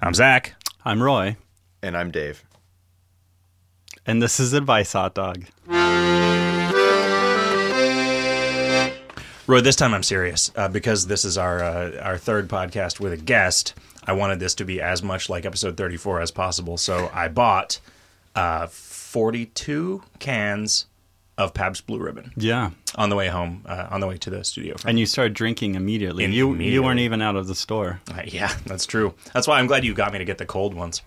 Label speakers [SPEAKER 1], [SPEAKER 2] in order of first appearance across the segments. [SPEAKER 1] I'm Zach.
[SPEAKER 2] I'm Roy,
[SPEAKER 3] And I'm Dave.
[SPEAKER 2] and this is Advice Hot Dog.
[SPEAKER 1] Roy, this time I'm serious uh, because this is our uh, our third podcast with a guest. I wanted this to be as much like episode 34 as possible, so I bought uh, 42 cans of Pabst Blue Ribbon
[SPEAKER 2] Yeah,
[SPEAKER 1] on the way home, uh, on the way to the studio. From.
[SPEAKER 2] and you started drinking immediately. You you weren't
[SPEAKER 1] Immediately.
[SPEAKER 2] even out of the store.
[SPEAKER 1] Uh, yeah, that's true. That's why I'm glad you got me to get the cold ones.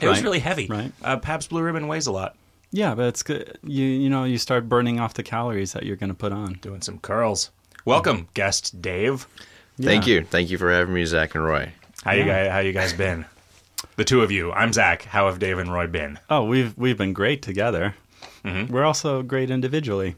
[SPEAKER 1] It was
[SPEAKER 2] Right.
[SPEAKER 1] really heavy.
[SPEAKER 2] Right.
[SPEAKER 1] Uh, Pabst Blue Ribbon weighs a lot.
[SPEAKER 2] Yeah, but it's good. You you know you start burning off the calories that you're going to put on.
[SPEAKER 1] Doing some curls. Welcome, guest Dave.
[SPEAKER 3] Thank you. Thank you for having me, Zach and Roy.
[SPEAKER 1] How you guys? How you guys been? The two of you. I'm Zach. How have Dave and Roy been?
[SPEAKER 2] Oh, we've we've been great together. We're also great individually.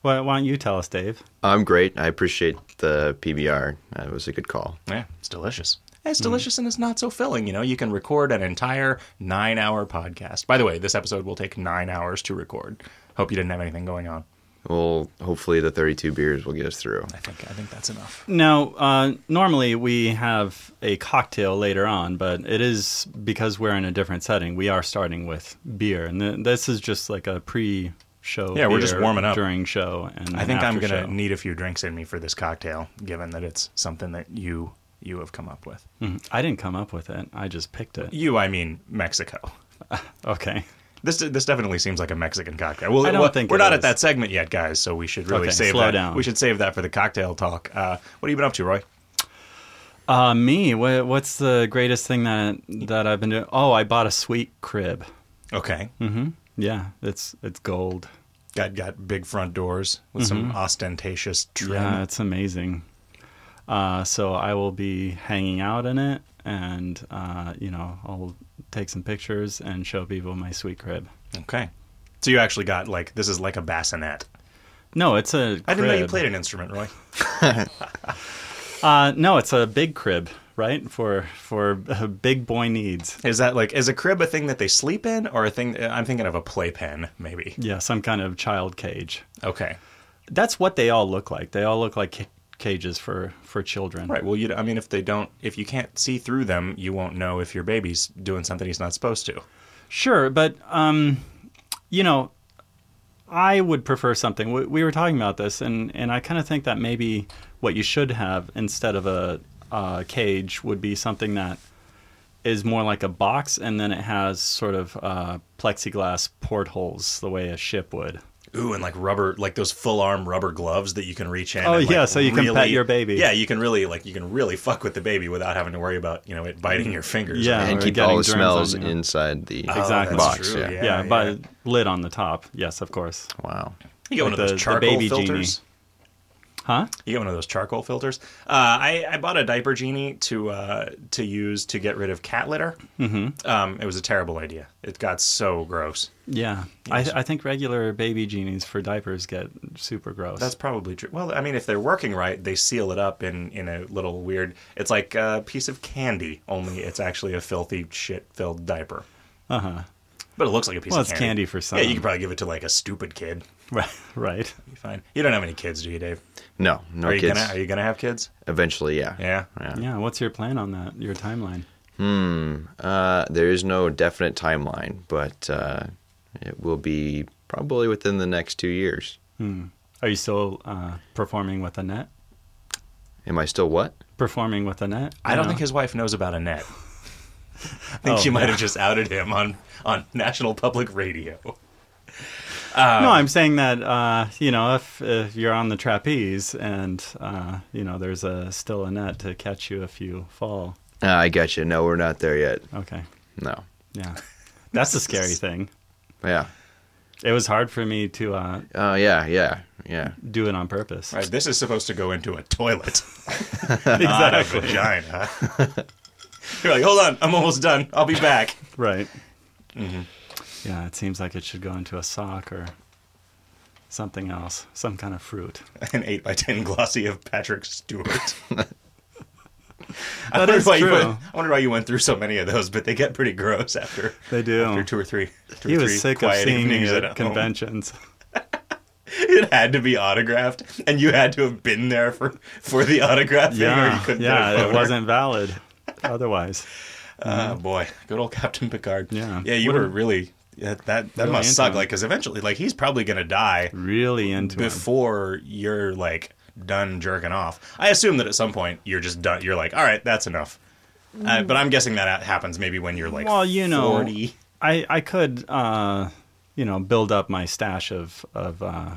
[SPEAKER 2] Why, why don't you tell us, Dave?
[SPEAKER 3] I'm great. I appreciate the PBR. Uh, it was a good call.
[SPEAKER 1] Yeah, it's delicious. Hmm. It's delicious and it's not so filling. You know, you can record an entire nine-hour podcast. By the way, this episode will take nine hours to record. Hope you didn't have anything going on.
[SPEAKER 3] Well, hopefully the 32 beers will get us through.
[SPEAKER 1] I think I think that's enough.
[SPEAKER 2] Now, uh, normally we have a cocktail later on, but it is because we're in a different setting. We are starting with beer, and th- this is just like a pre-show.
[SPEAKER 1] Yeah, we're just
[SPEAKER 2] beer
[SPEAKER 1] warming up.
[SPEAKER 2] during show, and
[SPEAKER 1] I think I'm gonna
[SPEAKER 2] to.
[SPEAKER 1] need a few drinks in me for this cocktail, given that it's something that you you have come up with.
[SPEAKER 2] Mm-hmm. I didn't come up with it. I just picked it.
[SPEAKER 1] You, I mean Mexico.
[SPEAKER 2] Okay.
[SPEAKER 1] This this definitely seems like a Mexican cocktail. Well,
[SPEAKER 2] I don't
[SPEAKER 1] well,
[SPEAKER 2] think
[SPEAKER 1] we're
[SPEAKER 2] it
[SPEAKER 1] not
[SPEAKER 2] is.
[SPEAKER 1] at that segment yet, guys. So we should really
[SPEAKER 2] Okay,
[SPEAKER 1] save
[SPEAKER 2] slow
[SPEAKER 1] that.
[SPEAKER 2] down.
[SPEAKER 1] We should save that for the cocktail talk. Uh, what have you been up to, Roy?
[SPEAKER 2] Uh, me. Wha what's the greatest thing that that I've been doing? Oh, I bought a sweet crib.
[SPEAKER 1] Okay,
[SPEAKER 2] Yeah, it's it's gold.
[SPEAKER 1] got got big front doors with some ostentatious trim.
[SPEAKER 2] Mm-hmm. Yeah, it's amazing. Uh, so I will be hanging out in it, and uh, you know I'll take some pictures and show people my sweet crib.
[SPEAKER 1] Okay, so you actually got like this is like a bassinet.
[SPEAKER 2] No, it's a. Crib.
[SPEAKER 1] I didn't know you played an instrument, Roy.
[SPEAKER 2] Uh, no, it's a big crib, right? For for uh, big boy needs.
[SPEAKER 1] Is that like is a crib a thing that they sleep in, or a thing? I'm thinking of a playpen, maybe.
[SPEAKER 2] Yeah, some kind of child cage.
[SPEAKER 1] Okay,
[SPEAKER 2] That's what they all look like. They all look like ca- cages for for children.
[SPEAKER 1] right. Well, you. I mean, if they don't, if you can't see through them, you won't know if your baby's doing something he's not supposed to.
[SPEAKER 2] Sure, but um, you know, I would prefer something. We, we were talking about this, and and I kind of think that maybe what you should have instead of a, uh cage would be something that is more like a box, and then it has sort of uh, plexiglass portholes, the way a ship would.
[SPEAKER 1] Ooh, and like rubber, like those full arm rubber gloves that you can reach in.
[SPEAKER 2] Oh,
[SPEAKER 1] and, like,
[SPEAKER 2] yeah, so you can pet your baby.
[SPEAKER 1] Yeah, you can really like you can really fuck with the baby without having to worry about you know it biting your fingers.
[SPEAKER 2] Yeah.
[SPEAKER 1] Right?
[SPEAKER 3] and
[SPEAKER 2] we're
[SPEAKER 3] keep
[SPEAKER 2] getting
[SPEAKER 3] all the
[SPEAKER 2] germs
[SPEAKER 3] smells
[SPEAKER 2] on you.
[SPEAKER 3] inside the
[SPEAKER 1] Oh,
[SPEAKER 2] Exactly.
[SPEAKER 1] that's
[SPEAKER 3] box.
[SPEAKER 1] true,
[SPEAKER 3] Yeah.
[SPEAKER 1] yeah.
[SPEAKER 2] Yeah, but lid on the top. Yes, of course.
[SPEAKER 3] Wow.
[SPEAKER 1] you get one
[SPEAKER 2] like
[SPEAKER 1] of
[SPEAKER 2] the-
[SPEAKER 1] those
[SPEAKER 2] the
[SPEAKER 1] charcoal
[SPEAKER 2] baby genie.
[SPEAKER 1] filters.
[SPEAKER 2] Huh?
[SPEAKER 1] You get one of those charcoal filters. Uh, I, I bought a diaper genie to uh, to use to get rid of cat litter. Mm-hmm. Um, it was a terrible idea. It got so gross.
[SPEAKER 2] Yeah. I, I think regular baby genies for diapers get super gross.
[SPEAKER 1] That's probably true. Well, I mean, if they're working right, they seal it up in in a little weird. It's like a piece of candy, only it's actually a filthy shit filled diaper. Uh huh. But it looks like a piece
[SPEAKER 2] Uh-huh. Well,
[SPEAKER 1] of
[SPEAKER 2] it's
[SPEAKER 1] candy.
[SPEAKER 2] candy for some.
[SPEAKER 1] Yeah, you could probably give it to like a stupid kid.
[SPEAKER 2] right.
[SPEAKER 1] Be fine. You don't have any kids, do you, Dave?
[SPEAKER 3] No, no
[SPEAKER 1] Are you
[SPEAKER 3] kids.
[SPEAKER 1] gonna Are you gonna have kids?
[SPEAKER 3] Eventually, yeah.
[SPEAKER 1] Yeah.
[SPEAKER 2] Yeah. What's your plan on that? Your timeline?
[SPEAKER 3] Uh, there is no definite timeline, but uh, it will be probably within the next two years.
[SPEAKER 2] Are you still uh, performing with Annette?
[SPEAKER 3] Am I still what?
[SPEAKER 2] Performing with Annette?
[SPEAKER 1] I don't
[SPEAKER 2] No.
[SPEAKER 1] think his wife knows about Annette. I think
[SPEAKER 2] Oh,
[SPEAKER 1] she might have just outed him on on national public radio.
[SPEAKER 2] no, I'm saying that uh, you know if if you're on the trapeze and uh, you know there's a still a net to catch you if you fall.
[SPEAKER 3] Uh, I got you. No, we're not there yet.
[SPEAKER 2] Okay.
[SPEAKER 3] No.
[SPEAKER 2] Yeah. That's the scary thing.
[SPEAKER 3] Yeah.
[SPEAKER 2] It was hard for me to uh,
[SPEAKER 3] Oh, yeah, yeah, yeah.
[SPEAKER 2] do it on purpose.
[SPEAKER 1] Right, this is supposed to go into a toilet. not a
[SPEAKER 2] Exactly.
[SPEAKER 1] vagina. You're like, hold on, I'm almost done. I'll be back.
[SPEAKER 2] Right.
[SPEAKER 1] Mm-hmm.
[SPEAKER 2] Yeah, it seems like it should go into a sock or something else, some kind of fruit.
[SPEAKER 1] An eight by ten glossy of Patrick Stewart. I,
[SPEAKER 2] That
[SPEAKER 1] wondered
[SPEAKER 2] is
[SPEAKER 1] why you
[SPEAKER 2] true.
[SPEAKER 1] went, I wonder why you went through so many of those, but they get pretty gross after
[SPEAKER 2] They do.
[SPEAKER 1] after two or three. Two
[SPEAKER 2] He
[SPEAKER 1] or
[SPEAKER 2] was
[SPEAKER 1] three
[SPEAKER 2] sick of
[SPEAKER 1] quiet
[SPEAKER 2] seeing me
[SPEAKER 1] evenings
[SPEAKER 2] at
[SPEAKER 1] home.
[SPEAKER 2] conventions.
[SPEAKER 1] It had to be autographed, and you had to have been there for for the autograph thing, or you couldn't. get a
[SPEAKER 2] yeah, it
[SPEAKER 1] photo.
[SPEAKER 2] wasn't valid otherwise.
[SPEAKER 1] Uh, boy, good old Captain Picard.
[SPEAKER 2] Mm-hmm.
[SPEAKER 1] yeah,
[SPEAKER 2] Yeah.
[SPEAKER 1] you
[SPEAKER 2] What a-
[SPEAKER 1] were really that that, that
[SPEAKER 2] Really
[SPEAKER 1] must
[SPEAKER 2] into
[SPEAKER 1] suck.
[SPEAKER 2] him.
[SPEAKER 1] Like, because eventually, like, he's probably gonna
[SPEAKER 2] Mm,
[SPEAKER 1] die
[SPEAKER 2] Really into it.
[SPEAKER 1] before you're like done jerking off. I assume that at some point you're just done. You're like, all right, that's enough. Uh, but I'm guessing that happens maybe when you're like
[SPEAKER 2] Mm. Well, you know,
[SPEAKER 1] 40.
[SPEAKER 2] I I could uh, you know build up my stash of of uh,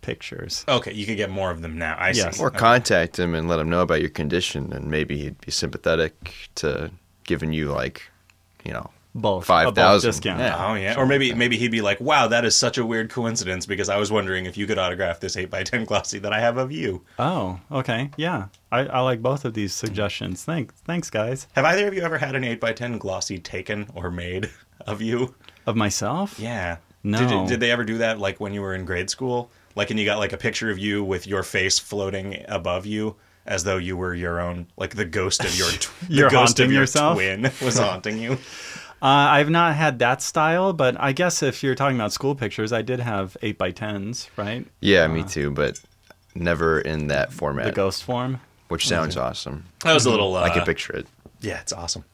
[SPEAKER 2] pictures.
[SPEAKER 1] Okay, you could get more of them now. I
[SPEAKER 2] Yes.
[SPEAKER 1] see.
[SPEAKER 3] Or contact him and let him know about your condition, and maybe he'd be sympathetic to giving you like, you know,
[SPEAKER 2] Bulk a
[SPEAKER 3] five
[SPEAKER 2] bulk
[SPEAKER 3] thousand
[SPEAKER 2] discount.
[SPEAKER 1] Oh yeah, or maybe maybe he'd be like, "Wow, that is such a weird coincidence because I was wondering if you could autograph this eight x ten glossy that I have of you."
[SPEAKER 2] Oh, okay, yeah. I, I like both of these suggestions. Thanks, thanks, guys.
[SPEAKER 1] Have either of you ever had an eight x ten glossy taken or made of you?
[SPEAKER 2] Of myself?
[SPEAKER 1] Yeah.
[SPEAKER 2] No.
[SPEAKER 1] Did, you- did they ever do that? Like when you were in grade school, like and you got like a picture of you with your face floating above you as though you were your own, like the ghost of your tw- the
[SPEAKER 2] You're
[SPEAKER 1] ghost of
[SPEAKER 2] haunting
[SPEAKER 1] your
[SPEAKER 2] yourself?
[SPEAKER 1] twin was haunting you.
[SPEAKER 2] Uh, I've not had that style, but I guess if you're talking about school pictures, I did have eight by tens, right?
[SPEAKER 3] Yeah, me too, but never in that
[SPEAKER 2] The
[SPEAKER 3] format,
[SPEAKER 2] ghost form.
[SPEAKER 3] which sounds awesome.
[SPEAKER 1] That was a little. Uh,
[SPEAKER 3] I can picture it.
[SPEAKER 1] Yeah, it's awesome.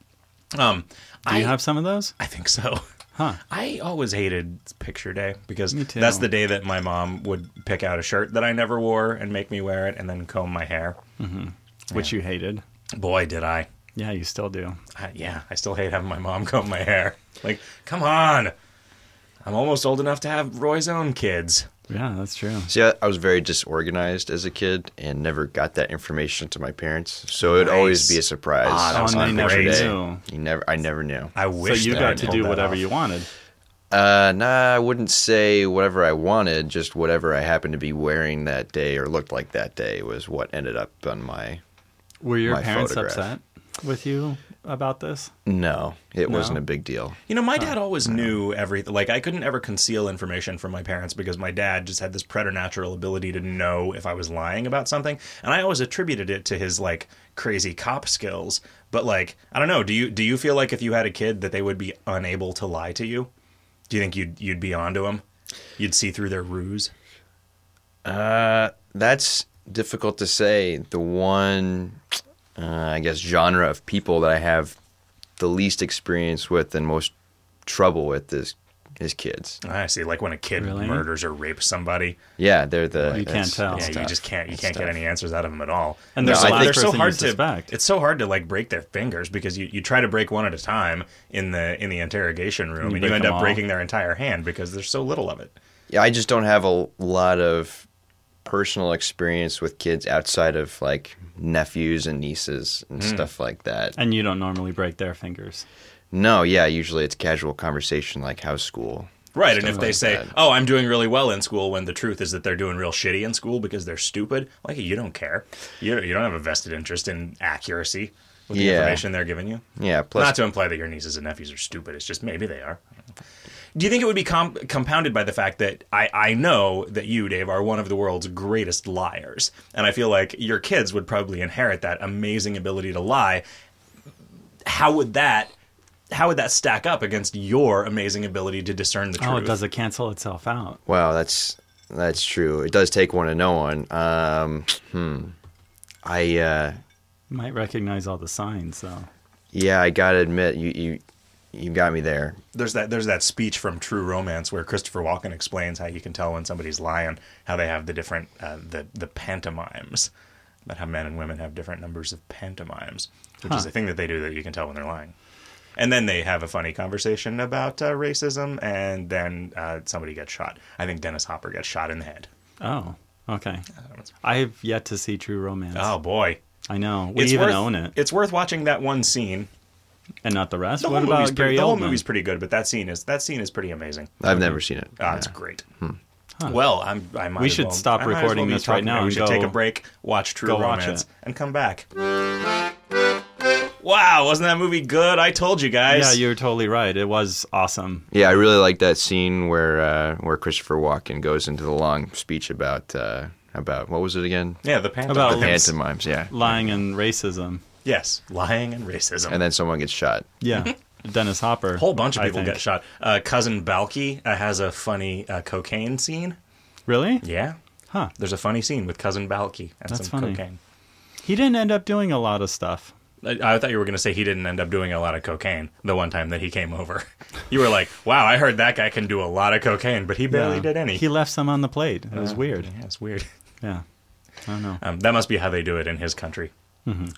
[SPEAKER 1] Um,
[SPEAKER 2] Do
[SPEAKER 1] I
[SPEAKER 2] you have some of those?
[SPEAKER 1] I think so.
[SPEAKER 2] Huh.
[SPEAKER 1] I always hated picture day because
[SPEAKER 2] Me too.
[SPEAKER 1] that's the day that my mom would pick out a shirt that I never wore and make me wear it and then comb my hair.
[SPEAKER 2] Which you hated.
[SPEAKER 1] Boy, did I.
[SPEAKER 2] Yeah, you still do.
[SPEAKER 1] I. Yeah, I still hate having my mom comb my hair. Like, come on. I'm almost old enough to have Roy's own kids.
[SPEAKER 2] Yeah, that's true.
[SPEAKER 3] See, I, I was very disorganized as a kid and never got that information to my parents, so it'd always
[SPEAKER 1] Nice.
[SPEAKER 3] be a surprise.
[SPEAKER 1] Ah, that was
[SPEAKER 2] Oh, and they
[SPEAKER 3] picture
[SPEAKER 2] never
[SPEAKER 3] day.
[SPEAKER 2] knew.
[SPEAKER 3] You never, I never knew.
[SPEAKER 1] I
[SPEAKER 2] So
[SPEAKER 1] wish
[SPEAKER 2] you
[SPEAKER 1] that I
[SPEAKER 2] got to
[SPEAKER 1] pulled
[SPEAKER 2] do
[SPEAKER 1] that
[SPEAKER 2] whatever
[SPEAKER 1] off.
[SPEAKER 2] you wanted.
[SPEAKER 3] Uh, nah, I wouldn't say whatever I wanted. Just whatever I happened to be wearing that day or looked like that day was what ended up on my.
[SPEAKER 2] Were your
[SPEAKER 3] my
[SPEAKER 2] parents
[SPEAKER 3] photograph.
[SPEAKER 2] upset with you about this?
[SPEAKER 3] No, it
[SPEAKER 2] No?
[SPEAKER 3] wasn't a big deal.
[SPEAKER 1] You know, my dad always knew everything. Like, I couldn't ever conceal information from my parents because my dad just had this preternatural ability to know if I was lying about something, and I always attributed it to his like crazy cop skills. But like, I don't know. Do you do you feel like if you had a kid that they would be unable to lie to you? Do you think you'd you'd be onto them? You'd see through their ruse.
[SPEAKER 3] Uh, that's difficult to say. The one, uh, I guess, genre of people that I have the least experience with and most trouble with is is kids.
[SPEAKER 1] I see. Like when a kid
[SPEAKER 2] Really?
[SPEAKER 1] murders or rapes somebody,
[SPEAKER 3] Yeah, they're the
[SPEAKER 2] You can't
[SPEAKER 3] that's-
[SPEAKER 2] tell.
[SPEAKER 1] yeah,
[SPEAKER 3] it's
[SPEAKER 1] you
[SPEAKER 3] tough.
[SPEAKER 1] just can't you
[SPEAKER 3] It's
[SPEAKER 1] can't get
[SPEAKER 3] tough.
[SPEAKER 1] any answers out of them at all.
[SPEAKER 2] And
[SPEAKER 3] No,
[SPEAKER 2] there's
[SPEAKER 3] I
[SPEAKER 2] a lot
[SPEAKER 3] think-
[SPEAKER 2] of
[SPEAKER 3] they're
[SPEAKER 2] so hard
[SPEAKER 1] hard
[SPEAKER 2] you suspect.
[SPEAKER 1] to it's so hard to like break their fingers because you, you try to break one at a time in the in the interrogation room
[SPEAKER 2] You
[SPEAKER 1] and you
[SPEAKER 2] break
[SPEAKER 1] end
[SPEAKER 2] them
[SPEAKER 1] up
[SPEAKER 2] all.
[SPEAKER 1] breaking their entire hand because there's so little of it.
[SPEAKER 3] Yeah, I just don't have a lot of personal experience with kids outside of like nephews and nieces
[SPEAKER 2] Hmm.
[SPEAKER 3] and stuff like that.
[SPEAKER 2] and you don't normally break their fingers.
[SPEAKER 3] No, yeah, usually it's casual conversation like how's school.
[SPEAKER 1] Right, and if
[SPEAKER 3] Stuff
[SPEAKER 1] they
[SPEAKER 3] like
[SPEAKER 1] say,
[SPEAKER 3] that.
[SPEAKER 1] "Oh, I'm doing really well in school," when the truth is that they're doing real shitty in school because they're stupid, like you don't care. You you don't have a vested interest in accuracy with the
[SPEAKER 3] Yeah.
[SPEAKER 1] information they're giving you.
[SPEAKER 3] Yeah, plus
[SPEAKER 1] Not to imply that your nieces and nephews are stupid. It's just maybe they are. Do you think it would be com- compounded by the fact that I, I know that you, Dave, are one of the world's greatest liars? And I feel like your kids would probably inherit that amazing ability to lie. How would that how would that stack up against your amazing ability to discern the truth?
[SPEAKER 2] Oh, does it cancel itself out?
[SPEAKER 3] Wow, that's that's true. It does take one to know one. Um, hmm. I uh,
[SPEAKER 2] Might recognize all the signs though.
[SPEAKER 3] yeah, I gotta admit, you you you got me there.
[SPEAKER 1] There's that there's that speech from True Romance where Christopher Walken explains how you can tell when somebody's lying, how they have the different uh, the the pantomimes, about how men and women have different numbers of pantomimes, which is
[SPEAKER 2] Huh.
[SPEAKER 1] a thing that they do that you can tell when they're lying. And then they have a funny conversation about uh, racism, and then uh, somebody gets shot. I think Dennis Hopper gets shot in the head.
[SPEAKER 2] Oh, okay.
[SPEAKER 1] That one's-
[SPEAKER 2] I've yet to see True Romance.
[SPEAKER 1] Oh boy,
[SPEAKER 2] I know. We
[SPEAKER 1] It's
[SPEAKER 2] even
[SPEAKER 1] worth-
[SPEAKER 2] own it,
[SPEAKER 1] It's worth watching that one scene.
[SPEAKER 2] and not the rest.
[SPEAKER 1] The
[SPEAKER 2] what
[SPEAKER 1] whole movie's
[SPEAKER 2] about
[SPEAKER 1] pretty,
[SPEAKER 2] Gary
[SPEAKER 1] the whole
[SPEAKER 2] Oldman?
[SPEAKER 1] movie's pretty good, but that scene is that scene is pretty amazing.
[SPEAKER 3] I've never seen it.
[SPEAKER 1] Ah, it's great. Well, I'm, I might
[SPEAKER 2] We
[SPEAKER 1] as
[SPEAKER 2] should
[SPEAKER 1] well-
[SPEAKER 2] stop
[SPEAKER 1] I might as
[SPEAKER 2] recording
[SPEAKER 1] be
[SPEAKER 2] this right
[SPEAKER 1] talking-
[SPEAKER 2] now
[SPEAKER 1] We
[SPEAKER 2] and
[SPEAKER 1] should take
[SPEAKER 2] go-
[SPEAKER 1] a break, watch True
[SPEAKER 2] go watch
[SPEAKER 1] Romance,
[SPEAKER 2] it.
[SPEAKER 1] and come back. Wow, wasn't that movie good? I told you guys.
[SPEAKER 2] Yeah, you're totally right. It was awesome.
[SPEAKER 3] Yeah, I really like that scene where uh, where Christopher Walken goes into the long speech about uh, about what was it again?
[SPEAKER 1] yeah the pantomime.
[SPEAKER 2] About-
[SPEAKER 1] The pants-
[SPEAKER 3] Pantomimes, yeah.
[SPEAKER 2] Lying and racism.
[SPEAKER 1] Yes, lying and racism.
[SPEAKER 3] And then someone gets shot.
[SPEAKER 2] Yeah, Dennis Hopper.
[SPEAKER 1] Mm-hmm. a whole bunch of
[SPEAKER 2] I
[SPEAKER 1] people
[SPEAKER 2] think.
[SPEAKER 1] get shot. Uh, Cousin Balky uh, has a funny uh, cocaine scene.
[SPEAKER 2] Really?
[SPEAKER 1] Yeah.
[SPEAKER 2] Huh.
[SPEAKER 1] There's a funny scene with Cousin Balky and
[SPEAKER 2] That's
[SPEAKER 1] some
[SPEAKER 2] funny.
[SPEAKER 1] cocaine.
[SPEAKER 2] He didn't end up doing a lot of stuff.
[SPEAKER 1] I, I thought you were going to say he didn't end up doing a lot of cocaine the one time that he came over. you were like, wow, I heard that guy can do a lot of cocaine, but he barely
[SPEAKER 2] Yeah.
[SPEAKER 1] did any.
[SPEAKER 2] He left some on the plate. It was weird.
[SPEAKER 1] yeah, it's weird.
[SPEAKER 2] Yeah. I don't know.
[SPEAKER 1] Um, that must be how they do it in his country.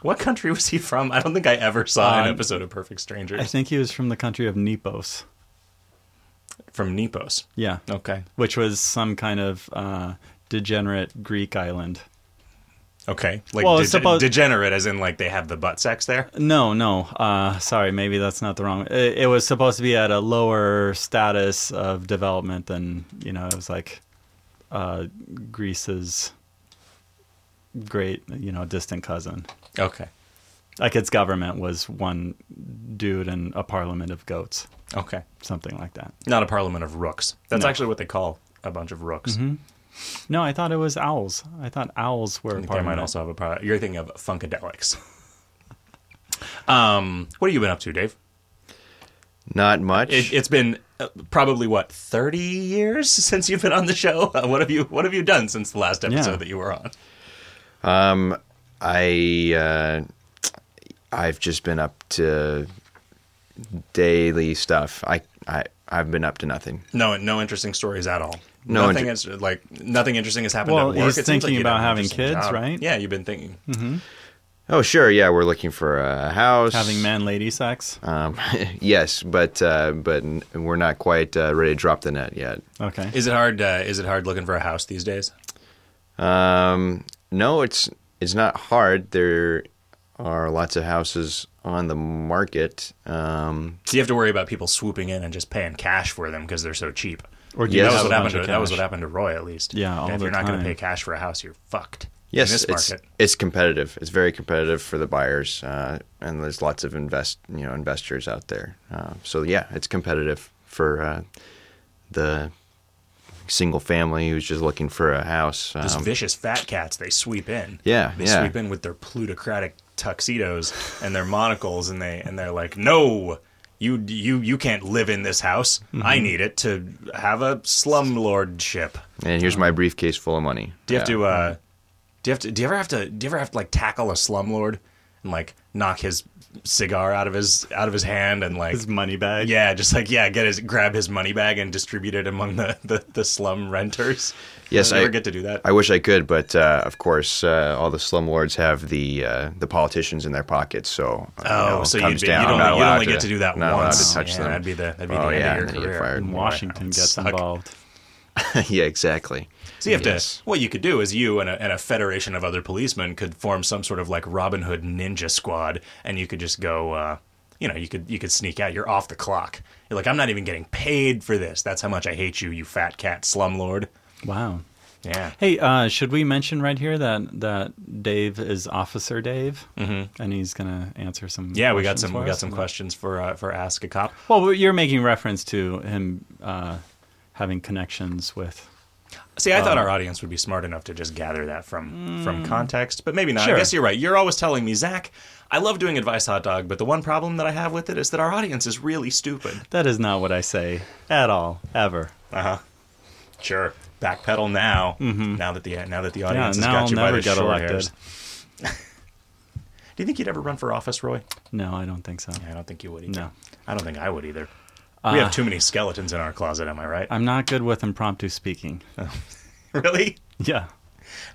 [SPEAKER 1] What country was he from? I don't think I ever saw an
[SPEAKER 2] Mm-hmm. Um,
[SPEAKER 1] episode of Perfect Strangers
[SPEAKER 2] I think he was from the country of Nepos.
[SPEAKER 1] from Nepos.
[SPEAKER 2] Yeah.
[SPEAKER 1] Okay.
[SPEAKER 2] Which was some kind of uh, degenerate Greek island.
[SPEAKER 1] Okay. Like
[SPEAKER 2] Well,
[SPEAKER 1] de-
[SPEAKER 2] it's supposed-
[SPEAKER 1] degenerate, as in like they have the butt sex there.
[SPEAKER 2] No, no. Uh, sorry, maybe that's not the wrong. It, it was supposed to be at a lower status of development than you know. It was like uh, Greece's great, you know, distant cousin.
[SPEAKER 1] Okay.
[SPEAKER 2] Like its government was one dude and a parliament of goats,
[SPEAKER 1] Okay.
[SPEAKER 2] something like that.
[SPEAKER 1] Not a parliament of rooks. That's
[SPEAKER 2] No.
[SPEAKER 1] actually what they call a bunch of rooks.
[SPEAKER 2] No, I thought it was owls. I thought owls
[SPEAKER 1] I
[SPEAKER 2] were a
[SPEAKER 1] think they might
[SPEAKER 2] parliament.
[SPEAKER 1] also have a product. You're thinking of Funkadelics. um, what have you been up to, Dave?
[SPEAKER 3] Not much.
[SPEAKER 1] It, it's been uh, probably what 30 years since you've been on the show. Uh, what have you What have you done since the last episode
[SPEAKER 2] Yeah.
[SPEAKER 1] that you were on?
[SPEAKER 3] I uh, I've just been up to daily stuff. I I I've been up to nothing.
[SPEAKER 1] No, no interesting stories at all.
[SPEAKER 3] No
[SPEAKER 1] nothing is like nothing interesting has happened
[SPEAKER 2] Well,
[SPEAKER 1] at work.
[SPEAKER 2] he's
[SPEAKER 1] It seems like
[SPEAKER 2] thinking
[SPEAKER 1] you'd
[SPEAKER 2] about
[SPEAKER 1] have an
[SPEAKER 2] having
[SPEAKER 1] interesting
[SPEAKER 2] kids,
[SPEAKER 1] job.
[SPEAKER 2] right?
[SPEAKER 1] Yeah, you've been thinking.
[SPEAKER 3] Oh sure, yeah, we're looking for a house.
[SPEAKER 2] Having man lady sex.
[SPEAKER 1] Uh,
[SPEAKER 3] Um, yes, but uh, but n- we're not quite uh, ready to drop the net yet.
[SPEAKER 2] Okay.
[SPEAKER 1] Is it hard? Uh, is it hard looking for a house these days?
[SPEAKER 3] Um, no, it's it's not hard. There are lots of houses on the market. Um,
[SPEAKER 1] Do you have to worry about people swooping in and just paying cash for them because they're so cheap?
[SPEAKER 2] or do
[SPEAKER 1] That
[SPEAKER 3] Yes.
[SPEAKER 2] you
[SPEAKER 1] was
[SPEAKER 2] have
[SPEAKER 1] what
[SPEAKER 2] a bunch
[SPEAKER 1] happened. To,
[SPEAKER 2] of
[SPEAKER 1] that was
[SPEAKER 2] cash?
[SPEAKER 1] what happened to Roy, at least.
[SPEAKER 2] Yeah, all
[SPEAKER 1] if
[SPEAKER 2] the
[SPEAKER 1] you're not to
[SPEAKER 2] time.
[SPEAKER 1] pay cash for a house, you're fucked.
[SPEAKER 3] yes,
[SPEAKER 1] in this
[SPEAKER 3] it's
[SPEAKER 1] market.
[SPEAKER 3] it's competitive. It's very competitive for the buyers, uh, and there's lots of invest you know investors out there. Uh, so yeah, it's competitive for uh, the single family who's just looking for a house.
[SPEAKER 1] Those
[SPEAKER 3] Um,
[SPEAKER 1] vicious fat cats, they sweep in.
[SPEAKER 3] Yeah,
[SPEAKER 1] they
[SPEAKER 3] yeah.
[SPEAKER 1] sweep in with their plutocratic tuxedos and their monocles, and they and they're like, "No, you you you can't live in this house. I
[SPEAKER 2] Mm-hmm.
[SPEAKER 1] need it to have a slumlordship."
[SPEAKER 3] and here's my briefcase full of money.
[SPEAKER 1] Do you have
[SPEAKER 3] Yeah.
[SPEAKER 1] to? Uh, do you have to? Do you ever have to? Do you ever have to like tackle a slumlord and like knock his cigar out of his out of his hand and like
[SPEAKER 2] His money bag.
[SPEAKER 1] yeah, just like yeah, get his grab his money bag and distribute it among the the, the slum renters.
[SPEAKER 3] Yes,
[SPEAKER 1] Do you ever
[SPEAKER 3] I-
[SPEAKER 1] get to do that.
[SPEAKER 3] I wish I could, but uh, of course, uh, all the slumlords have the uh, the politicians in their pockets. So uh,
[SPEAKER 1] Oh,
[SPEAKER 3] you know, it
[SPEAKER 1] so you'd
[SPEAKER 3] comes
[SPEAKER 1] be-
[SPEAKER 3] down.
[SPEAKER 1] you'd
[SPEAKER 3] I'm
[SPEAKER 1] only-
[SPEAKER 3] not
[SPEAKER 1] you'd
[SPEAKER 3] allowed
[SPEAKER 1] only get to do that
[SPEAKER 3] not allowed
[SPEAKER 1] once.
[SPEAKER 3] to touch
[SPEAKER 1] Yeah,
[SPEAKER 3] them.
[SPEAKER 1] that'd be the- that'd be
[SPEAKER 3] oh,
[SPEAKER 1] the end of
[SPEAKER 3] yeah,
[SPEAKER 1] your
[SPEAKER 3] and then you get
[SPEAKER 1] career.
[SPEAKER 3] fired.
[SPEAKER 2] And Washington gets
[SPEAKER 1] suck.
[SPEAKER 2] involved.
[SPEAKER 3] yeah, exactly.
[SPEAKER 1] So you have
[SPEAKER 3] Yes.
[SPEAKER 1] to. What you could do is you and a, and a federation of other policemen could form some sort of like Robin Hood ninja squad, and you could just go. Uh, you know, you could you could sneak out. You're off the clock. You're like, I'm not even getting paid for this. That's how much I hate you, you fat cat slumlord.
[SPEAKER 2] Wow.
[SPEAKER 1] Yeah.
[SPEAKER 2] Hey, uh, should we mention right here that that Dave is Officer Dave, mm-hmm. and he's gonna answer some.
[SPEAKER 1] Yeah, we got
[SPEAKER 2] questions
[SPEAKER 1] some
[SPEAKER 2] for
[SPEAKER 1] we got
[SPEAKER 2] us?
[SPEAKER 1] some questions for uh, for ask a cop.
[SPEAKER 2] Well, you're making reference to him uh, having connections with.
[SPEAKER 1] See, I
[SPEAKER 2] Um,
[SPEAKER 1] thought our audience would be smart enough to just gather that from from context, but maybe not.
[SPEAKER 2] Hmm. Sure.
[SPEAKER 1] I guess you're right. You're always telling me, Zach, I love doing advice hot dog, but the one problem that I have with it is that our audience is really stupid.
[SPEAKER 2] That is not what I say at all, ever.
[SPEAKER 1] Sure. Backpedal now. Now that the now that the audience has
[SPEAKER 2] Mm-hmm. yeah, now
[SPEAKER 1] got
[SPEAKER 2] I'll
[SPEAKER 1] you by
[SPEAKER 2] never
[SPEAKER 1] the
[SPEAKER 2] get
[SPEAKER 1] short
[SPEAKER 2] elected.
[SPEAKER 1] hairs. Do you think you'd ever run for office, Roy?
[SPEAKER 2] No, I don't think so.
[SPEAKER 1] I don't think you would either.
[SPEAKER 2] No. Uh,
[SPEAKER 1] I don't think I would either. we have too many skeletons in our closet, am I right?
[SPEAKER 2] I'm not good with impromptu speaking.
[SPEAKER 1] really?
[SPEAKER 2] Yeah,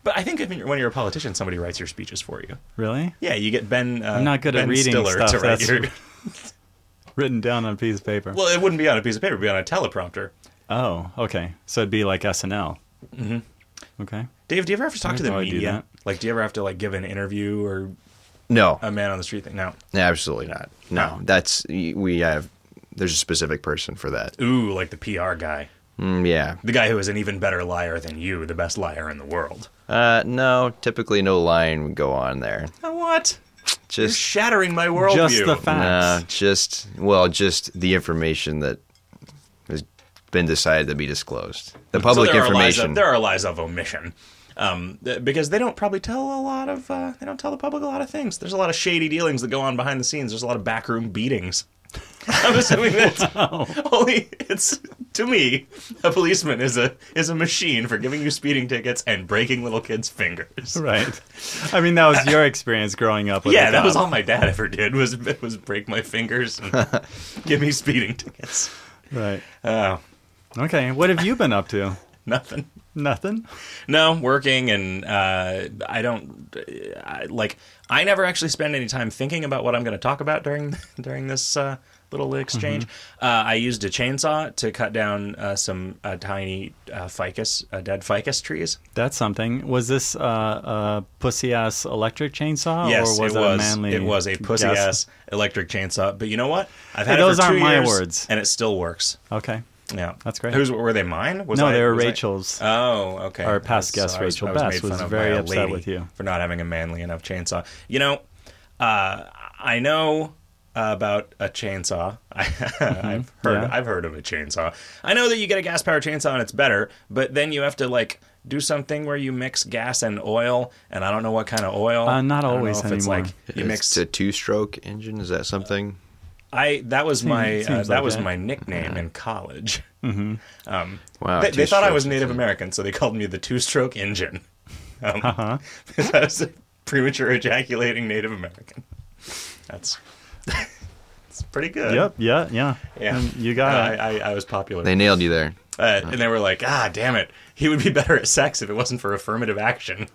[SPEAKER 1] But I think if you're- when you're a politician, somebody writes your speeches for you.
[SPEAKER 2] really?
[SPEAKER 1] Yeah, you get Ben. Uh,
[SPEAKER 2] I'm not good at
[SPEAKER 1] Ben
[SPEAKER 2] reading
[SPEAKER 1] Stiller
[SPEAKER 2] stuff,
[SPEAKER 1] To write
[SPEAKER 2] that's-
[SPEAKER 1] your,
[SPEAKER 2] Written down on a piece of paper.
[SPEAKER 1] well, it wouldn't be on a piece of paper; it'd be on a teleprompter.
[SPEAKER 2] oh, okay. So it'd be like SNL. Mm-hmm. Okay.
[SPEAKER 1] Dave, do you ever have to talk
[SPEAKER 2] I
[SPEAKER 1] to the
[SPEAKER 2] know I do
[SPEAKER 1] media?
[SPEAKER 2] that.
[SPEAKER 1] Like, do you ever have to like give an interview or
[SPEAKER 3] No,
[SPEAKER 1] a man on the street thing? No.
[SPEAKER 3] absolutely not. No, that's we have. There's a specific person for that.
[SPEAKER 1] Ooh, like the PR guy.
[SPEAKER 3] Mm, yeah.
[SPEAKER 1] The guy who is an even better liar than you, the best liar in the world.
[SPEAKER 3] Uh, no, typically no line would go on there.
[SPEAKER 1] What? You're
[SPEAKER 3] Just
[SPEAKER 1] shattering my worldview.
[SPEAKER 2] Just the
[SPEAKER 3] no,
[SPEAKER 2] facts.
[SPEAKER 3] just well, just the information that has been decided to be disclosed. The
[SPEAKER 1] So
[SPEAKER 3] public
[SPEAKER 1] there Are lies
[SPEAKER 3] information.
[SPEAKER 1] of, there are lies of omission. Um, th- because they don't probably tell a lot of, uh, they don't tell the public a lot of things. There's a lot of shady dealings that go on behind the scenes. There's a lot of backroom beatings. I'm assuming that's only it's to me, a policeman is a is a machine for giving you speeding tickets and breaking little kids' fingers.
[SPEAKER 2] right. I mean, that was your experience growing up. With
[SPEAKER 1] Yeah,
[SPEAKER 2] the
[SPEAKER 1] that was
[SPEAKER 2] cop.
[SPEAKER 1] all my dad ever did was was break my fingers and give me speeding tickets.
[SPEAKER 2] Right.
[SPEAKER 1] Oh,
[SPEAKER 2] Okay. What have you been up to?
[SPEAKER 1] nothing.
[SPEAKER 2] Nothing.
[SPEAKER 1] No, working and uh, I don't uh, I, like. I never actually spend any time thinking about what I'm going to talk about during during this uh, little exchange.
[SPEAKER 2] Mm-hmm.
[SPEAKER 1] Uh, I used a chainsaw to cut down uh, some uh, tiny uh, ficus, uh, dead ficus trees.
[SPEAKER 2] That's something. Was this uh, a pussy ass electric chainsaw?
[SPEAKER 1] yes,
[SPEAKER 2] Oh, or was
[SPEAKER 1] it
[SPEAKER 2] that
[SPEAKER 1] was.
[SPEAKER 2] A manly
[SPEAKER 1] it was a pussy
[SPEAKER 2] guess?
[SPEAKER 1] ass electric chainsaw. But you know what? I've
[SPEAKER 2] Hey,
[SPEAKER 1] had
[SPEAKER 2] those
[SPEAKER 1] it for two
[SPEAKER 2] aren't my
[SPEAKER 1] years,
[SPEAKER 2] words.
[SPEAKER 1] and it still works.
[SPEAKER 2] Okay.
[SPEAKER 1] Yeah,
[SPEAKER 2] That's great.
[SPEAKER 1] Whose were they? Mine? Was
[SPEAKER 2] no,
[SPEAKER 1] I-
[SPEAKER 2] they were
[SPEAKER 1] was I-
[SPEAKER 2] Rachel's.
[SPEAKER 1] Oh, okay.
[SPEAKER 2] Our past
[SPEAKER 1] I was-
[SPEAKER 2] guest,
[SPEAKER 1] I was-
[SPEAKER 2] Rachel
[SPEAKER 1] I was
[SPEAKER 2] Bess,
[SPEAKER 1] made fun
[SPEAKER 2] was
[SPEAKER 1] of
[SPEAKER 2] very
[SPEAKER 1] by a
[SPEAKER 2] upset
[SPEAKER 1] lady
[SPEAKER 2] with you.
[SPEAKER 1] for not having a manly enough chainsaw. You know, uh, I know about a chainsaw. I, I've heard.
[SPEAKER 2] Mm-hmm. yeah.
[SPEAKER 1] I've heard of a chainsaw. I know that you get a gas powered chainsaw and it's better, but then you have to like do something where you mix gas and oil, and I don't know what kind of oil.
[SPEAKER 2] Uh, not
[SPEAKER 1] I don't know
[SPEAKER 2] always
[SPEAKER 1] if it's
[SPEAKER 2] anymore.
[SPEAKER 1] like you mix
[SPEAKER 3] a two-stroke engine. Is that something?
[SPEAKER 1] I that was my
[SPEAKER 2] seems
[SPEAKER 1] uh,
[SPEAKER 2] like
[SPEAKER 1] that was
[SPEAKER 2] that.
[SPEAKER 1] my nickname in college. Mm-hmm. Um,
[SPEAKER 3] Wow,
[SPEAKER 1] they, they thought I was
[SPEAKER 3] two-stroke
[SPEAKER 1] Native
[SPEAKER 3] is a-
[SPEAKER 1] American, so they called me the two-stroke engine. Um,
[SPEAKER 2] Uh-huh.
[SPEAKER 1] I was a premature ejaculating Native American. That's it's pretty good.
[SPEAKER 2] Yep. Uh, Yeah. Yeah.
[SPEAKER 1] Yeah, Uh,
[SPEAKER 2] And you got it.
[SPEAKER 1] I, I, I was popular,
[SPEAKER 3] They nailed you there.
[SPEAKER 1] uh, and they were like, "Ah, damn it! He would be better at sex if it wasn't for affirmative action.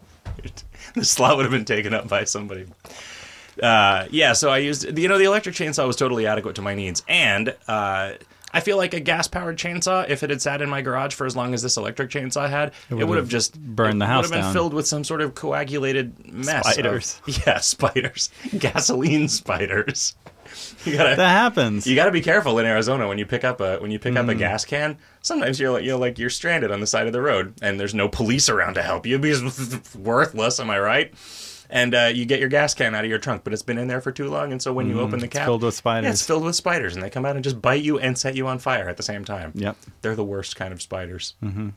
[SPEAKER 1] the slot would have been taken up by somebody." uh, yeah, so I used you know the electric chainsaw was totally adequate to my needs, and uh, I feel like a gas powered chainsaw, if it had sat in my garage for as long as this electric chainsaw had, it, would have just
[SPEAKER 2] burned
[SPEAKER 1] it
[SPEAKER 2] the house
[SPEAKER 1] Would have been
[SPEAKER 2] down.
[SPEAKER 1] filled with some sort of coagulated mess. of-
[SPEAKER 2] Spiders.
[SPEAKER 1] yeah, spiders, gasoline spiders. You gotta
[SPEAKER 2] that happens.
[SPEAKER 1] you got to be careful in Arizona when you pick up a when you pick up
[SPEAKER 2] Hmm.
[SPEAKER 1] a gas can. Sometimes you're like you're like you're stranded on the side of the road, and there's no police around to help you because it's worthless. Am I right? And uh, you get your gas can out of your trunk, but it's been in there for too long, and so when you open the cap,
[SPEAKER 2] Hmm. filled with
[SPEAKER 1] yeah, it's
[SPEAKER 2] spiders.
[SPEAKER 1] filled with spiders, and they come out and just bite you and set you on fire at the same time.
[SPEAKER 2] Yep.
[SPEAKER 1] they're the worst kind of spiders. Mm-hmm.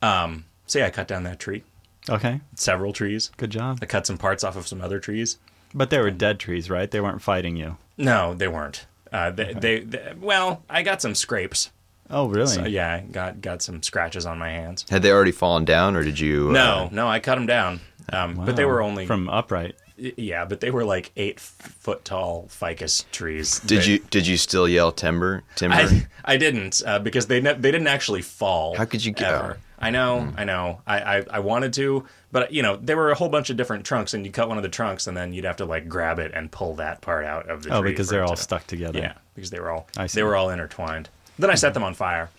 [SPEAKER 1] Um, so yeah, I cut down that tree,
[SPEAKER 2] okay.
[SPEAKER 1] several trees.
[SPEAKER 2] Good job.
[SPEAKER 1] I cut some parts off of some other trees.
[SPEAKER 2] But they were dead trees, right? They weren't fighting you.
[SPEAKER 1] No, they weren't. Uh, they, they, they, well, I got some scrapes.
[SPEAKER 2] Oh, really?
[SPEAKER 1] So, yeah, I got got some scratches on my hands.
[SPEAKER 3] Had they already fallen down, or did you? uh,
[SPEAKER 1] No, no, I cut them down. Um, But they
[SPEAKER 2] Wow.
[SPEAKER 1] were only
[SPEAKER 2] from upright.
[SPEAKER 1] y- yeah, but they were like eight f- foot tall ficus trees.
[SPEAKER 3] did
[SPEAKER 1] They-
[SPEAKER 3] you did you still yell timber timber?
[SPEAKER 1] I, I didn't uh, because they ne- they didn't actually fall.
[SPEAKER 3] How could you get-
[SPEAKER 1] ever. I know, I know. I, I I wanted to, but you know, there were a whole bunch of different trunks, and you cut one of the trunks, and then you'd have to like grab it and pull that part out of the
[SPEAKER 2] Oh,
[SPEAKER 1] tree
[SPEAKER 2] because
[SPEAKER 1] for
[SPEAKER 2] they're
[SPEAKER 1] it
[SPEAKER 2] all
[SPEAKER 1] to-
[SPEAKER 2] stuck together.
[SPEAKER 1] Yeah, because they were all
[SPEAKER 2] I see.
[SPEAKER 1] they were all intertwined. Then I set them on fire.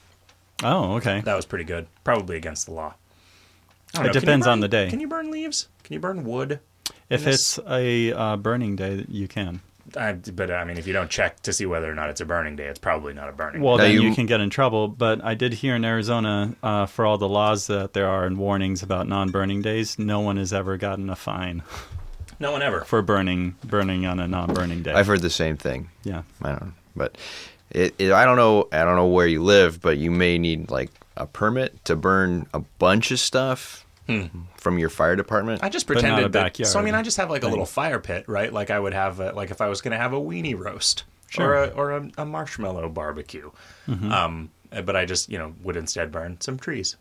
[SPEAKER 2] Oh, okay.
[SPEAKER 1] That was pretty good. Probably against the law. I don't
[SPEAKER 2] Oh, It
[SPEAKER 1] know, can you
[SPEAKER 2] depends on
[SPEAKER 1] burn-
[SPEAKER 2] the day.
[SPEAKER 1] Can you burn leaves? Can you burn wood?
[SPEAKER 2] if
[SPEAKER 1] Yes.
[SPEAKER 2] it's a uh, burning day, you can.
[SPEAKER 1] I, but I mean, if you don't check to see whether or not it's a burning day, it's probably not a burning.
[SPEAKER 2] Well,
[SPEAKER 3] Now
[SPEAKER 2] then you...
[SPEAKER 3] you-
[SPEAKER 2] can get in trouble. But I did hear in Arizona, uh, for all the laws that there are and warnings about non-burning days, no one has ever gotten a fine
[SPEAKER 1] day. no one ever.
[SPEAKER 2] for burning burning on a non-burning day.
[SPEAKER 3] I've heard the same thing.
[SPEAKER 2] Yeah.
[SPEAKER 3] I don't, know. but it, it, I don't know. I don't know where you live, but you may need like a permit to burn a bunch of stuff
[SPEAKER 1] Hmm.
[SPEAKER 3] from your fire department.
[SPEAKER 1] I just
[SPEAKER 2] not
[SPEAKER 1] pretended
[SPEAKER 2] a
[SPEAKER 1] that.
[SPEAKER 2] backyard
[SPEAKER 1] So I mean, I just have like a little fire pit, right? Like I would have, a, like if I was going to have a weenie roast or
[SPEAKER 2] Sure. Mm-hmm.
[SPEAKER 1] a, or a, a marshmallow barbecue. Um, but I just you know would instead burn some trees,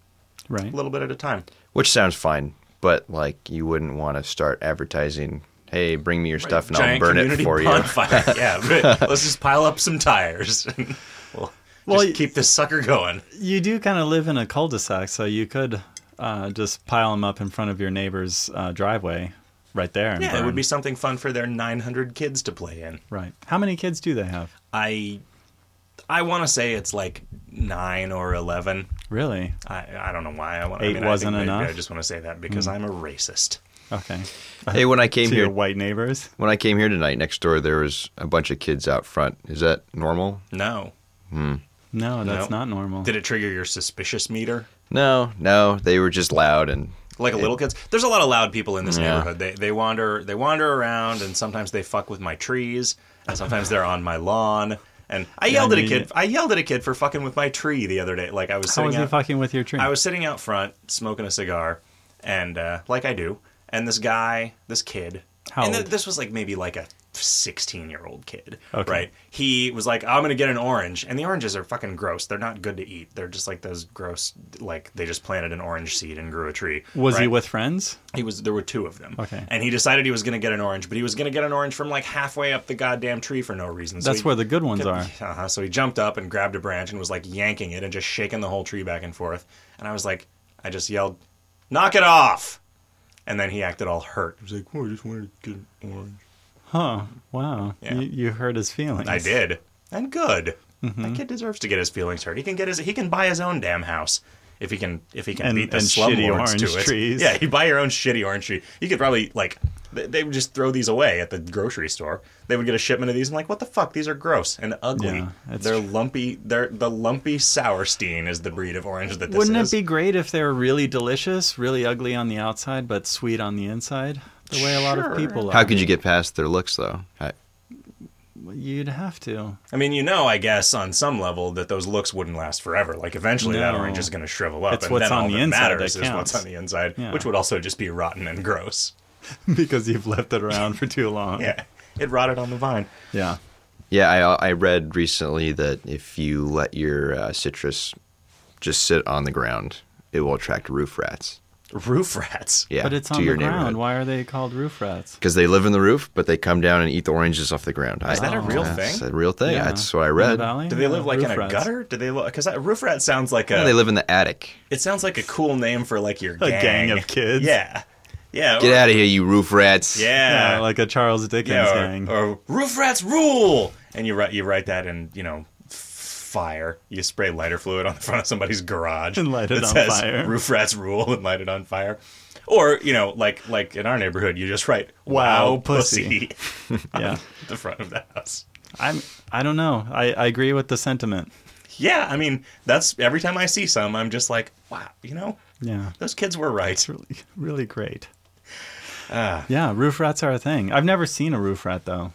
[SPEAKER 2] Right.
[SPEAKER 1] a little bit at a time.
[SPEAKER 3] which sounds fine, but like you wouldn't want to start advertising. Hey, bring me your stuff and I'll
[SPEAKER 1] Giant
[SPEAKER 3] burn it
[SPEAKER 1] community
[SPEAKER 3] for you.
[SPEAKER 1] bonfire. yeah, but let's just pile up some tires. and we'll
[SPEAKER 2] Well,
[SPEAKER 1] just
[SPEAKER 2] y-
[SPEAKER 1] keep this sucker going.
[SPEAKER 2] You do kind of live in a cul-de-sac, so you could uh, just pile them up in front of your neighbor's uh, driveway, right there. And
[SPEAKER 1] Yeah, it
[SPEAKER 2] burn.
[SPEAKER 1] would be something fun for their 900 kids to play in.
[SPEAKER 2] right. How many kids do they have?
[SPEAKER 1] I I want to say it's like 9 or 11.
[SPEAKER 2] Really?
[SPEAKER 1] I, I don't know why I want
[SPEAKER 2] Eight
[SPEAKER 1] I mean, I
[SPEAKER 2] wasn't
[SPEAKER 1] think maybe
[SPEAKER 2] enough?
[SPEAKER 1] I just want to say
[SPEAKER 3] Hmm.
[SPEAKER 1] that because I'm a racist.
[SPEAKER 2] Okay.
[SPEAKER 3] hey, when I came
[SPEAKER 2] to your
[SPEAKER 3] here,
[SPEAKER 2] white neighbors.
[SPEAKER 3] when I came here tonight, next door there was a bunch of kids out front. Is that normal?
[SPEAKER 1] No.
[SPEAKER 2] No, that's
[SPEAKER 1] No.
[SPEAKER 2] not normal.
[SPEAKER 1] Did it trigger your suspicious meter?
[SPEAKER 3] No, no, they were just loud and
[SPEAKER 1] Like little kids, there's a lot of loud people in this
[SPEAKER 3] Yeah.
[SPEAKER 1] neighborhood. They they wander they wander around, and sometimes they fuck with my trees, and sometimes they're on my lawn. And I yelled
[SPEAKER 2] I
[SPEAKER 1] at a
[SPEAKER 2] mean-
[SPEAKER 1] kid. I yelled at a kid for fucking with my tree the other day. Like I was
[SPEAKER 2] How
[SPEAKER 1] sitting
[SPEAKER 2] was he
[SPEAKER 1] out-
[SPEAKER 2] fucking with your tree?
[SPEAKER 1] I was sitting out front smoking a cigar, and uh, like I do, and this guy, this kid,
[SPEAKER 2] How
[SPEAKER 1] and th-
[SPEAKER 2] old?
[SPEAKER 1] this was like maybe like a 16 year old kid.
[SPEAKER 2] Okay.
[SPEAKER 1] Right. He was like, I'm going to get an orange. And the oranges are fucking gross. They're not good to eat. They're just like those gross, like they just planted an orange seed and grew a tree.
[SPEAKER 2] Was he
[SPEAKER 1] right?
[SPEAKER 2] with friends?
[SPEAKER 1] He was there were two of them.
[SPEAKER 2] Okay.
[SPEAKER 1] And he decided he was going to get an orange, but he was going to get an orange from like halfway up the goddamn tree for no reason. So
[SPEAKER 2] That's
[SPEAKER 1] he,
[SPEAKER 2] where the good ones are.
[SPEAKER 1] uh-huh. So he jumped up and grabbed a branch and was like yanking it and just shaking the whole tree back and forth. And I was like, I just yelled, "Knock it off!" And then he acted all hurt. He was like, "Oh, I just wanted to get an orange."
[SPEAKER 2] Huh. Wow.
[SPEAKER 1] Yeah.
[SPEAKER 2] You, you hurt his feelings.
[SPEAKER 1] I did, and good.
[SPEAKER 2] Mm-hmm.
[SPEAKER 1] That kid deserves to get his feelings hurt. He can get his he can buy his own damn house if he can if he can
[SPEAKER 2] And-
[SPEAKER 1] beat the
[SPEAKER 2] and shitty
[SPEAKER 1] slumlords to
[SPEAKER 2] orange
[SPEAKER 1] it.
[SPEAKER 2] trees.
[SPEAKER 1] Yeah, you buy your own shitty orange tree. You could probably like they, they would just throw these away at the grocery store. They would get a shipment of these and like, what the fuck? These are gross and ugly.
[SPEAKER 2] Yeah, that's
[SPEAKER 1] they're lumpy. They're the lumpy sourstein is the breed of orange that this
[SPEAKER 2] Wouldn't
[SPEAKER 1] is.
[SPEAKER 2] it be great if they were really delicious, really ugly on the outside, but sweet on the inside? The way a lot
[SPEAKER 1] Sure.
[SPEAKER 2] of people are.
[SPEAKER 3] How could you get past their looks though? I,
[SPEAKER 2] You'd have to.
[SPEAKER 1] I mean, you know, I guess on some level that those looks wouldn't last forever. Like eventually that
[SPEAKER 2] No.
[SPEAKER 1] orange is going to shrivel up,
[SPEAKER 2] It's
[SPEAKER 1] and
[SPEAKER 2] what's
[SPEAKER 1] then
[SPEAKER 2] on
[SPEAKER 1] all
[SPEAKER 2] the
[SPEAKER 1] that
[SPEAKER 2] inside that
[SPEAKER 1] matters is what's
[SPEAKER 2] counts.
[SPEAKER 1] on the inside,
[SPEAKER 2] Yeah.
[SPEAKER 1] which would also just be rotten and gross.
[SPEAKER 2] because you've left it around for too long.
[SPEAKER 1] Yeah, it rotted on the vine.
[SPEAKER 2] Yeah.
[SPEAKER 3] yeah, I, I read recently that if you let your uh, citrus just sit on the ground, it will attract roof rats.
[SPEAKER 1] Roof rats.
[SPEAKER 3] Yeah,
[SPEAKER 2] But it's
[SPEAKER 3] to
[SPEAKER 2] on the
[SPEAKER 3] your
[SPEAKER 2] ground. Why are they called roof rats?
[SPEAKER 3] Because they live in the roof, but they come down and eat the oranges off the ground. Is
[SPEAKER 1] that a real
[SPEAKER 3] That's
[SPEAKER 1] thing?
[SPEAKER 3] a real thing.
[SPEAKER 2] Yeah.
[SPEAKER 3] That's what I
[SPEAKER 2] In the
[SPEAKER 3] read.
[SPEAKER 2] valley?
[SPEAKER 1] Do they live
[SPEAKER 2] Yeah,
[SPEAKER 1] like in
[SPEAKER 2] roof
[SPEAKER 1] a
[SPEAKER 2] rats.
[SPEAKER 1] gutter? Do they look? Because roof rat sounds like a.
[SPEAKER 3] Yeah, they live in the attic.
[SPEAKER 1] It sounds like a cool name for like your
[SPEAKER 2] A
[SPEAKER 1] gang.
[SPEAKER 2] gang of kids?
[SPEAKER 1] Yeah, yeah.
[SPEAKER 3] Get
[SPEAKER 1] or-
[SPEAKER 3] out of here, you roof rats.
[SPEAKER 1] Yeah,
[SPEAKER 2] Yeah, like a Charles Dickens
[SPEAKER 1] yeah, or,
[SPEAKER 2] gang.
[SPEAKER 1] or roof rats rule. And you write you write that in you know f- fire. You spray lighter fluid on the front of somebody's garage
[SPEAKER 2] And light it
[SPEAKER 1] that
[SPEAKER 2] on
[SPEAKER 1] says,
[SPEAKER 2] fire.
[SPEAKER 1] Roof rats rule and light it on fire. Or you know like like in our neighborhood you just write
[SPEAKER 2] Wow,
[SPEAKER 1] wow pussy,
[SPEAKER 2] yeah.
[SPEAKER 1] at the front of the house.
[SPEAKER 2] I'm I don't know. I, I agree with the sentiment.
[SPEAKER 1] Yeah, I mean that's every time I see some I'm just like wow you know
[SPEAKER 2] Yeah.
[SPEAKER 1] those kids were right.
[SPEAKER 2] Really really great.
[SPEAKER 1] Ah.
[SPEAKER 2] Yeah, roof rats are a thing. I've never seen a roof rat though.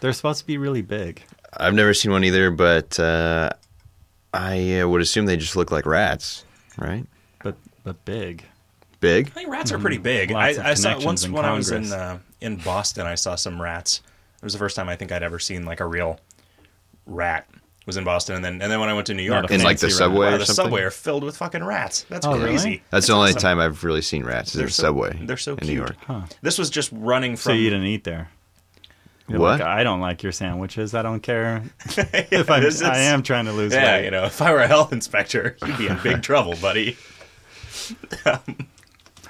[SPEAKER 2] They're supposed to be really big.
[SPEAKER 3] I've never seen one either, but uh, I uh, would assume they just look like rats, right?
[SPEAKER 2] But but big.
[SPEAKER 3] Big.
[SPEAKER 1] I think rats are pretty big.
[SPEAKER 2] Hmm. Lots of
[SPEAKER 1] I, I saw
[SPEAKER 2] connections
[SPEAKER 1] once
[SPEAKER 2] in
[SPEAKER 1] when I was
[SPEAKER 2] Congress.
[SPEAKER 1] in uh, in Boston. I saw some rats. It was the first time I think I'd ever seen like a real rat. Was in Boston, and then and then when I went to New York,
[SPEAKER 2] Not a
[SPEAKER 3] In like the
[SPEAKER 2] Fancy rat.
[SPEAKER 3] subway
[SPEAKER 1] wow,
[SPEAKER 3] or
[SPEAKER 1] the
[SPEAKER 3] something.
[SPEAKER 1] subway are filled with fucking rats. That's
[SPEAKER 2] Oh, really?
[SPEAKER 1] crazy.
[SPEAKER 3] That's the only time I've really seen rats is in the
[SPEAKER 1] so-
[SPEAKER 3] subway.
[SPEAKER 1] They're so
[SPEAKER 3] in
[SPEAKER 1] cute.
[SPEAKER 3] New York.
[SPEAKER 1] This was just running
[SPEAKER 2] So
[SPEAKER 1] from.
[SPEAKER 2] you didn't eat there. You're
[SPEAKER 3] What?
[SPEAKER 2] like, I don't like your sandwiches. I don't care if I'm,
[SPEAKER 1] this is-
[SPEAKER 2] I am trying to lose
[SPEAKER 1] yeah,
[SPEAKER 2] weight.
[SPEAKER 1] you know, if I were a health inspector, you'd be in big trouble, buddy.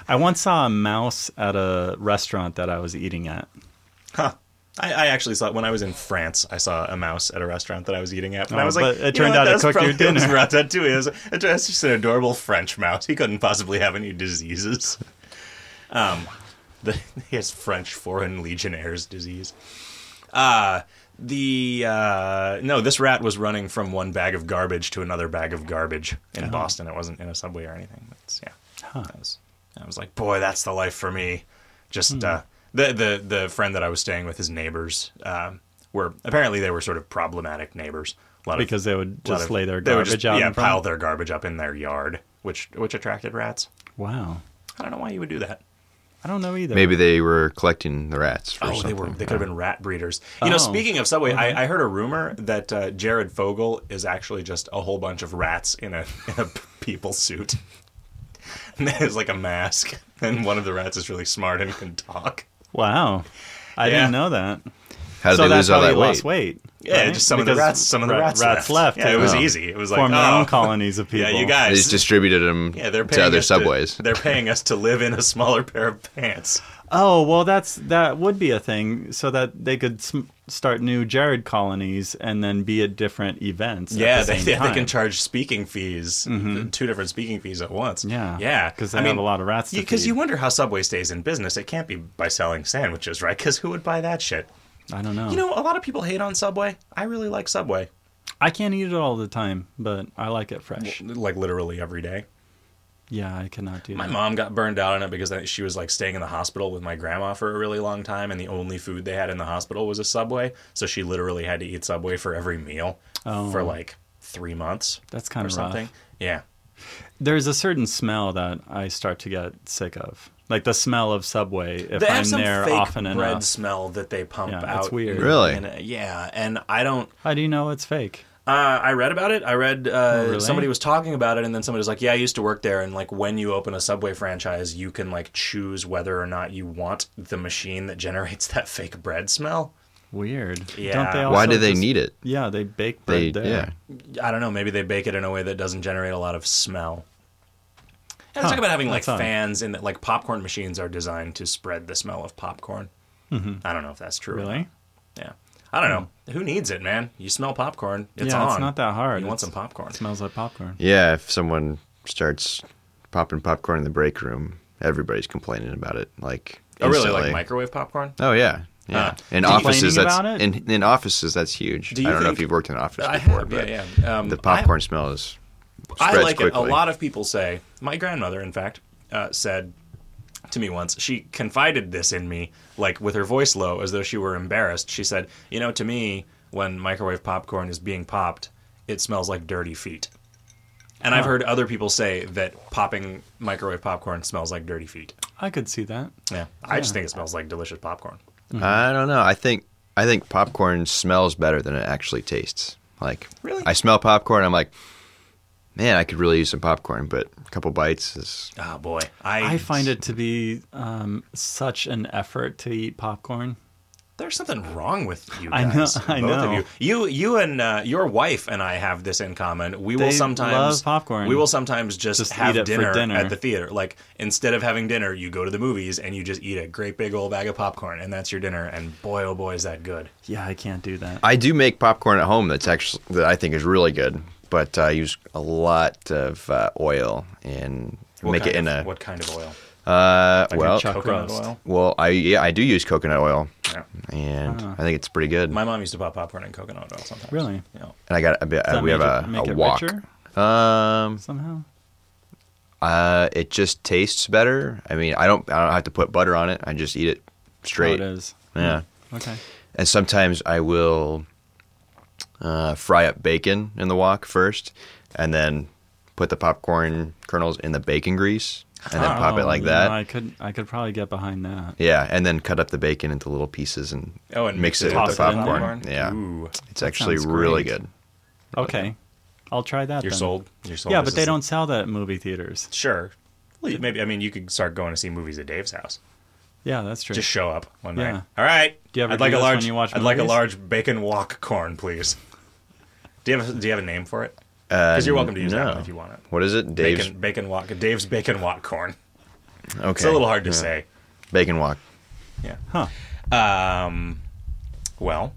[SPEAKER 2] I once saw a mouse at a restaurant that I was eating at.
[SPEAKER 1] Huh. I, I actually saw when I was in France. I saw a mouse at a restaurant that I was eating at, and
[SPEAKER 2] Oh,
[SPEAKER 1] I was like,
[SPEAKER 2] but it
[SPEAKER 1] "You know
[SPEAKER 2] turned
[SPEAKER 1] what?
[SPEAKER 2] out it
[SPEAKER 1] That's
[SPEAKER 2] cooked your
[SPEAKER 1] probably-
[SPEAKER 2] dinner."
[SPEAKER 1] It was ratatouille. It was, it was just an adorable French mouse. He couldn't possibly have any diseases. Um, the, he has French Foreign Legionnaires disease. Uh the uh, no, this rat was running from one bag of garbage to another bag of garbage in
[SPEAKER 2] Uh-huh.
[SPEAKER 1] Boston. It wasn't in a subway or anything. But it's- yeah, I, was, I was like, boy, that's the life for me. Just
[SPEAKER 2] Hmm.
[SPEAKER 1] uh, the the the friend that I was staying with, his neighbors um, were apparently they were sort of problematic neighbors. A lot of-
[SPEAKER 2] Because they would
[SPEAKER 1] a lot
[SPEAKER 2] just
[SPEAKER 1] of-
[SPEAKER 2] lay their
[SPEAKER 1] they would
[SPEAKER 2] garbage
[SPEAKER 1] just,
[SPEAKER 2] out
[SPEAKER 1] yeah,
[SPEAKER 2] in front.
[SPEAKER 1] pile their garbage up in their yard, which which attracted rats.
[SPEAKER 2] Wow.
[SPEAKER 1] I don't know why you would do that.
[SPEAKER 2] I don't know either.
[SPEAKER 3] Maybe they were collecting the rats for
[SPEAKER 1] Oh,
[SPEAKER 3] something.
[SPEAKER 1] they were. They could have been rat breeders. You know,
[SPEAKER 2] Oh.
[SPEAKER 1] speaking of Subway, I, I heard a rumor that uh, Jared Fogle is actually just a whole bunch of rats in a in a people suit. And it's like a mask, and one of the rats is really smart and can talk.
[SPEAKER 2] Wow. I
[SPEAKER 1] Yeah.
[SPEAKER 2] didn't know that.
[SPEAKER 3] How did
[SPEAKER 2] so
[SPEAKER 3] they
[SPEAKER 2] that's
[SPEAKER 3] lose
[SPEAKER 2] how
[SPEAKER 3] all
[SPEAKER 2] they
[SPEAKER 3] that weight?
[SPEAKER 2] lost weight.
[SPEAKER 1] Yeah,
[SPEAKER 2] right?
[SPEAKER 1] just some of the
[SPEAKER 2] Because
[SPEAKER 1] rats. Some of the
[SPEAKER 2] ra-
[SPEAKER 1] rats,
[SPEAKER 2] left.
[SPEAKER 1] Yeah, it was
[SPEAKER 3] Oh.
[SPEAKER 1] easy. It was like
[SPEAKER 2] Form their
[SPEAKER 1] oh,
[SPEAKER 2] own colonies of people.
[SPEAKER 1] yeah, you
[SPEAKER 3] They
[SPEAKER 1] guys.
[SPEAKER 3] just distributed them
[SPEAKER 1] yeah, they're paying
[SPEAKER 3] to other
[SPEAKER 1] us
[SPEAKER 3] subways.
[SPEAKER 1] they're paying us to live in a smaller pair of pants.
[SPEAKER 2] Oh well, that's that would be a thing, so that they could sm- start new Jared colonies and then be at different events. at
[SPEAKER 1] Yeah,
[SPEAKER 2] the
[SPEAKER 1] they,
[SPEAKER 2] same
[SPEAKER 1] yeah, they
[SPEAKER 2] time. Mm-hmm.
[SPEAKER 1] can charge speaking fees, two different speaking fees at once.
[SPEAKER 2] Yeah,
[SPEAKER 1] yeah,
[SPEAKER 2] 'cause they have a lot of rats to
[SPEAKER 1] Because
[SPEAKER 2] feed.
[SPEAKER 1] you wonder how Subway stays in business. It can't be by selling sandwiches, right? Because who would buy that shit?
[SPEAKER 2] I don't know.
[SPEAKER 1] You know, a lot of people hate on Subway. I really like Subway,
[SPEAKER 2] I can't eat it all the time, but I like it fresh.
[SPEAKER 1] like literally every day.
[SPEAKER 2] Yeah, I cannot do
[SPEAKER 1] My
[SPEAKER 2] that.
[SPEAKER 1] mom got burned out on it because she was like staying in the hospital with my grandma for a really long time, and the only food they had in the hospital was a Subway. So she literally had to eat Subway for every meal
[SPEAKER 2] Oh.
[SPEAKER 1] for like three months
[SPEAKER 2] That's kind
[SPEAKER 1] or
[SPEAKER 2] of rough.
[SPEAKER 1] something. Yeah.
[SPEAKER 2] There's a certain smell that I start to get sick of. Like the smell of Subway, if
[SPEAKER 1] They have
[SPEAKER 2] I'm
[SPEAKER 1] some
[SPEAKER 2] there
[SPEAKER 1] fake
[SPEAKER 2] often
[SPEAKER 1] bread
[SPEAKER 2] enough.
[SPEAKER 1] smell that they pump
[SPEAKER 2] Yeah, it's
[SPEAKER 1] out.
[SPEAKER 2] weird.
[SPEAKER 3] Really?
[SPEAKER 1] And, yeah, and I don't.
[SPEAKER 2] How do you know it's fake?
[SPEAKER 1] Uh, I read about it. I read uh,
[SPEAKER 2] Oh, really?
[SPEAKER 1] somebody was talking about it, and then somebody was like, "Yeah, I used to work there." And like, when you open a Subway franchise, you can like choose whether or not you want the machine that generates that fake bread smell.
[SPEAKER 2] Weird.
[SPEAKER 1] Yeah.
[SPEAKER 2] Don't they also
[SPEAKER 3] Why do they
[SPEAKER 2] just-
[SPEAKER 3] need it?
[SPEAKER 2] Yeah, they bake
[SPEAKER 3] They
[SPEAKER 2] bread there.
[SPEAKER 3] yeah.
[SPEAKER 1] I don't know. Maybe they bake it in a way that doesn't generate a lot of smell. And
[SPEAKER 2] Huh,
[SPEAKER 1] talk about having like
[SPEAKER 2] that's odd.
[SPEAKER 1] fans in that like popcorn machines are designed to spread the smell of popcorn. I don't know if that's true. or
[SPEAKER 2] Mm-hmm. Really? Hmm.
[SPEAKER 1] not. Yeah. I don't know. Who needs it, man? You smell popcorn. It's
[SPEAKER 2] yeah,
[SPEAKER 1] on.
[SPEAKER 2] it's not that hard.
[SPEAKER 1] You want some
[SPEAKER 2] It's-
[SPEAKER 1] popcorn?
[SPEAKER 2] It smells like popcorn.
[SPEAKER 3] Yeah, if someone starts popping popcorn in the break room, everybody's complaining about it. Like
[SPEAKER 1] Oh, really? Like
[SPEAKER 3] instantly.
[SPEAKER 1] microwave popcorn?
[SPEAKER 3] Oh yeah, yeah.
[SPEAKER 1] Ah.
[SPEAKER 3] in
[SPEAKER 2] Complaining
[SPEAKER 3] offices, that's
[SPEAKER 2] about it?
[SPEAKER 3] in in offices that's huge.
[SPEAKER 1] Do you
[SPEAKER 3] I don't know
[SPEAKER 1] think-
[SPEAKER 3] if you've worked in an office
[SPEAKER 1] I
[SPEAKER 3] before,
[SPEAKER 1] have,
[SPEAKER 3] but
[SPEAKER 1] yeah, yeah. Um,
[SPEAKER 3] the popcorn smell is
[SPEAKER 1] I,
[SPEAKER 3] spreads
[SPEAKER 1] I like
[SPEAKER 3] quickly.
[SPEAKER 1] it. A lot of people say. My grandmother, in fact, uh, said to me once. She confided this in me, like with her voice low, as though she were embarrassed. She said, "You know, to me, when microwave popcorn is being popped, it smells like dirty feet." And I've heard other people say that popping microwave popcorn smells like dirty feet.
[SPEAKER 2] I could see that.
[SPEAKER 1] Yeah, I just think it smells like delicious popcorn.
[SPEAKER 3] I don't know. I think I think popcorn smells better than it actually tastes. Like
[SPEAKER 1] Really?
[SPEAKER 3] I smell popcorn. I'm like, man, I could really use some popcorn, but a couple bites is
[SPEAKER 1] Oh boy, I,
[SPEAKER 2] I find it to be um, such an effort to eat popcorn.
[SPEAKER 1] There's something wrong with you
[SPEAKER 2] I know-
[SPEAKER 1] guys.
[SPEAKER 2] I
[SPEAKER 1] both
[SPEAKER 2] know.
[SPEAKER 1] Of you. you, you, and uh, your wife and I have this in common. We will
[SPEAKER 2] They
[SPEAKER 1] sometimes
[SPEAKER 2] love popcorn.
[SPEAKER 1] We will sometimes just,
[SPEAKER 2] Just
[SPEAKER 1] have
[SPEAKER 2] eat it for
[SPEAKER 1] dinner,
[SPEAKER 2] dinner.
[SPEAKER 1] at the theater. Like instead of having dinner, you go to the movies and you just eat a great big old bag of popcorn, and that's your dinner. And boy, oh boy, is that good!
[SPEAKER 2] Yeah, I can't do that.
[SPEAKER 3] I do make popcorn at home. That's actually that I think is really good, but uh, I use a lot of uh, oil and
[SPEAKER 1] What
[SPEAKER 3] make it
[SPEAKER 1] kind
[SPEAKER 3] in
[SPEAKER 1] of-
[SPEAKER 3] a.
[SPEAKER 1] what kind of oil?
[SPEAKER 3] Uh,
[SPEAKER 2] Like a
[SPEAKER 3] well,
[SPEAKER 2] chuck
[SPEAKER 1] Coconut
[SPEAKER 2] roast.
[SPEAKER 1] oil.
[SPEAKER 3] well, I yeah, I do use coconut oil,
[SPEAKER 1] Yeah.
[SPEAKER 3] and
[SPEAKER 2] Ah.
[SPEAKER 3] I think it's pretty good.
[SPEAKER 1] My mom used to pop popcorn in coconut oil sometimes.
[SPEAKER 2] Really?
[SPEAKER 1] Yeah.
[SPEAKER 3] and I got a bit.
[SPEAKER 2] Does that
[SPEAKER 3] we have
[SPEAKER 2] make it,
[SPEAKER 3] a,
[SPEAKER 2] make
[SPEAKER 3] a
[SPEAKER 2] it
[SPEAKER 3] wok.
[SPEAKER 2] richer
[SPEAKER 3] Um,
[SPEAKER 2] somehow.
[SPEAKER 3] uh, it just tastes better. I mean, I don't. I don't have to put butter on it. I just eat it straight.
[SPEAKER 2] Oh, it is.
[SPEAKER 3] Yeah.
[SPEAKER 2] Okay.
[SPEAKER 3] and sometimes I will uh, fry up bacon in the wok first, and then put the popcorn kernels in the bacon grease, and then pop it
[SPEAKER 2] Oh,
[SPEAKER 3] like
[SPEAKER 2] you
[SPEAKER 3] that.
[SPEAKER 2] know, I could I could probably get behind that.
[SPEAKER 3] Yeah, and then cut up the bacon into little pieces and,
[SPEAKER 1] Oh, and
[SPEAKER 3] mix
[SPEAKER 1] mix
[SPEAKER 3] it
[SPEAKER 1] it
[SPEAKER 3] with the
[SPEAKER 1] in the
[SPEAKER 3] popcorn.
[SPEAKER 1] popcorn?
[SPEAKER 3] Yeah,
[SPEAKER 1] Ooh.
[SPEAKER 3] it's actually
[SPEAKER 2] sounds
[SPEAKER 3] really
[SPEAKER 2] great.
[SPEAKER 3] good.
[SPEAKER 2] Okay. I'll try that.
[SPEAKER 1] You're
[SPEAKER 2] then.
[SPEAKER 1] sold. You're sold.
[SPEAKER 2] Yeah,
[SPEAKER 1] This
[SPEAKER 2] but they
[SPEAKER 1] is-
[SPEAKER 2] don't sell that at movie theaters.
[SPEAKER 1] Sure. Well, you- maybe I mean you could start going to see movies at Dave's house.
[SPEAKER 2] Yeah, that's true.
[SPEAKER 1] Just show up one
[SPEAKER 2] Yeah.
[SPEAKER 1] night. All right.
[SPEAKER 2] Do you ever
[SPEAKER 1] I'd
[SPEAKER 2] do
[SPEAKER 1] like a
[SPEAKER 2] this
[SPEAKER 1] large.
[SPEAKER 2] when you watch
[SPEAKER 1] I'd like a
[SPEAKER 2] movies?
[SPEAKER 1] large bacon wok corn, please. Do you have a, Do you have a name for it? Because you're welcome to use that
[SPEAKER 3] Um, Uh, no.
[SPEAKER 1] one if you want it.
[SPEAKER 3] What is it, Dave's?
[SPEAKER 1] Bacon bacon wok. Dave's bacon wok corn.
[SPEAKER 3] Okay,
[SPEAKER 1] It's a little hard to
[SPEAKER 3] Yeah.
[SPEAKER 1] say.
[SPEAKER 3] Bacon wok.
[SPEAKER 1] Yeah.
[SPEAKER 2] Huh.
[SPEAKER 1] Um. Well,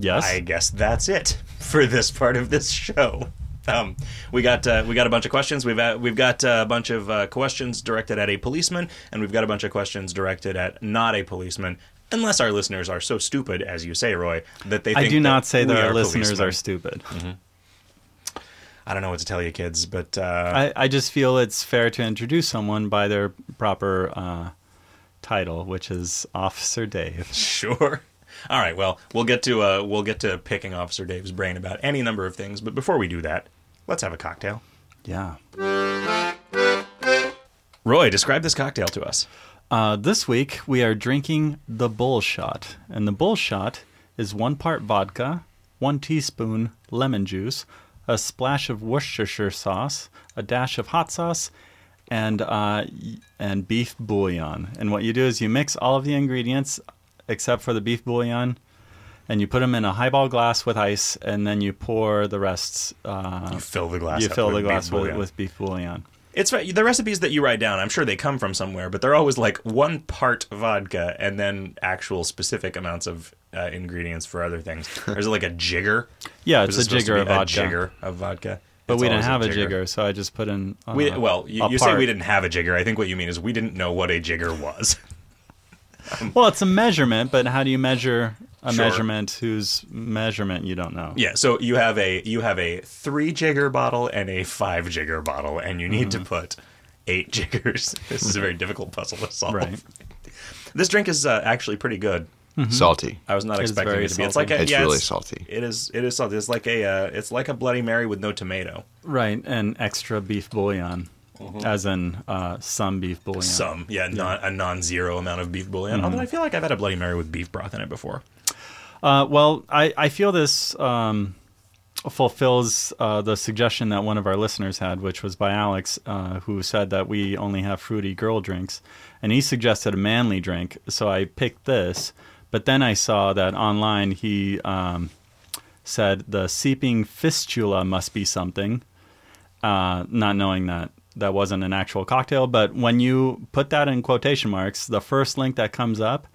[SPEAKER 2] Yes.
[SPEAKER 1] I guess that's it for this part of this show. Um, we got uh, we got a bunch of questions. We've uh, we've got uh, a bunch of uh, questions directed at a policeman, and we've got a bunch of questions directed at not a policeman. Unless our listeners are so stupid, as you say, Roy, that they think
[SPEAKER 2] I do not say that
[SPEAKER 1] we
[SPEAKER 2] our
[SPEAKER 1] are
[SPEAKER 2] listeners
[SPEAKER 1] policemen.
[SPEAKER 2] are stupid.
[SPEAKER 3] Mm-hmm.
[SPEAKER 1] I don't know what to tell you, kids, but uh,
[SPEAKER 2] I, I just feel it's fair to introduce someone by their proper uh, title, which is Officer Dave.
[SPEAKER 1] sure. All right. Well, we'll get to uh, we'll get to picking Officer Dave's brain about any number of things, but before we do that, let's have a cocktail.
[SPEAKER 2] Yeah.
[SPEAKER 1] Roy, describe this cocktail to us.
[SPEAKER 2] Uh, this week we are drinking the bull shot, and the bull shot is one part vodka, one teaspoon lemon juice, a splash of Worcestershire sauce, a dash of hot sauce, and uh, y- and beef bouillon. And what you do is you mix all of the ingredients except for the beef bouillon, and you put them in a highball glass with ice, and then you pour the rest. Uh,
[SPEAKER 1] You fill the glass.
[SPEAKER 2] you
[SPEAKER 1] up
[SPEAKER 2] fill
[SPEAKER 1] with
[SPEAKER 2] the
[SPEAKER 1] beef
[SPEAKER 2] glass with,
[SPEAKER 1] bouillon.
[SPEAKER 2] with beef bouillon.
[SPEAKER 1] It's right. The recipes that you write down, I'm sure they come from somewhere, but they're always like one part vodka and then actual specific amounts of uh, ingredients for other things. Or is it like a jigger?
[SPEAKER 2] Yeah,
[SPEAKER 1] Is
[SPEAKER 2] it's
[SPEAKER 1] it
[SPEAKER 2] a
[SPEAKER 1] supposed to
[SPEAKER 2] jigger
[SPEAKER 1] be
[SPEAKER 2] of vodka.
[SPEAKER 1] A jigger of vodka.
[SPEAKER 2] But
[SPEAKER 1] It's
[SPEAKER 2] we didn't
[SPEAKER 1] always
[SPEAKER 2] have a jigger. so I just put in. Uh,
[SPEAKER 1] We, well, you,
[SPEAKER 2] a
[SPEAKER 1] you say
[SPEAKER 2] part.
[SPEAKER 1] we didn't have a jigger. I think what you mean is we didn't know what a jigger was.
[SPEAKER 2] Well, it's a measurement, but how do you measure a
[SPEAKER 1] Sure.
[SPEAKER 2] measurement whose measurement you don't know?
[SPEAKER 1] yeah, so you have a you have a three jigger bottle and a five jigger bottle, and you
[SPEAKER 2] Mm-hmm.
[SPEAKER 1] need to put eight jiggers. this is a very difficult puzzle to solve.
[SPEAKER 2] Right.
[SPEAKER 1] This drink is uh, actually pretty good.
[SPEAKER 3] Salty.
[SPEAKER 1] I was not
[SPEAKER 2] It's
[SPEAKER 1] expecting
[SPEAKER 2] very
[SPEAKER 1] it to be. It's like
[SPEAKER 2] salty.
[SPEAKER 1] a,
[SPEAKER 3] It's
[SPEAKER 1] yeah,
[SPEAKER 3] really salty.
[SPEAKER 1] It is. It is salty. It's like a. Uh, it's like a Bloody Mary with no tomato.
[SPEAKER 2] Right, and extra beef bouillon.
[SPEAKER 1] Mm-hmm.
[SPEAKER 2] as in uh, some beef bouillon.
[SPEAKER 1] Some, yeah, non, a non-zero amount of beef
[SPEAKER 2] Mm-hmm.
[SPEAKER 1] bouillon. Although I feel like I've had a Bloody Mary with beef broth in it before.
[SPEAKER 2] Uh, well, I, I feel this um, fulfills uh, the suggestion that one of our listeners had, which was by Alex, uh, who said that we only have fruity girl drinks. And he suggested a manly drink. So I picked this. But then I saw that online he um, said the seeping fistula must be something, uh, not knowing that that wasn't an actual cocktail. But when you put that in quotation marks, the first link that comes up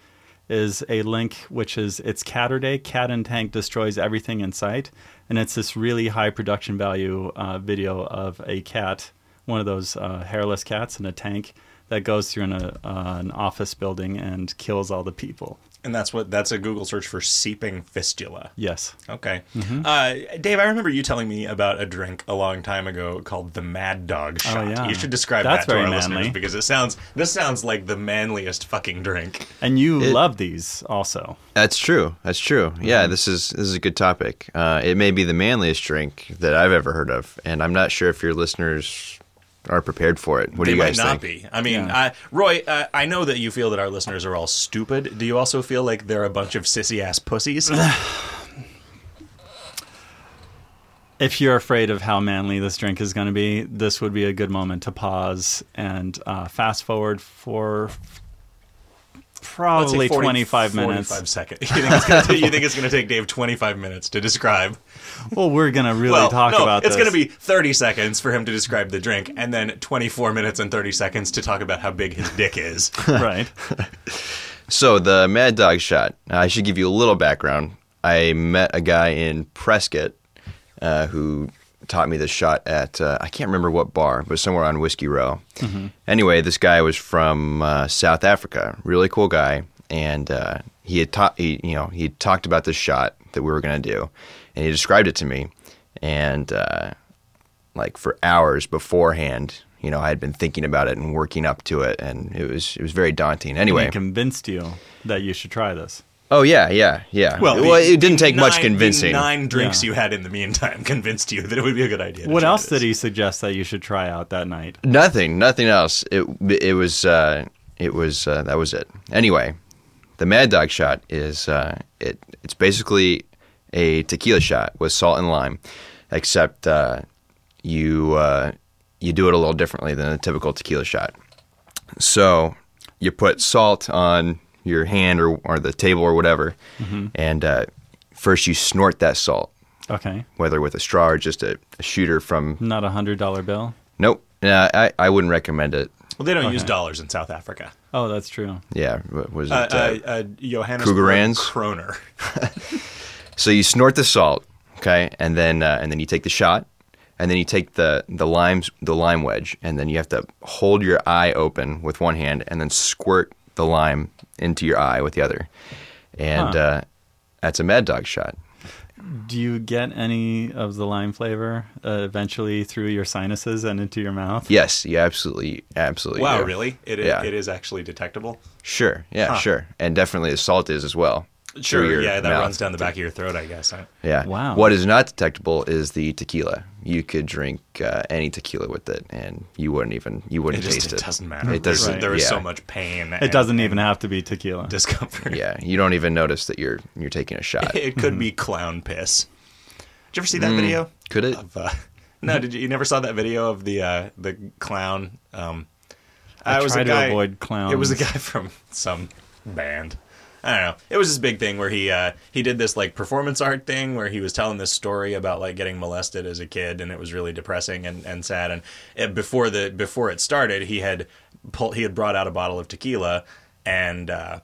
[SPEAKER 2] is a link which is it's Catterday. Cat and Tank destroys everything in sight, and it's this really high production value uh, video of a cat, one of those uh, hairless cats in a tank that goes through an, uh, uh, an office building and kills all the people.
[SPEAKER 1] And that's what that's a Google search for seeping fistula.
[SPEAKER 2] Yes.
[SPEAKER 1] Okay,
[SPEAKER 2] Mm-hmm.
[SPEAKER 1] uh, Dave, I remember you telling me about a drink a long time ago called the Mad Dog Shot.
[SPEAKER 2] Oh, yeah.
[SPEAKER 1] You should describe
[SPEAKER 2] That's
[SPEAKER 1] that to
[SPEAKER 2] very
[SPEAKER 1] our
[SPEAKER 2] manly.
[SPEAKER 1] listeners because it sounds this sounds like the manliest fucking drink.
[SPEAKER 2] And you
[SPEAKER 3] It-
[SPEAKER 2] love these also.
[SPEAKER 3] That's true. That's true. Yeah, this is this is a good topic. Uh, it may be the manliest drink that I've ever heard of, and I'm not sure if your listeners are prepared for it. What
[SPEAKER 1] they
[SPEAKER 3] do you guys
[SPEAKER 1] might not
[SPEAKER 3] think?
[SPEAKER 1] be. I mean,
[SPEAKER 2] Yeah.
[SPEAKER 1] uh, Roy, uh, I know that you feel that our listeners are all stupid. Do you also feel like they're a bunch of sissy ass pussies?
[SPEAKER 2] If you're afraid of how manly this drink is going to be, this would be a good moment to pause and uh, fast forward for
[SPEAKER 1] Let's say
[SPEAKER 2] probably
[SPEAKER 1] 40
[SPEAKER 2] 25 minutes.
[SPEAKER 1] 45 seconds. You think it's gonna- you think it's going to take Dave 25 minutes to describe?
[SPEAKER 2] Well, we're going to really
[SPEAKER 1] Well,
[SPEAKER 2] talk
[SPEAKER 1] no,
[SPEAKER 2] about
[SPEAKER 1] it's
[SPEAKER 2] this.
[SPEAKER 1] going to be 30 seconds for him to describe the drink, and then 24 minutes and 30 seconds to talk about how big his dick is.
[SPEAKER 2] right.
[SPEAKER 3] So the Mad Dog shot. I should give you a little background. I met a guy in Prescott uh, who taught me this shot at uh, I can't remember what bar, but somewhere on Whiskey Row. Anyway, this guy was from uh, South Africa. Really cool guy, and uh, he had taught he you know he talked about this shot that we were going to do, and he described it to me, and. Uh, like for hours beforehand, you know, I had been thinking about it and working up to it, and it was it was very daunting. Anyway,
[SPEAKER 2] He convinced you that you should try this.
[SPEAKER 3] Oh yeah, yeah, yeah. Well,
[SPEAKER 1] the-
[SPEAKER 3] it didn't
[SPEAKER 1] the
[SPEAKER 3] take much
[SPEAKER 1] nine-
[SPEAKER 3] convincing.
[SPEAKER 1] the Nine drinks you had in the meantime convinced you that it would be a good idea. to
[SPEAKER 2] What
[SPEAKER 1] try
[SPEAKER 2] else
[SPEAKER 1] this.
[SPEAKER 2] did he suggest that you should try out that night?
[SPEAKER 3] Nothing, nothing else. It it was uh, it was uh, that was it. Anyway, the Mad Dog shot is uh, it it's basically a tequila shot with salt and lime, except uh, you uh, you do it a little differently than a typical tequila shot. So you put salt on your hand or, or the table or whatever,
[SPEAKER 1] Mm-hmm.
[SPEAKER 3] and uh, first you snort that salt,
[SPEAKER 2] Okay.
[SPEAKER 3] whether with a straw or just a, a shooter from
[SPEAKER 2] Not a hundred dollar bill.
[SPEAKER 3] Nope. Nah, I, I wouldn't recommend it.
[SPEAKER 1] Well, they don't use dollars in South Africa.
[SPEAKER 2] Oh, that's true.
[SPEAKER 3] Yeah. what Was it?
[SPEAKER 1] Uh,
[SPEAKER 3] uh,
[SPEAKER 1] uh, uh, Johannes
[SPEAKER 3] Krugerrands?
[SPEAKER 1] Kroner.
[SPEAKER 3] so you snort the salt, okay, and then uh, and then you take the shot, and then you take the the limes the lime wedge, and then you have to hold your eye open with one hand, and then squirt the lime into your eye with the other, and
[SPEAKER 2] Huh.
[SPEAKER 3] uh, that's a Mad Dog shot.
[SPEAKER 2] Do you get any of the lime flavor uh, eventually through your sinuses and into your mouth?
[SPEAKER 3] Yes, you absolutely, absolutely.
[SPEAKER 1] Wow,
[SPEAKER 3] do.
[SPEAKER 1] really? It is,
[SPEAKER 3] Yeah.
[SPEAKER 1] it is actually detectable.
[SPEAKER 3] Sure. Yeah. Sure. And definitely the salt is as well. through your
[SPEAKER 1] yeah, that
[SPEAKER 3] mouth.
[SPEAKER 1] runs down the back of your throat, I guess. huh?
[SPEAKER 3] Yeah.
[SPEAKER 2] Wow.
[SPEAKER 3] What is not detectable is the tequila. You could drink uh, any tequila with it, and you wouldn't even you
[SPEAKER 1] It
[SPEAKER 3] wouldn't
[SPEAKER 1] just
[SPEAKER 3] taste
[SPEAKER 1] it
[SPEAKER 3] it.
[SPEAKER 1] doesn't matter.
[SPEAKER 3] It doesn't.
[SPEAKER 1] There's- There is
[SPEAKER 3] yeah.
[SPEAKER 1] so much pain.
[SPEAKER 2] It doesn't even have to be tequila.
[SPEAKER 1] discomfort.
[SPEAKER 3] Yeah, you don't even notice that you're you're taking a shot.
[SPEAKER 1] It could be clown piss. Did you ever see
[SPEAKER 3] Mm.
[SPEAKER 1] that video?
[SPEAKER 3] Could it?
[SPEAKER 1] Of, uh, no, did you? You never saw that video of the uh, the clown? Um,
[SPEAKER 2] I
[SPEAKER 1] uh, it was
[SPEAKER 2] try
[SPEAKER 1] a
[SPEAKER 2] to
[SPEAKER 1] guy-
[SPEAKER 2] avoid clowns.
[SPEAKER 1] It was a guy from some band. I don't know. It was this big thing where he uh, he did this like performance art thing where he was telling this story about like getting molested as a kid and it was really depressing and, and sad and it, before the before it started he had pull, he had brought out a bottle of tequila and uh,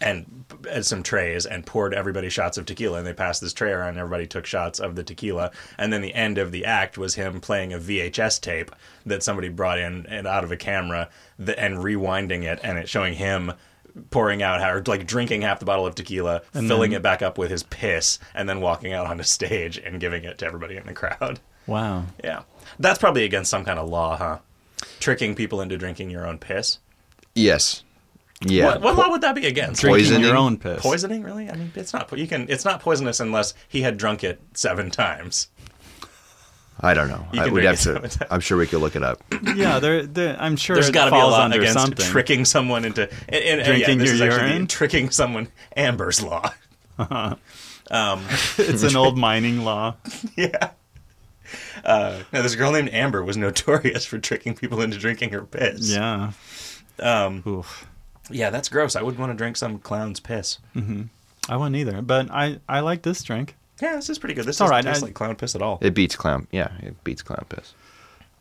[SPEAKER 1] and, and some trays and poured everybody shots of tequila and they passed this tray around and everybody took shots of the tequila and then the end of the act was him playing a VHS tape that somebody brought in and out of a camera th- and rewinding it and it showing him pouring out how- or like drinking half the bottle of tequila filling it back up with his piss and then walking out onto stage and giving it to everybody in the crowd
[SPEAKER 2] wow.
[SPEAKER 1] yeah that's probably against some kind of law huh tricking people into drinking your own piss
[SPEAKER 3] Yes. Yeah.
[SPEAKER 1] what, what law would that be against
[SPEAKER 3] Poison-
[SPEAKER 2] Drinking
[SPEAKER 3] Poisoning?
[SPEAKER 2] your own piss.
[SPEAKER 1] Poisoning, really? I mean, it's not. po- You can. It's not poisonous unless he had drunk it seven times.
[SPEAKER 3] I don't know.
[SPEAKER 1] You
[SPEAKER 3] I,
[SPEAKER 1] can
[SPEAKER 3] we'd
[SPEAKER 1] make
[SPEAKER 3] have
[SPEAKER 1] it
[SPEAKER 3] to.
[SPEAKER 1] sometime.
[SPEAKER 3] I'm sure we could look it up.
[SPEAKER 2] yeah, there, there, I'm sure
[SPEAKER 1] There's
[SPEAKER 2] it
[SPEAKER 1] got to be a
[SPEAKER 2] falls
[SPEAKER 1] law
[SPEAKER 2] under
[SPEAKER 1] against
[SPEAKER 2] something.
[SPEAKER 1] tricking someone into and, and, and
[SPEAKER 2] Drinking
[SPEAKER 1] yeah, this
[SPEAKER 2] your
[SPEAKER 1] is actually the-
[SPEAKER 2] urine?
[SPEAKER 1] tricking someone. Amber's law.
[SPEAKER 2] it's an old mining law.
[SPEAKER 1] yeah. Uh, now, this girl named Amber was notorious for tricking people into drinking her piss.
[SPEAKER 2] Yeah.
[SPEAKER 1] Um,
[SPEAKER 2] Oof.
[SPEAKER 1] yeah, that's gross. I wouldn't want to drink some clown's piss.
[SPEAKER 2] Hmm. I wouldn't either, but I, I like this drink.
[SPEAKER 1] Yeah, this is pretty good. This
[SPEAKER 2] all
[SPEAKER 1] doesn't
[SPEAKER 2] right,
[SPEAKER 1] taste
[SPEAKER 2] I-
[SPEAKER 1] like clown piss at all.
[SPEAKER 3] It beats clown. Yeah, it beats clown piss.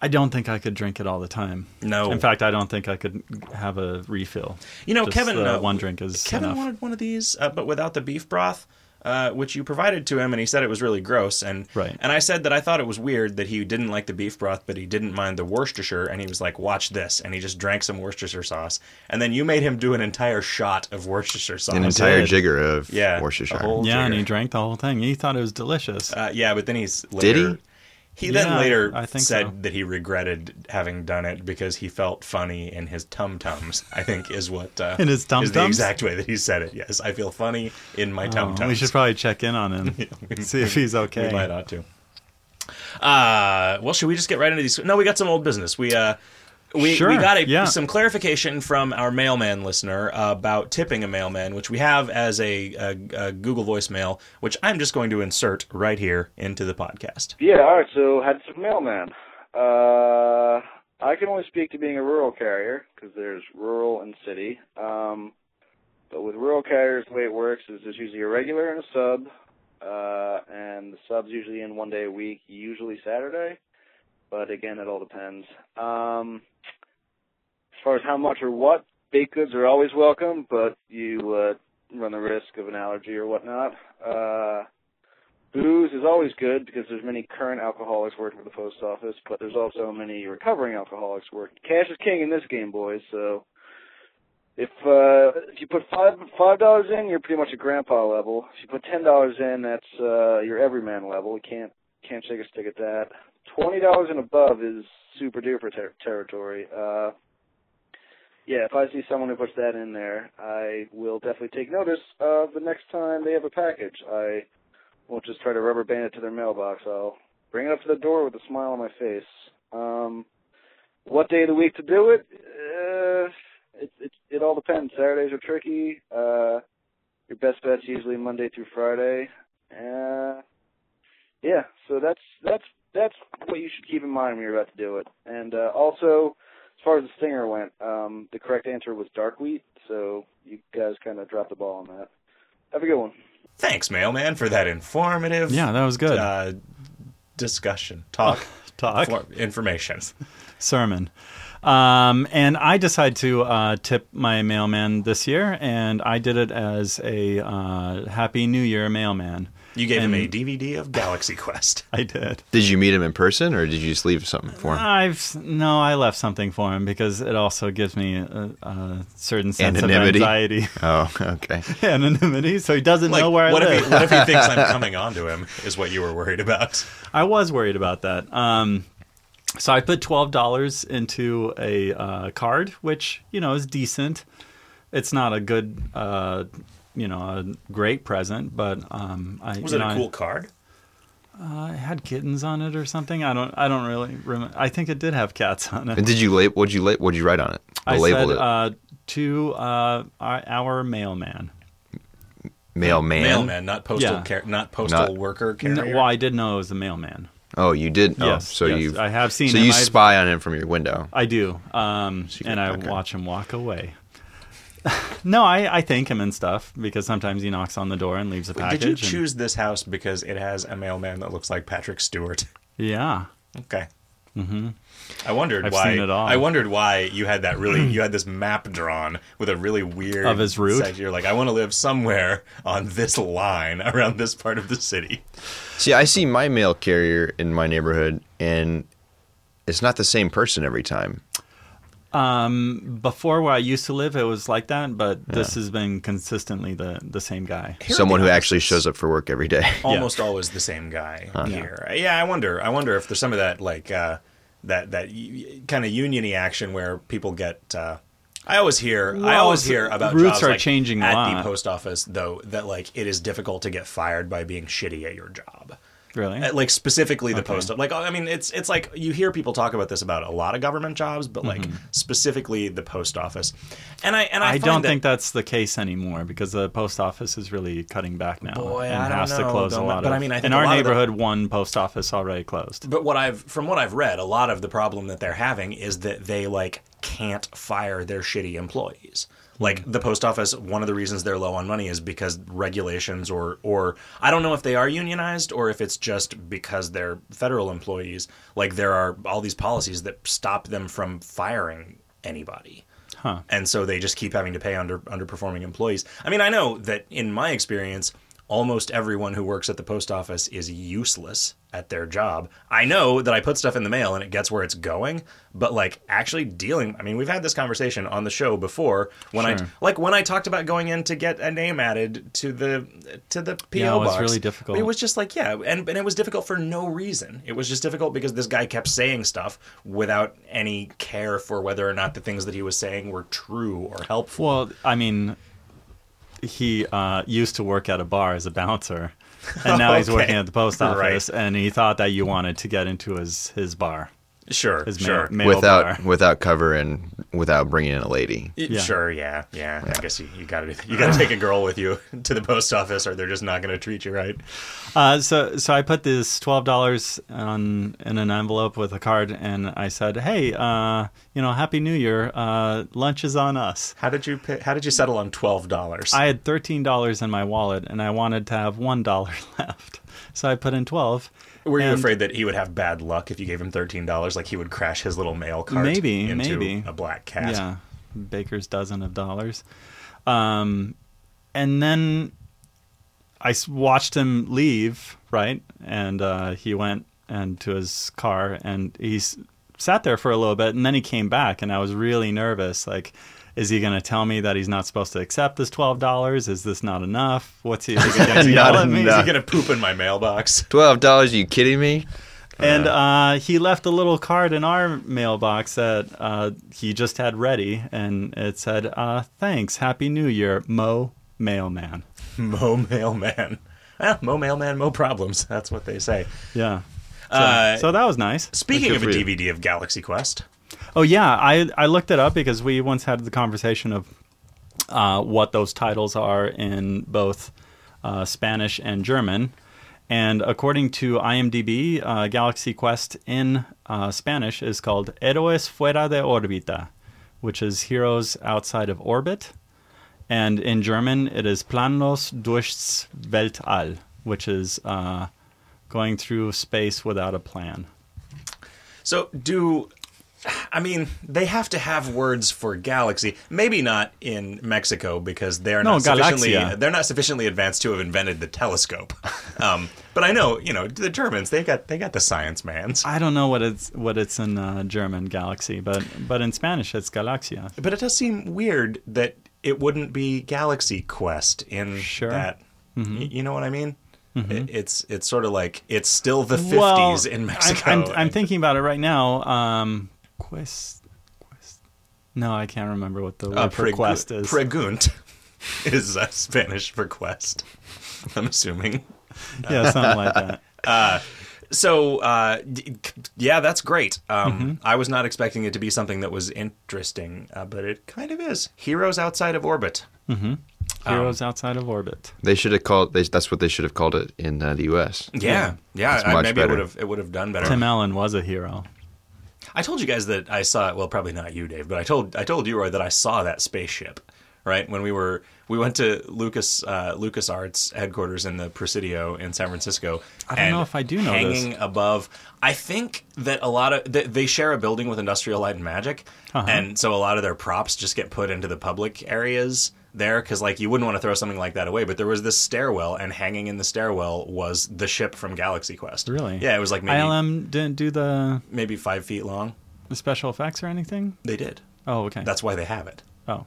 [SPEAKER 2] I don't think I could drink it all the time.
[SPEAKER 1] No.
[SPEAKER 2] In fact, I don't think I could have a refill.
[SPEAKER 1] You know,
[SPEAKER 2] Just
[SPEAKER 1] Kevin,
[SPEAKER 2] the
[SPEAKER 1] uh,
[SPEAKER 2] one drink is
[SPEAKER 1] Kevin
[SPEAKER 2] enough.
[SPEAKER 1] wanted one of these, uh, but without the beef broth, uh, which you provided to him, and he said it was really gross. And
[SPEAKER 2] Right.
[SPEAKER 1] and I said that I thought it was weird that he didn't like the beef broth, but he didn't mind the Worcestershire, and he was like, "Watch this," and he just drank some Worcestershire sauce. And then you made him do an entire shot of Worcestershire sauce.
[SPEAKER 3] An entire
[SPEAKER 2] did.
[SPEAKER 3] jigger of
[SPEAKER 1] Yeah, a
[SPEAKER 3] Worcestershire.
[SPEAKER 1] whole-
[SPEAKER 2] Yeah, and he
[SPEAKER 1] Jigger.
[SPEAKER 2] drank the whole thing. He thought it was delicious.
[SPEAKER 1] Uh, yeah, but then he's
[SPEAKER 3] Did he?
[SPEAKER 1] later. He then
[SPEAKER 2] Yeah,
[SPEAKER 1] later
[SPEAKER 2] I think
[SPEAKER 1] said
[SPEAKER 2] so.
[SPEAKER 1] that he regretted having done it because he felt funny in his tum tums. I think is what uh,
[SPEAKER 2] In his
[SPEAKER 1] is the
[SPEAKER 2] tum-tums?
[SPEAKER 1] exact way that he said it. Yes, I feel funny in my
[SPEAKER 2] Oh,
[SPEAKER 1] tum tums.
[SPEAKER 2] we should probably check in on him, see if he's okay.
[SPEAKER 1] We might ought to. Uh, well, should we just get right into these? No, we got some old business. We uh, we, we
[SPEAKER 2] Sure,
[SPEAKER 1] got a,
[SPEAKER 2] yeah.
[SPEAKER 1] some clarification from our mailman listener about tipping a mailman, which we have as a, a, a Google voicemail, which I'm just going to insert right here into the podcast.
[SPEAKER 4] Yeah, all right. So had some mailman. Uh, I can only speak to being a rural carrier because there's rural and city. Um, but with rural carriers, the way it works is there's usually a regular and a sub, uh, and the sub's usually in one day a week, usually Saturday. But again, it all depends. Um, as far as how much or what, baked goods are always welcome, but you uh, run the risk of an allergy or whatnot. Uh, Booze is always good because there's many current alcoholics working at the post office, but there's also many recovering alcoholics working. Cash is king in this game, boys. So if uh, if you put five five dollars in, you're pretty much a grandpa level. If you put ten dollars in, that's uh, your everyman level. You can't can't shake a stick at that. Twenty dollars and above is super duper ter- territory. Uh, yeah, if I see someone who puts that in there, I will definitely take notice. Uh, the next time they have a package, I we'll just try to rubber band it to their mailbox. I'll bring it up to the door with a smile on my face. Um, what day of the week to do it? Uh, it, it it all depends. Saturdays are tricky. Uh, your best bet's usually Monday through Friday. Uh, yeah, so that's that's that's what you should keep in mind when you're about to do it. And uh, also, as far as the stinger went, um, the correct answer was dark wheat. So you guys kind of dropped the ball on that. Have a good one.
[SPEAKER 1] Thanks, mailman, for that informative
[SPEAKER 2] Yeah, that was good.
[SPEAKER 1] uh, discussion, talk,
[SPEAKER 2] Talk.
[SPEAKER 1] for- information.
[SPEAKER 2] sermon. Um, and I decided to uh, tip my mailman this year, and I did it as a uh, Happy New Year mailman.
[SPEAKER 1] You gave him
[SPEAKER 2] And-
[SPEAKER 1] a DVD of Galaxy Quest.
[SPEAKER 2] I did.
[SPEAKER 3] Did you meet him in person, or did you just leave something for him?
[SPEAKER 2] I've no, I left something for him because it also gives me a, a certain sense
[SPEAKER 3] Anonymity?
[SPEAKER 2] of anxiety,
[SPEAKER 3] Oh, okay.
[SPEAKER 2] anonymity. So he doesn't know where I
[SPEAKER 1] what
[SPEAKER 2] live.
[SPEAKER 1] if he, what if he thinks I'm coming on to him? Is what you were worried about?
[SPEAKER 2] I was worried about that. Um, so I put twelve dollars into a uh, card, which you know is decent. It's not a good, uh, you know, a great present, but um, I
[SPEAKER 1] Was
[SPEAKER 2] you
[SPEAKER 1] it
[SPEAKER 2] know,
[SPEAKER 1] a
[SPEAKER 2] I-
[SPEAKER 1] cool card?
[SPEAKER 2] I had kittens on it or something. I don't. I don't really remember. I think it did have cats on it.
[SPEAKER 3] And did you lab What'd you lab What'd you write on it? Or
[SPEAKER 2] I
[SPEAKER 3] labeled
[SPEAKER 2] said
[SPEAKER 3] it
[SPEAKER 2] Uh, to uh, our, our mailman.
[SPEAKER 3] mailman.
[SPEAKER 1] Mailman, not postal,
[SPEAKER 2] Yeah.
[SPEAKER 1] car- not postal
[SPEAKER 3] Not-
[SPEAKER 1] worker
[SPEAKER 2] No,
[SPEAKER 1] carrier.
[SPEAKER 2] well, I did know it was the mailman.
[SPEAKER 3] Oh, you did. Oh,
[SPEAKER 2] Yes,
[SPEAKER 3] so
[SPEAKER 2] yes,
[SPEAKER 3] you.
[SPEAKER 2] I have seen
[SPEAKER 3] So
[SPEAKER 2] him.
[SPEAKER 3] you
[SPEAKER 2] I've-
[SPEAKER 3] spy on him from your window.
[SPEAKER 2] I do. Um,
[SPEAKER 3] Secret
[SPEAKER 2] and I
[SPEAKER 3] okay.
[SPEAKER 2] watch him walk away. no, I, I thank him and stuff because sometimes he knocks on the door and leaves a package.
[SPEAKER 1] Did you
[SPEAKER 2] and-
[SPEAKER 1] choose this house because it has a mailman that looks like Patrick Stewart?
[SPEAKER 2] yeah.
[SPEAKER 1] Okay. Mm-hmm. I wondered
[SPEAKER 2] I've
[SPEAKER 1] why.
[SPEAKER 2] seen it all.
[SPEAKER 1] I wondered why you had that really. you had this map drawn with a really weird
[SPEAKER 2] Of his route?
[SPEAKER 1] section. You're like, I want to live somewhere on this line around this part of the city.
[SPEAKER 3] See, I see my mail carrier in my neighborhood, and it's not the same person every time.
[SPEAKER 2] Um, Before where I used to live, it was like that, but this has been consistently the, the same guy.
[SPEAKER 1] Here are
[SPEAKER 3] Someone
[SPEAKER 1] the
[SPEAKER 3] who actually Uh,
[SPEAKER 1] options.
[SPEAKER 3] shows up for work every day.
[SPEAKER 1] almost always the same guy here. Yeah, I wonder. I wonder if there's some of that like uh, that that y- kind of uniony action where people get. Uh, I always hear. I
[SPEAKER 2] Well,
[SPEAKER 1] always
[SPEAKER 2] it's-
[SPEAKER 1] hear about
[SPEAKER 2] routes
[SPEAKER 1] jobs,
[SPEAKER 2] are
[SPEAKER 1] like,
[SPEAKER 2] changing a
[SPEAKER 1] at the
[SPEAKER 2] lot.
[SPEAKER 1] post office, though. That like it is difficult to get fired by being shitty at your job.
[SPEAKER 2] Really?
[SPEAKER 1] Uh, like specifically the post like i mean it's it's like you hear people talk about this about a lot of government jobs but like specifically the post office and i and i,
[SPEAKER 2] Mm-hmm. I
[SPEAKER 1] find
[SPEAKER 2] don't
[SPEAKER 1] that,
[SPEAKER 2] think that's the case anymore because the post office is really cutting back now
[SPEAKER 1] Boy,
[SPEAKER 2] and
[SPEAKER 1] I don't
[SPEAKER 2] has to
[SPEAKER 1] know,
[SPEAKER 2] close a
[SPEAKER 1] though,
[SPEAKER 2] lot
[SPEAKER 1] but
[SPEAKER 2] of.
[SPEAKER 1] I mean, I think
[SPEAKER 2] in
[SPEAKER 1] a
[SPEAKER 2] our
[SPEAKER 1] lot of the-
[SPEAKER 2] neighborhood, one post office already closed.
[SPEAKER 1] But what I've from what I've read, a lot of the problem that they're having is that they like can't fire their shitty employees. Like
[SPEAKER 2] Mm.
[SPEAKER 1] the post office, one of the reasons they're low on money is because regulations or or I don't know if they are unionized or if it's just because they're federal employees. Like there are all these policies that stop them from firing anybody.
[SPEAKER 2] Huh.
[SPEAKER 1] And so they just keep having to pay under underperforming employees. I mean, I know that in my experience, almost everyone who works at the post office is useless at their job. I know that I put stuff in the mail and it gets where it's going, but like actually dealing, I mean, we've had this conversation on the show before when I
[SPEAKER 2] Sure.
[SPEAKER 1] like when I talked about going in to get a name added to the to the PO
[SPEAKER 2] Yeah, it was
[SPEAKER 1] box.
[SPEAKER 2] really difficult.
[SPEAKER 1] It was just like, yeah, and and it was difficult for no reason. It was just difficult because this guy kept saying stuff without any care for whether or not the things that he was saying were true or helpful.
[SPEAKER 2] Well, I mean, he uh, used to work at a bar as a bouncer, and now he's
[SPEAKER 1] Okay.
[SPEAKER 2] working at the post
[SPEAKER 1] Right.
[SPEAKER 2] office. And he thought that you wanted to get into his his bar,
[SPEAKER 1] Sure,
[SPEAKER 2] his ma-
[SPEAKER 1] sure,
[SPEAKER 2] male
[SPEAKER 3] without
[SPEAKER 2] bar.
[SPEAKER 3] without cover and without bringing in a lady.
[SPEAKER 1] It-
[SPEAKER 2] Yeah.
[SPEAKER 1] sure, yeah, yeah, I guess you, you gotta you gotta take a girl with you to the post office, or they're just not gonna treat you right.
[SPEAKER 2] Uh, so so I put this twelve dollars on in an envelope with a card, and I said, "Hey, uh, you know, Happy New Year. Uh, lunch is on us."
[SPEAKER 1] How did you pi- how did you settle on twelve dollars?
[SPEAKER 2] I had thirteen dollars in my wallet, and I wanted to have one dollar left, so I put in twelve.
[SPEAKER 1] Were you
[SPEAKER 2] and-
[SPEAKER 1] afraid that he would have bad luck if you gave him thirteen dollars? Like he would crash his little mail cart
[SPEAKER 2] Maybe,
[SPEAKER 1] into
[SPEAKER 2] maybe.
[SPEAKER 1] a black cat.
[SPEAKER 2] Yeah, baker's dozen of dollars. Um, and then I s- watched him leave, right? And uh, he went and to his car, and he s- sat there for a little bit, and then he came back, and I was really nervous, like. Is he going to tell me that he's not supposed to accept this twelve dollars? Is this not enough? What's he? Is he going to
[SPEAKER 3] Not
[SPEAKER 2] yell at me? Is he
[SPEAKER 1] Is
[SPEAKER 3] enough.
[SPEAKER 1] he gonna poop in my mailbox?
[SPEAKER 3] Twelve dollars? You kidding me?
[SPEAKER 2] And uh, he left a little card in our mailbox that uh, he just had ready, and it said, uh, "Thanks, Happy New Year, Mo Mailman."
[SPEAKER 1] Mo mailman. Ah, Mo mailman, Mo problems. That's what they say.
[SPEAKER 2] Yeah. So,
[SPEAKER 1] Uh,
[SPEAKER 2] so that was nice.
[SPEAKER 1] Speaking
[SPEAKER 3] good
[SPEAKER 1] of a
[SPEAKER 3] for you.
[SPEAKER 1] DVD of Galaxy Quest,
[SPEAKER 2] Oh yeah, I I looked it up because we once had the conversation of uh, what those titles are in both uh, Spanish and German. And according to IMDb, uh, Galaxy Quest in uh, Spanish is called Héroes fuera de órbita, which is heroes outside of orbit. And in German, it is Planlos durchs Weltall, which is uh, going through space without a plan.
[SPEAKER 1] so do I mean they have to have words for galaxy? Maybe not in Mexico because they're
[SPEAKER 2] No,
[SPEAKER 1] not sufficiently
[SPEAKER 2] Galaxia.
[SPEAKER 1] they're not sufficiently advanced to have invented the telescope. um, but I know you know the Germans they got they got the science man's.
[SPEAKER 2] I don't know what it's what it's in uh, German Galaxy, but but in Spanish it's Galaxia.
[SPEAKER 1] But it does seem weird that it wouldn't be Galaxy Quest in
[SPEAKER 2] Sure. Mm-hmm.
[SPEAKER 1] that. Y- you know what I mean? It- it's it's sort of like it's still the fifties in Mexico.
[SPEAKER 2] I'm, I'm, I'm thinking about it right now. Um, quest, quest. No, I can't remember what the word
[SPEAKER 1] uh,
[SPEAKER 2] for
[SPEAKER 1] pregu-
[SPEAKER 2] quest is.
[SPEAKER 1] Pregunt is uh, Spanish for quest. I'm assuming.
[SPEAKER 2] yeah, something like that.
[SPEAKER 1] So uh, d- yeah, that's great. Um,
[SPEAKER 2] Mm-hmm.
[SPEAKER 1] I was not expecting it to be something that was interesting, uh, but it kind of is. Heroes outside of orbit. Um,
[SPEAKER 2] Heroes outside of orbit.
[SPEAKER 3] They should have called. They, that's what they should have called it in uh, the U.S.
[SPEAKER 1] Yeah, yeah. I,
[SPEAKER 3] much
[SPEAKER 1] maybe it
[SPEAKER 3] better.
[SPEAKER 1] would have it would have done better.
[SPEAKER 2] Tim Allen was a hero.
[SPEAKER 1] I told you guys that I saw well probably not you Dave but I told I told you Roy that I saw that spaceship right when we were we went to Lucas uh, Lucas Arts headquarters in the Presidio in San Francisco I
[SPEAKER 2] don't know if I do know this.
[SPEAKER 1] hanging above I think that a lot of they, they share a building with Industrial Light and Magic
[SPEAKER 2] Uh-huh.
[SPEAKER 1] and so a lot of their props just get put into the public areas there because like you wouldn't want to throw something like that away but there was this stairwell and hanging in the stairwell was the ship from Galaxy Quest
[SPEAKER 2] Really?
[SPEAKER 1] yeah it was like maybe
[SPEAKER 2] ILM didn't do the,
[SPEAKER 1] maybe five feet long
[SPEAKER 2] the special effects or anything.
[SPEAKER 1] they did.
[SPEAKER 2] Oh, okay.
[SPEAKER 1] That's why they have it.
[SPEAKER 2] oh.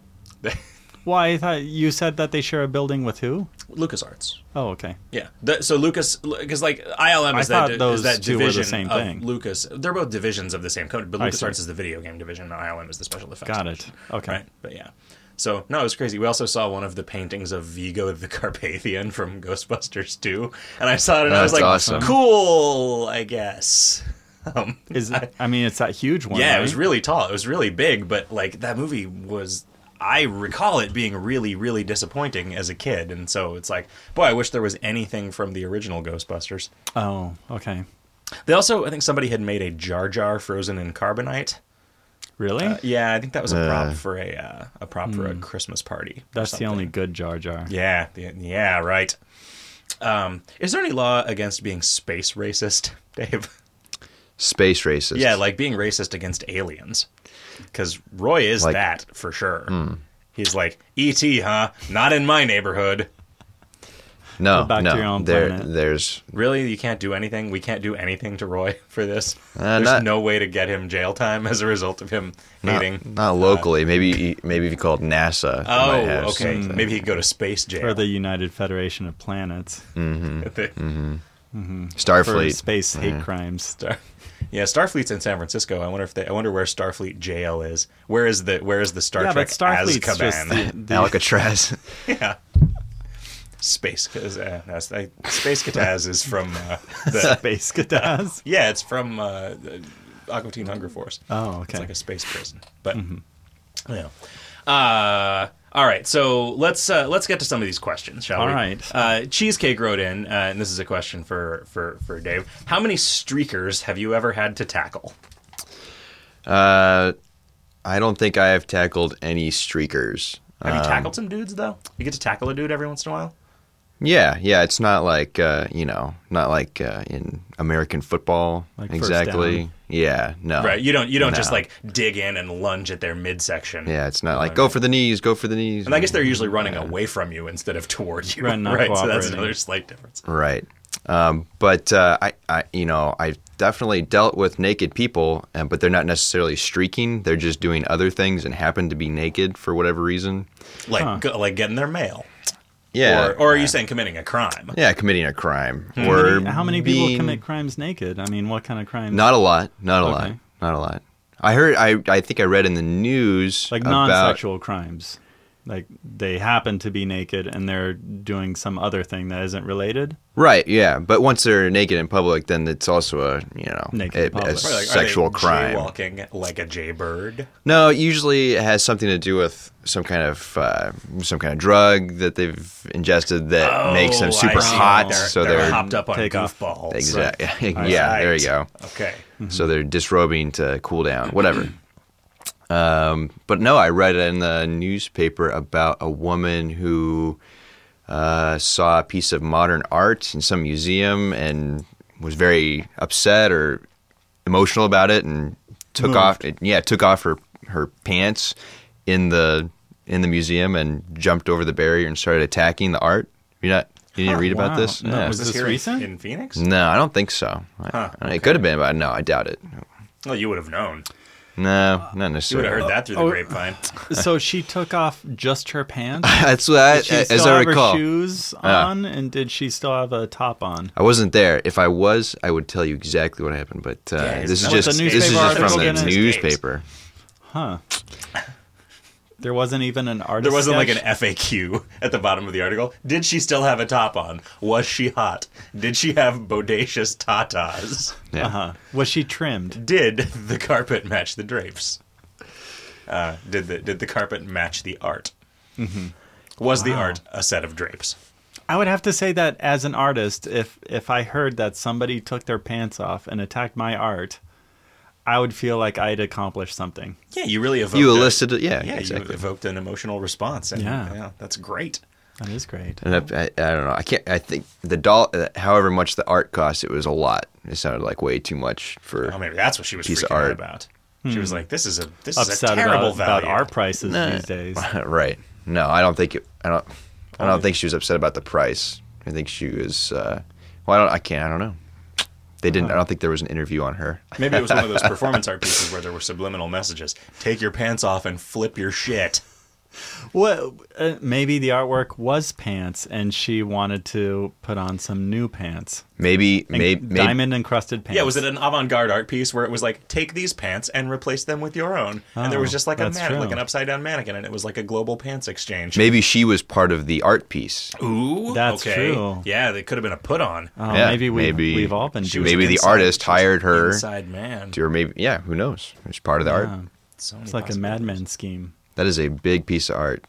[SPEAKER 2] Well, I thought you said that they share a building with who?
[SPEAKER 1] LucasArts.
[SPEAKER 2] Oh, okay.
[SPEAKER 1] Yeah. The- so Lucas, because like ILM
[SPEAKER 2] I
[SPEAKER 1] is that,
[SPEAKER 2] thought
[SPEAKER 1] di- is
[SPEAKER 2] those
[SPEAKER 1] that
[SPEAKER 2] two were the
[SPEAKER 1] division
[SPEAKER 2] same
[SPEAKER 1] of
[SPEAKER 2] thing.
[SPEAKER 1] Lucas. They're both divisions of the same company, but
[SPEAKER 2] I see.
[SPEAKER 1] LucasArts is the video game division and ILM is the special effects.
[SPEAKER 2] Got it.
[SPEAKER 1] division,
[SPEAKER 2] Okay.
[SPEAKER 1] Right. But yeah. So no, it was crazy. We also saw one of the paintings of Vigo the Carpathian from Ghostbusters 2, and I saw it and I was
[SPEAKER 3] That's
[SPEAKER 1] like,
[SPEAKER 3] awesome.
[SPEAKER 1] "Cool, I guess." Um,
[SPEAKER 2] Is I, mean, it's that huge one.
[SPEAKER 1] yeah,
[SPEAKER 2] right?
[SPEAKER 1] it was really tall. It was really big, but like that movie was. I recall it being really, really disappointing as a kid, and so it's like, boy, I wish there was anything from the original Ghostbusters.
[SPEAKER 2] Oh, okay.
[SPEAKER 1] They also, I think somebody had made a Jar Jar frozen in carbonite.
[SPEAKER 2] Really?
[SPEAKER 1] Uh, Yeah, I think that was a prop
[SPEAKER 3] Uh.
[SPEAKER 1] for a uh, a prop for a Christmas party. or
[SPEAKER 2] That's the
[SPEAKER 1] something.
[SPEAKER 2] only good Jar Jar.
[SPEAKER 1] Yeah, the- yeah, right. Um, is there any law against being space racist, Dave?
[SPEAKER 3] Space racist.
[SPEAKER 1] Yeah, like being racist against aliens. Because Roy is
[SPEAKER 3] Like- hmm.
[SPEAKER 1] that for sure. He's like E.T., huh? Not in my neighborhood.
[SPEAKER 3] no,
[SPEAKER 2] Go back
[SPEAKER 3] no.
[SPEAKER 2] to your own
[SPEAKER 3] there,
[SPEAKER 2] planet.
[SPEAKER 3] there's
[SPEAKER 1] Really, you can't do anything. We can't do anything to Roy for this.
[SPEAKER 3] Uh,
[SPEAKER 1] There's
[SPEAKER 3] not-
[SPEAKER 1] no way to get him jail time as a result of him
[SPEAKER 3] not,
[SPEAKER 1] hating.
[SPEAKER 3] not locally. maybe e, maybe if you called NASA. they might have
[SPEAKER 1] oh, okay.
[SPEAKER 3] something.
[SPEAKER 1] Maybe he'd go to space jail.
[SPEAKER 2] Or the United Federation of Planets
[SPEAKER 3] Mm.
[SPEAKER 2] for
[SPEAKER 3] Mm-hmm. Starfleet.
[SPEAKER 2] space
[SPEAKER 3] Mm.
[SPEAKER 2] hate crimes.
[SPEAKER 1] Star- yeah, Starfleet's in San Francisco. I wonder if they. I wonder where Starfleet jail is. Where is the Where is the Star
[SPEAKER 2] yeah,
[SPEAKER 1] Trek
[SPEAKER 2] but Starfleet's just
[SPEAKER 1] Azkaban?
[SPEAKER 2] the, the-
[SPEAKER 3] Alcatraz.
[SPEAKER 1] yeah. Space, 'cause, uh, that's, I, Space Cataz is from uh, the.
[SPEAKER 2] space cadets.
[SPEAKER 1] Yeah, it's from uh, the Aqua Teen Hunger Force.
[SPEAKER 2] Oh,
[SPEAKER 1] It's
[SPEAKER 2] okay. Mm-hmm.
[SPEAKER 1] like a space prison, but yeah. Uh, all right, so let's uh, let's get to some of these questions, shall
[SPEAKER 2] All
[SPEAKER 1] we?
[SPEAKER 2] right.
[SPEAKER 1] Uh, Cheesecake wrote in, uh, and this is a question for for for Dave. How many streakers have you ever had to tackle?
[SPEAKER 3] Uh, I don't think I have tackled any streakers. Uh,
[SPEAKER 1] Have
[SPEAKER 2] Um,
[SPEAKER 1] you tackled some dudes though? You get to tackle a dude every once in a while.
[SPEAKER 3] Yeah, yeah. It's not like uh, you know, not like uh, in American football
[SPEAKER 2] Like first
[SPEAKER 3] exactly.
[SPEAKER 2] down.
[SPEAKER 3] Yeah,
[SPEAKER 2] Oh,
[SPEAKER 3] no.
[SPEAKER 1] Right. You don't. You don't just
[SPEAKER 3] No.
[SPEAKER 1] like dig in and lunge at their midsection.
[SPEAKER 3] Yeah, it's not like go for the knees, go for the knees.
[SPEAKER 1] And I guess they're usually running away from you instead of toward you.
[SPEAKER 2] Right, not
[SPEAKER 1] So that's
[SPEAKER 2] cooperating.
[SPEAKER 1] another slight difference.
[SPEAKER 3] right. Um, but uh, I, I, you know, I've definitely dealt with naked people, and but they're not necessarily streaking. They're just doing other things and happen to be naked for whatever reason.
[SPEAKER 1] Like go, like getting their mail.
[SPEAKER 3] Yeah.
[SPEAKER 1] Or, or are you saying committing a crime?
[SPEAKER 3] yeah, committing a crime.
[SPEAKER 2] How
[SPEAKER 3] Or
[SPEAKER 2] many- How many people
[SPEAKER 3] being,
[SPEAKER 2] commit crimes naked? I mean, what kind of crimes?
[SPEAKER 3] Not a lot. Not a lot.
[SPEAKER 2] Okay.
[SPEAKER 3] Not a lot. I heard. I I think I read in the news
[SPEAKER 2] like
[SPEAKER 3] about-
[SPEAKER 2] non-sexual crimes. Like they happen to be naked and they're doing some other thing that isn't related.
[SPEAKER 3] Right. Yeah. But once they're naked in public, then it's also a you know
[SPEAKER 2] Naked
[SPEAKER 3] a-
[SPEAKER 2] in public.
[SPEAKER 3] a
[SPEAKER 2] Right,
[SPEAKER 1] Or, like, are
[SPEAKER 3] sexual
[SPEAKER 1] they
[SPEAKER 3] crime.
[SPEAKER 1] Jaywalking like a jaybird.
[SPEAKER 3] No, usually it has something to do with some kind of uh, some kind of drug that they've ingested that makes them
[SPEAKER 1] Oh,
[SPEAKER 3] super
[SPEAKER 1] I see.
[SPEAKER 3] hot.
[SPEAKER 1] They're,
[SPEAKER 3] so
[SPEAKER 1] they're,
[SPEAKER 3] they're,
[SPEAKER 1] hopped up on
[SPEAKER 2] Take off.
[SPEAKER 1] goofballs.
[SPEAKER 3] exactly.
[SPEAKER 2] I see.
[SPEAKER 3] yeah. There you go.
[SPEAKER 1] Okay.
[SPEAKER 3] So they're disrobing to cool down. Whatever. um, but no, I read in the newspaper about a woman who uh, saw a piece of modern art in some museum and was very upset or emotional about it and took off it, yeah took off her her pants in the in the museum and jumped over the barrier and started attacking the art you not you didn't read about
[SPEAKER 2] wow.
[SPEAKER 3] this
[SPEAKER 2] No, was this
[SPEAKER 1] here in-
[SPEAKER 2] recent?
[SPEAKER 1] in Phoenix?
[SPEAKER 3] no i don't think so I-
[SPEAKER 1] Huh,
[SPEAKER 3] it could have been but no i doubt it
[SPEAKER 1] Well, you would have known.
[SPEAKER 3] no not
[SPEAKER 1] You would
[SPEAKER 3] necessarily
[SPEAKER 1] have heard that through the
[SPEAKER 2] Oh.
[SPEAKER 1] grapevine.
[SPEAKER 2] so she took off just her pants.
[SPEAKER 3] that's what I,
[SPEAKER 2] Did she
[SPEAKER 3] as
[SPEAKER 2] still
[SPEAKER 3] i
[SPEAKER 2] have
[SPEAKER 3] recall
[SPEAKER 2] her shoes on, and did she still have a top on?
[SPEAKER 3] I wasn't there. If I was, I would tell you exactly what happened. But uh,
[SPEAKER 1] Yeah,
[SPEAKER 3] this is
[SPEAKER 1] it's-
[SPEAKER 3] just
[SPEAKER 2] With the
[SPEAKER 3] this is
[SPEAKER 2] newspaper
[SPEAKER 3] just from
[SPEAKER 2] article
[SPEAKER 3] the
[SPEAKER 2] in it.
[SPEAKER 3] newspaper.
[SPEAKER 2] Huh. There wasn't even an artist.
[SPEAKER 1] There wasn't like an
[SPEAKER 2] sketch?
[SPEAKER 1] FAQ at the bottom of the article. Did she still have a top on? Was she hot? Did she have bodacious tatas?
[SPEAKER 3] Yeah.
[SPEAKER 2] Uh-huh. Was she trimmed?
[SPEAKER 1] Did the carpet match the drapes? Uh, did the did the carpet match the art?
[SPEAKER 3] Mm-hmm.
[SPEAKER 1] Was the art a set of drapes?
[SPEAKER 2] I would have to say that as an artist, if if I heard that somebody took their pants off and attacked my art, I would feel like I'd accomplished something.
[SPEAKER 1] Yeah, you really evoked
[SPEAKER 3] You
[SPEAKER 1] a-
[SPEAKER 3] elicited it. Yeah,
[SPEAKER 1] yeah,
[SPEAKER 3] exactly.
[SPEAKER 1] you evoked an emotional response. And, yeah.
[SPEAKER 2] Yeah.
[SPEAKER 1] that's great.
[SPEAKER 2] That is great.
[SPEAKER 3] and I, I, I don't know. I can't. I think the doll. uh, However much the art cost, it was a lot. It sounded like way too much for.
[SPEAKER 1] Oh, maybe that's what she was
[SPEAKER 3] Piece
[SPEAKER 1] freaking
[SPEAKER 3] of
[SPEAKER 1] out
[SPEAKER 3] art. Hmm.
[SPEAKER 1] about. She was like, "This is a this is a
[SPEAKER 2] Upset
[SPEAKER 1] terrible
[SPEAKER 2] about, about
[SPEAKER 1] value."
[SPEAKER 2] art prices
[SPEAKER 3] Nah.
[SPEAKER 2] these days.
[SPEAKER 3] right. No, I don't think it. I don't. I
[SPEAKER 2] Oh.
[SPEAKER 3] don't think she was upset about the price. I think she was. Uh, well, I don't. I can't. I don't know. They
[SPEAKER 2] Uh-huh.
[SPEAKER 3] didn't. I don't think there was an interview on her.
[SPEAKER 1] Maybe it was one of those performance art pieces where there were subliminal messages: "Take your pants off and flip your shit."
[SPEAKER 2] Well, uh, maybe the artwork was pants, and she wanted to put on some new pants,
[SPEAKER 3] Maybe, maybe, maybe
[SPEAKER 2] diamond encrusted pants.
[SPEAKER 1] Yeah, was it an avant-garde art piece where it was like, take these pants and replace them with your own? and there was
[SPEAKER 2] Oh,
[SPEAKER 1] just like a
[SPEAKER 2] that's
[SPEAKER 1] man,
[SPEAKER 2] true.
[SPEAKER 1] like an upside-down mannequin, and it was like a global pants exchange.
[SPEAKER 3] maybe she was part of the art piece.
[SPEAKER 1] Ooh,
[SPEAKER 2] That's
[SPEAKER 1] okay.
[SPEAKER 2] true.
[SPEAKER 1] Yeah, they could have been a put-on.
[SPEAKER 2] Oh,
[SPEAKER 3] Yeah,
[SPEAKER 2] maybe we
[SPEAKER 3] maybe-
[SPEAKER 2] we've all been
[SPEAKER 1] She
[SPEAKER 2] doing
[SPEAKER 1] was
[SPEAKER 3] maybe
[SPEAKER 1] an
[SPEAKER 3] the
[SPEAKER 1] inside-
[SPEAKER 3] artist
[SPEAKER 1] she was
[SPEAKER 3] hired
[SPEAKER 1] an
[SPEAKER 3] her.
[SPEAKER 1] Inside man.
[SPEAKER 3] Or maybe, yeah, who knows? It's part of the
[SPEAKER 2] Yeah.
[SPEAKER 3] art.
[SPEAKER 1] So many
[SPEAKER 2] It's like a
[SPEAKER 1] possibilities.
[SPEAKER 2] madman scheme.
[SPEAKER 3] That is a big piece of art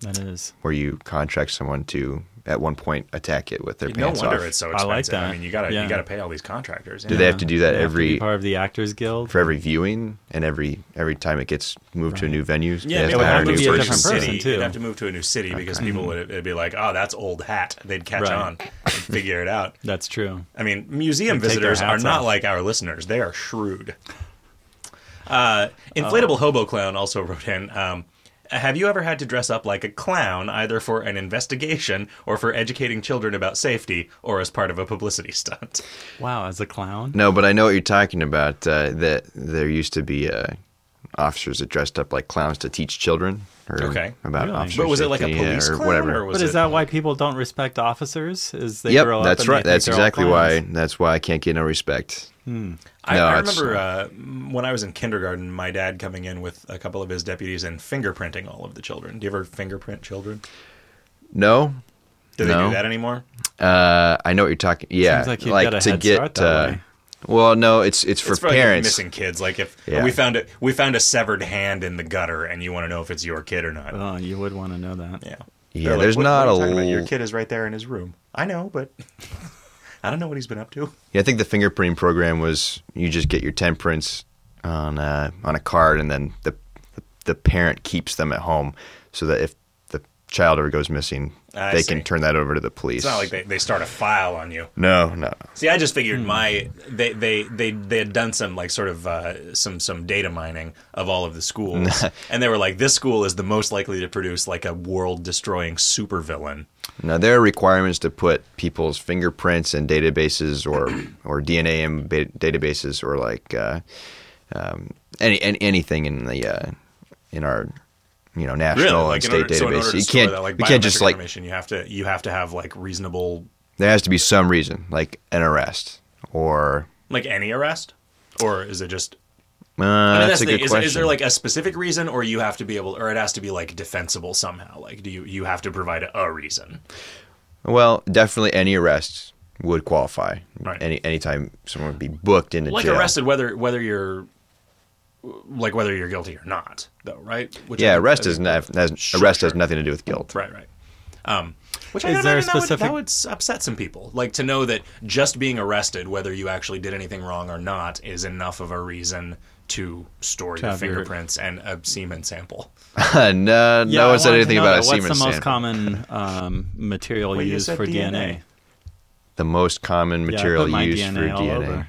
[SPEAKER 2] That is.
[SPEAKER 3] where you contract someone to, at one point, attack it with their
[SPEAKER 1] No
[SPEAKER 3] pants
[SPEAKER 1] wonder
[SPEAKER 3] off.
[SPEAKER 1] it's so
[SPEAKER 2] I
[SPEAKER 1] expensive. I,
[SPEAKER 2] like that.
[SPEAKER 1] mean, you gotta
[SPEAKER 2] Yeah.
[SPEAKER 1] you gotta pay all these contractors.
[SPEAKER 3] Do they have to do that
[SPEAKER 2] They have to be
[SPEAKER 3] every
[SPEAKER 2] part of the Actors Guild?
[SPEAKER 3] for every viewing and every every time it gets moved to a new venue? they
[SPEAKER 1] Yeah,
[SPEAKER 3] have
[SPEAKER 1] it
[SPEAKER 3] to
[SPEAKER 1] would
[SPEAKER 3] hire
[SPEAKER 1] have to
[SPEAKER 3] new
[SPEAKER 1] be a different
[SPEAKER 2] person.
[SPEAKER 1] city.
[SPEAKER 2] too.
[SPEAKER 1] They'd have to move to a new city because people would it'd be like, "Oh, that's old hat." They'd catch
[SPEAKER 2] Mm. Right.
[SPEAKER 1] on, and figure it out.
[SPEAKER 2] That's true.
[SPEAKER 1] I mean, museum
[SPEAKER 2] They take their
[SPEAKER 1] visitors are
[SPEAKER 2] hats
[SPEAKER 1] not
[SPEAKER 2] off.
[SPEAKER 1] like our listeners. They are shrewd. Uh, Inflatable Hobo Clown also wrote in um, Have you ever had to dress up like a clown, either for an investigation or for educating children about safety or as part of a publicity stunt?
[SPEAKER 2] Wow, as a clown?
[SPEAKER 3] No, but I know what you're talking about. Uh, that there used to be uh, officers that dressed up like clowns to teach children. Or
[SPEAKER 1] Okay.
[SPEAKER 3] About
[SPEAKER 2] Really?
[SPEAKER 3] officer
[SPEAKER 1] But was it like a
[SPEAKER 3] safety, yeah,
[SPEAKER 1] police
[SPEAKER 3] or
[SPEAKER 1] clown?
[SPEAKER 3] whatever?
[SPEAKER 1] Or was
[SPEAKER 2] But is
[SPEAKER 1] it-
[SPEAKER 2] that why people don't respect officers? Is they grow
[SPEAKER 3] yep,
[SPEAKER 2] up
[SPEAKER 3] that's
[SPEAKER 2] and they
[SPEAKER 3] right.
[SPEAKER 2] think
[SPEAKER 3] That's
[SPEAKER 2] they're all
[SPEAKER 3] exactly why.
[SPEAKER 2] clowns?
[SPEAKER 3] That's why I can't get no respect.
[SPEAKER 1] I,
[SPEAKER 3] No,
[SPEAKER 1] I
[SPEAKER 3] it's-
[SPEAKER 1] remember uh, when I was in kindergarten, my dad coming in with a couple of his deputies and fingerprinting all of the children. Do you ever fingerprint children?
[SPEAKER 3] No,
[SPEAKER 1] Do they
[SPEAKER 3] No.
[SPEAKER 1] do that anymore?
[SPEAKER 3] uh, I know what you're talking. Yeah,
[SPEAKER 2] Seems like you'd get a
[SPEAKER 3] to
[SPEAKER 2] head
[SPEAKER 3] get.
[SPEAKER 2] start that
[SPEAKER 3] uh,
[SPEAKER 2] way.
[SPEAKER 3] Well, no, it's it's for
[SPEAKER 1] it's for
[SPEAKER 3] parents.
[SPEAKER 1] like missing kids. Like if
[SPEAKER 3] Yeah.
[SPEAKER 1] we found it, we found a severed hand in the gutter, and you want to know if it's your kid or not.
[SPEAKER 2] Oh, you would want to know that.
[SPEAKER 1] yeah,
[SPEAKER 3] Yeah,
[SPEAKER 1] They're like,
[SPEAKER 3] there's
[SPEAKER 1] "What-
[SPEAKER 3] not
[SPEAKER 1] what are you
[SPEAKER 3] a
[SPEAKER 1] talking about?
[SPEAKER 3] l-
[SPEAKER 1] Your kid is right there in his room. I know, but I don't know what he's been up to.
[SPEAKER 3] Yeah, I think the fingerprinting program was you just get your temperance on uh, on a card, and then the, the the parent keeps them at home, so that if the child ever goes missing,
[SPEAKER 1] I
[SPEAKER 3] they
[SPEAKER 1] see.
[SPEAKER 3] can turn that over to the police.
[SPEAKER 1] It's not like they, they start a file on you.
[SPEAKER 3] no, no.
[SPEAKER 1] See, I just figured my they they they they had done some like sort of uh, some some data mining of all of the schools, and they were like, this school is the most likely to produce like a world destroying supervillain.
[SPEAKER 3] Now there are requirements to put people's fingerprints in databases or or DNA in ba- databases or like uh, um, any, any anything in the uh, in our you know national and
[SPEAKER 1] in
[SPEAKER 3] state
[SPEAKER 1] order- so in
[SPEAKER 3] database.
[SPEAKER 1] order to
[SPEAKER 3] you
[SPEAKER 1] store
[SPEAKER 3] can't
[SPEAKER 1] that, like,
[SPEAKER 3] you can't just
[SPEAKER 1] biometric
[SPEAKER 3] like
[SPEAKER 1] information, you have to you have to have like reasonable
[SPEAKER 3] there has to be some reason like an arrest or
[SPEAKER 1] like any arrest, or is it just?
[SPEAKER 3] uh,
[SPEAKER 1] I mean,
[SPEAKER 3] that's, a
[SPEAKER 1] the
[SPEAKER 3] good
[SPEAKER 1] thing. Is,
[SPEAKER 3] question.
[SPEAKER 1] is there like a specific reason, or you have to be able, or it has to be like defensible somehow? Like, do you you have to provide a, a reason?
[SPEAKER 3] well, definitely any arrest would qualify.
[SPEAKER 1] Right.
[SPEAKER 3] Any anytime someone would be booked into
[SPEAKER 1] Like
[SPEAKER 3] jail.
[SPEAKER 1] arrested, whether whether you're like whether you're guilty or not, though, right? Which I
[SPEAKER 3] Yeah,
[SPEAKER 1] think-
[SPEAKER 3] arrest
[SPEAKER 1] I
[SPEAKER 3] is
[SPEAKER 1] think-
[SPEAKER 3] not, has,
[SPEAKER 1] Sure,
[SPEAKER 3] arrest
[SPEAKER 1] sure.
[SPEAKER 3] has nothing to do with guilt.
[SPEAKER 1] Right, right. Um, which I
[SPEAKER 2] Is
[SPEAKER 1] don't
[SPEAKER 2] there a
[SPEAKER 1] know, that would-
[SPEAKER 2] specific-
[SPEAKER 1] that would s- upset some people. Like to know that just being arrested, whether you actually did anything wrong or not, is enough of a reason to store your
[SPEAKER 2] have your-
[SPEAKER 1] fingerprints and a semen sample.
[SPEAKER 3] no,
[SPEAKER 2] Yeah,
[SPEAKER 3] uh, no
[SPEAKER 2] I
[SPEAKER 3] one said
[SPEAKER 2] wanted to
[SPEAKER 3] anything
[SPEAKER 2] know
[SPEAKER 3] about
[SPEAKER 2] that.
[SPEAKER 3] a semen
[SPEAKER 2] What's the most
[SPEAKER 3] sample.
[SPEAKER 2] common um, material
[SPEAKER 1] Well, you
[SPEAKER 2] used
[SPEAKER 1] said
[SPEAKER 2] for DNA?
[SPEAKER 1] DNA.
[SPEAKER 3] The most common
[SPEAKER 2] Yeah, I
[SPEAKER 3] material
[SPEAKER 2] put my
[SPEAKER 3] used for
[SPEAKER 2] DNA all
[SPEAKER 3] DNA.
[SPEAKER 2] over.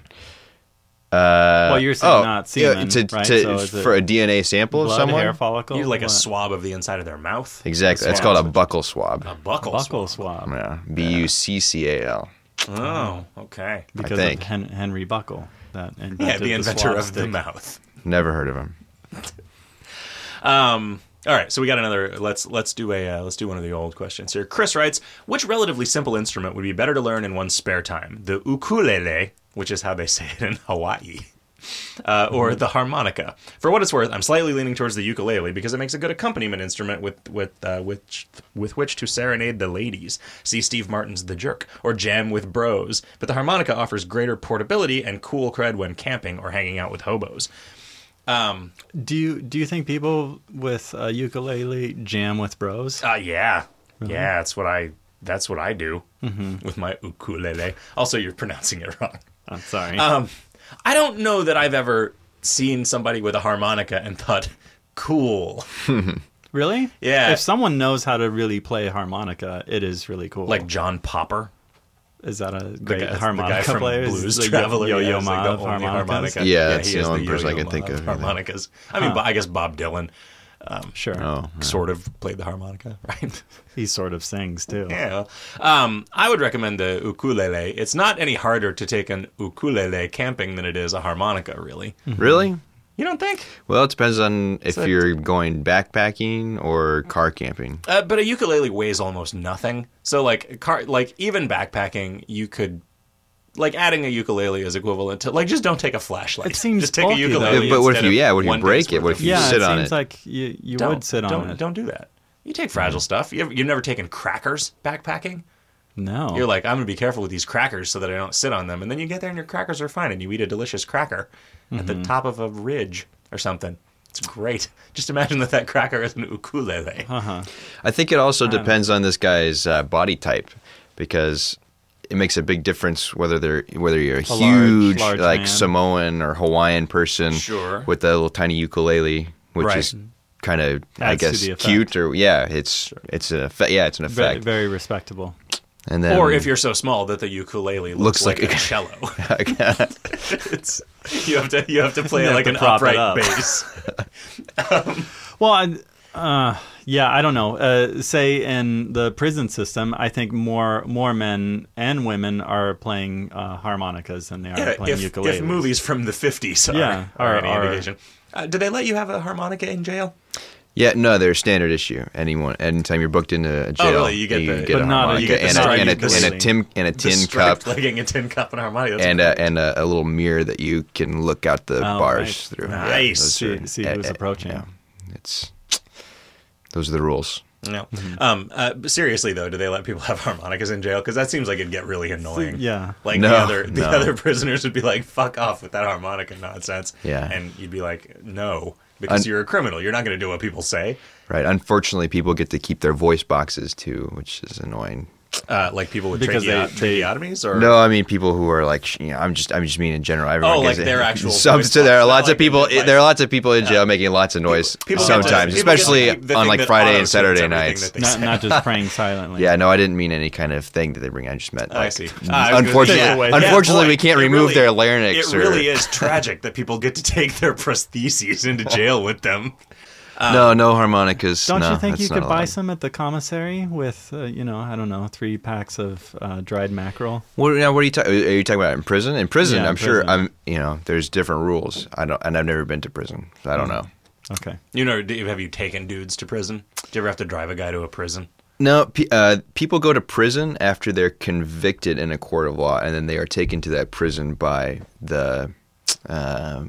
[SPEAKER 3] Uh,
[SPEAKER 2] Well, you were saying
[SPEAKER 3] oh,
[SPEAKER 2] not
[SPEAKER 3] yeah,
[SPEAKER 2] semen,
[SPEAKER 3] to,
[SPEAKER 2] right?
[SPEAKER 3] to-
[SPEAKER 2] So is it
[SPEAKER 3] for a DNA sample
[SPEAKER 2] Blood,
[SPEAKER 3] of someone.
[SPEAKER 2] hair follicle,
[SPEAKER 1] You like a
[SPEAKER 2] what?
[SPEAKER 1] swab of the inside of their mouth.
[SPEAKER 3] Exactly. That's
[SPEAKER 1] swab.
[SPEAKER 3] called a buckle swab.
[SPEAKER 1] A buckle.
[SPEAKER 2] buckle swab
[SPEAKER 3] Yeah, B U C C A L.
[SPEAKER 1] swab. Oh, okay.
[SPEAKER 2] because
[SPEAKER 3] think.
[SPEAKER 2] of Hen- Henry Buckle, that invented
[SPEAKER 1] Yeah, the inventor
[SPEAKER 2] swab
[SPEAKER 1] of the
[SPEAKER 2] stick.
[SPEAKER 1] mouth.
[SPEAKER 3] Never heard of him.
[SPEAKER 1] Um, all right, so we got another. Let's let's do a uh, let's do one of the old questions here. Chris writes, which relatively simple instrument would be better to learn in one's spare time, the ukulele, which is how they say it in Hawaii, uh, or the harmonica? For what it's worth, I'm slightly leaning towards the ukulele because it makes a good accompaniment instrument with with uh, which with which to serenade the ladies. See Steve Martin's The Jerk or jam with bros. But the harmonica offers greater portability and cool cred when camping or hanging out with hobos.
[SPEAKER 2] Do you do you think people with uh, ukulele jam with bros?
[SPEAKER 1] Uh, yeah, yeah. That's what I. That's what I do
[SPEAKER 2] Mm-hmm.
[SPEAKER 1] with my ukulele. Also, you're pronouncing it wrong.
[SPEAKER 2] I'm sorry.
[SPEAKER 1] Um, I don't know that I've ever seen somebody with a harmonica and thought, "Cool."
[SPEAKER 2] really?
[SPEAKER 1] yeah.
[SPEAKER 2] If someone knows how to really play harmonica, it is really cool.
[SPEAKER 1] Like John Popper,
[SPEAKER 2] is that a great
[SPEAKER 1] guy- the
[SPEAKER 2] harmonica
[SPEAKER 1] guy from
[SPEAKER 2] player? Is
[SPEAKER 1] Blues
[SPEAKER 2] the yo-
[SPEAKER 1] Traveler.
[SPEAKER 2] Yo-Yo
[SPEAKER 1] yeah, is, like,
[SPEAKER 2] Ma
[SPEAKER 1] the
[SPEAKER 2] of
[SPEAKER 1] only
[SPEAKER 2] harmonicas?
[SPEAKER 1] harmonica.
[SPEAKER 3] Yeah, that's
[SPEAKER 1] he
[SPEAKER 3] the
[SPEAKER 1] is
[SPEAKER 3] only person I
[SPEAKER 1] yo-yo
[SPEAKER 3] can
[SPEAKER 1] Ma
[SPEAKER 3] think of, yeah.
[SPEAKER 1] Harmonicas. I mean,
[SPEAKER 2] Huh.
[SPEAKER 1] but I guess Bob Dylan
[SPEAKER 2] Sure.
[SPEAKER 3] Oh,
[SPEAKER 1] sort of played the harmonica, right?
[SPEAKER 2] He sort of sings too.
[SPEAKER 1] Yeah. Um, I would recommend the ukulele.
[SPEAKER 2] Hmm.
[SPEAKER 1] It's not any harder to take an ukulele camping than it is a harmonica, really.
[SPEAKER 3] really?
[SPEAKER 1] You don't think?
[SPEAKER 3] Well, it depends on if
[SPEAKER 1] So-
[SPEAKER 3] you're going backpacking or car camping.
[SPEAKER 1] Uh, but a ukulele weighs almost nothing. So like a car, like even backpacking, you could. Like adding a ukulele is equivalent to like just don't take a flashlight.
[SPEAKER 2] It seems
[SPEAKER 1] just take
[SPEAKER 2] bulky,
[SPEAKER 1] a
[SPEAKER 2] though.
[SPEAKER 1] ukulele.
[SPEAKER 3] Yeah, but what if
[SPEAKER 1] instead
[SPEAKER 3] you-
[SPEAKER 1] of
[SPEAKER 3] yeah, what if you
[SPEAKER 1] one
[SPEAKER 3] break
[SPEAKER 1] day's
[SPEAKER 3] it? What
[SPEAKER 1] worth
[SPEAKER 3] if
[SPEAKER 1] of
[SPEAKER 3] you
[SPEAKER 1] use.
[SPEAKER 2] yeah,
[SPEAKER 3] sit
[SPEAKER 2] it
[SPEAKER 3] on
[SPEAKER 2] seems
[SPEAKER 3] it.
[SPEAKER 2] like you, you
[SPEAKER 1] don't,
[SPEAKER 2] would sit on
[SPEAKER 1] don't,
[SPEAKER 2] it.
[SPEAKER 1] Don't do that. You take fragile stuff. You ever, you've never taken crackers backpacking.
[SPEAKER 2] No.
[SPEAKER 1] You're like, I'm gonna be careful with these crackers so that I don't sit on them. And then you get there and your crackers are fine, and you eat a delicious cracker at
[SPEAKER 2] Mm-hmm.
[SPEAKER 1] the top of a ridge or something. It's great. Just imagine that that cracker is an ukulele.
[SPEAKER 2] uh-huh.
[SPEAKER 3] I think it also depends on this guy's uh, body type because it makes a big difference whether they're whether you're a,
[SPEAKER 2] large-
[SPEAKER 3] huge
[SPEAKER 2] large
[SPEAKER 3] like
[SPEAKER 2] man.
[SPEAKER 3] Samoan or Hawaiian person
[SPEAKER 1] Sure.
[SPEAKER 3] with a little tiny ukulele, which
[SPEAKER 1] Right.
[SPEAKER 3] is kind of I
[SPEAKER 2] Adds to
[SPEAKER 3] guess
[SPEAKER 2] the effect.
[SPEAKER 3] cute or yeah, it's it's an effect. Yeah, it's an
[SPEAKER 2] Very,
[SPEAKER 3] effect.
[SPEAKER 2] very respectable.
[SPEAKER 3] and then
[SPEAKER 1] or if you're so small that the ukulele looks,
[SPEAKER 3] Looks
[SPEAKER 1] like,
[SPEAKER 3] like
[SPEAKER 1] a
[SPEAKER 3] a-
[SPEAKER 1] cello, it's, you have to you have to play
[SPEAKER 2] You have
[SPEAKER 1] like
[SPEAKER 2] to
[SPEAKER 1] an
[SPEAKER 2] prop it
[SPEAKER 1] upright
[SPEAKER 2] up.
[SPEAKER 1] bass.
[SPEAKER 2] Well, I, uh, yeah, I don't know. Uh, say in the prison system, I think more more men and women are playing uh, harmonicas than they are
[SPEAKER 1] Yeah,
[SPEAKER 2] playing
[SPEAKER 1] if, if
[SPEAKER 2] ukuleles.
[SPEAKER 1] movies from the '50s are,
[SPEAKER 2] Yeah,
[SPEAKER 1] are
[SPEAKER 2] are-
[SPEAKER 1] any
[SPEAKER 2] are-
[SPEAKER 1] indication, uh, do they let you have a harmonica in jail?
[SPEAKER 3] yeah, no, they're a standard issue. Anyone, anytime you're booked into a jail,
[SPEAKER 1] Oh, really? You get the-
[SPEAKER 2] But not
[SPEAKER 3] a
[SPEAKER 2] a-
[SPEAKER 3] harmonica
[SPEAKER 2] you get the
[SPEAKER 3] and, a,
[SPEAKER 1] striped
[SPEAKER 3] and, a,
[SPEAKER 1] ukulele.
[SPEAKER 3] and a tin and a
[SPEAKER 1] The
[SPEAKER 3] tin
[SPEAKER 1] striped
[SPEAKER 3] cup
[SPEAKER 1] legging a tin cup and a harmonica, That's
[SPEAKER 2] uh,
[SPEAKER 3] and a, and uh, a, a little mirror that you can look out the
[SPEAKER 2] Oh,
[SPEAKER 3] bars
[SPEAKER 2] nice.
[SPEAKER 3] through.
[SPEAKER 1] Nice.
[SPEAKER 3] those
[SPEAKER 2] See-
[SPEAKER 3] are-
[SPEAKER 2] see
[SPEAKER 3] eh,
[SPEAKER 2] who's
[SPEAKER 3] eh,
[SPEAKER 2] approaching.
[SPEAKER 3] It's those are the rules.
[SPEAKER 1] No.
[SPEAKER 2] Mm-hmm.
[SPEAKER 1] Um, uh, but seriously though, do they let people have harmonicas in jail? Because that seems like it'd get really annoying.
[SPEAKER 2] yeah.
[SPEAKER 1] Like
[SPEAKER 3] No,
[SPEAKER 1] the other the
[SPEAKER 3] no.
[SPEAKER 1] other prisoners would be like, "Fuck off with that harmonica nonsense."
[SPEAKER 3] Yeah.
[SPEAKER 1] And you'd be like, "No," because
[SPEAKER 3] Un-
[SPEAKER 1] you're a criminal. You're not going to do what people say.
[SPEAKER 3] Right. Unfortunately, people get to keep their voice boxes too, which is annoying.
[SPEAKER 1] Uh, like people with
[SPEAKER 2] Because
[SPEAKER 1] tracheo-
[SPEAKER 2] they- they-
[SPEAKER 1] tracheotomies or
[SPEAKER 3] No, I mean people who are like, sh- you know, I'm just, I'm just mean in general. Everyone
[SPEAKER 1] Oh, like
[SPEAKER 3] gets it.
[SPEAKER 1] their actual
[SPEAKER 3] Some,
[SPEAKER 1] voice
[SPEAKER 3] so
[SPEAKER 1] box,
[SPEAKER 3] there are
[SPEAKER 1] not
[SPEAKER 3] lots
[SPEAKER 1] like
[SPEAKER 3] of people.
[SPEAKER 1] the device.
[SPEAKER 3] there are lots of people in jail making lots of noise
[SPEAKER 1] people get to-
[SPEAKER 3] sometimes,
[SPEAKER 1] people get to
[SPEAKER 3] especially
[SPEAKER 1] keep the
[SPEAKER 3] on
[SPEAKER 1] thing
[SPEAKER 3] like
[SPEAKER 1] that
[SPEAKER 3] Friday and
[SPEAKER 1] auto-tunes
[SPEAKER 3] Saturday
[SPEAKER 1] everything
[SPEAKER 3] nights.
[SPEAKER 1] that they
[SPEAKER 2] not,
[SPEAKER 1] say.
[SPEAKER 2] not just praying silently.
[SPEAKER 3] Yeah, no, I didn't mean any kind of thing that they bring. I just meant like,
[SPEAKER 1] I see. Ah, I was gonna
[SPEAKER 3] unfortunately,
[SPEAKER 1] say, yeah,
[SPEAKER 3] unfortunately,
[SPEAKER 1] boy,
[SPEAKER 3] we can't
[SPEAKER 1] it
[SPEAKER 3] remove
[SPEAKER 1] really-
[SPEAKER 3] their larynx.
[SPEAKER 1] It really
[SPEAKER 3] or,
[SPEAKER 1] is tragic that people get to take their prostheses into jail with them.
[SPEAKER 3] No, no harmonicas.
[SPEAKER 2] Don't
[SPEAKER 3] No,
[SPEAKER 2] you think
[SPEAKER 3] that's
[SPEAKER 2] you
[SPEAKER 3] not
[SPEAKER 2] could buy
[SPEAKER 3] allowed.
[SPEAKER 2] some at the commissary with, uh, you know, I don't know, three packs of uh, dried mackerel?
[SPEAKER 3] What, now, what are you talking? Are you talking about in prison? In prison,
[SPEAKER 2] Yeah, in
[SPEAKER 3] I'm sure.
[SPEAKER 2] prison.
[SPEAKER 3] I'm. You know, there's different rules. I don't, and I've never been to prison. So I
[SPEAKER 1] Hmm.
[SPEAKER 3] don't know.
[SPEAKER 2] Okay.
[SPEAKER 1] You know, do- have you taken dudes to prison? Do you ever have to drive a guy to a prison?
[SPEAKER 3] No, pe- uh, people go to prison after they're convicted in a court of law, and then they are taken to that prison by the. Uh,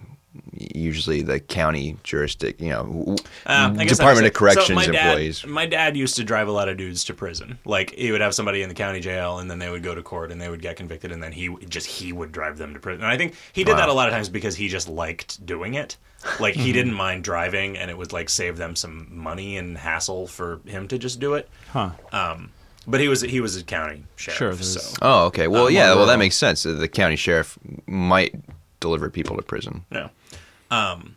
[SPEAKER 3] usually the county jurisdiction, you know, w-
[SPEAKER 1] Um, I guess I
[SPEAKER 3] Department
[SPEAKER 1] would
[SPEAKER 3] of
[SPEAKER 1] say-
[SPEAKER 3] Corrections
[SPEAKER 1] so my dad-
[SPEAKER 3] employees.
[SPEAKER 1] My dad used to drive a lot of dudes to prison. Like he would have somebody in the county jail, and then they would go to court, and they would get convicted, and then he w- just he would drive them to prison. And I think he did that a lot of times because he just liked doing it. Like
[SPEAKER 3] Mm-hmm.
[SPEAKER 1] he didn't mind driving, and it would like save them some money and hassle for him to just do it.
[SPEAKER 2] Huh.
[SPEAKER 1] Um, but he was he was a county sheriff,
[SPEAKER 2] Sure, there's-
[SPEAKER 1] so
[SPEAKER 3] Oh, okay.
[SPEAKER 1] uh,
[SPEAKER 3] Well, yeah. Well,
[SPEAKER 2] rural.
[SPEAKER 3] that makes sense. The county sheriff might deliver people to prison.
[SPEAKER 1] no. Um,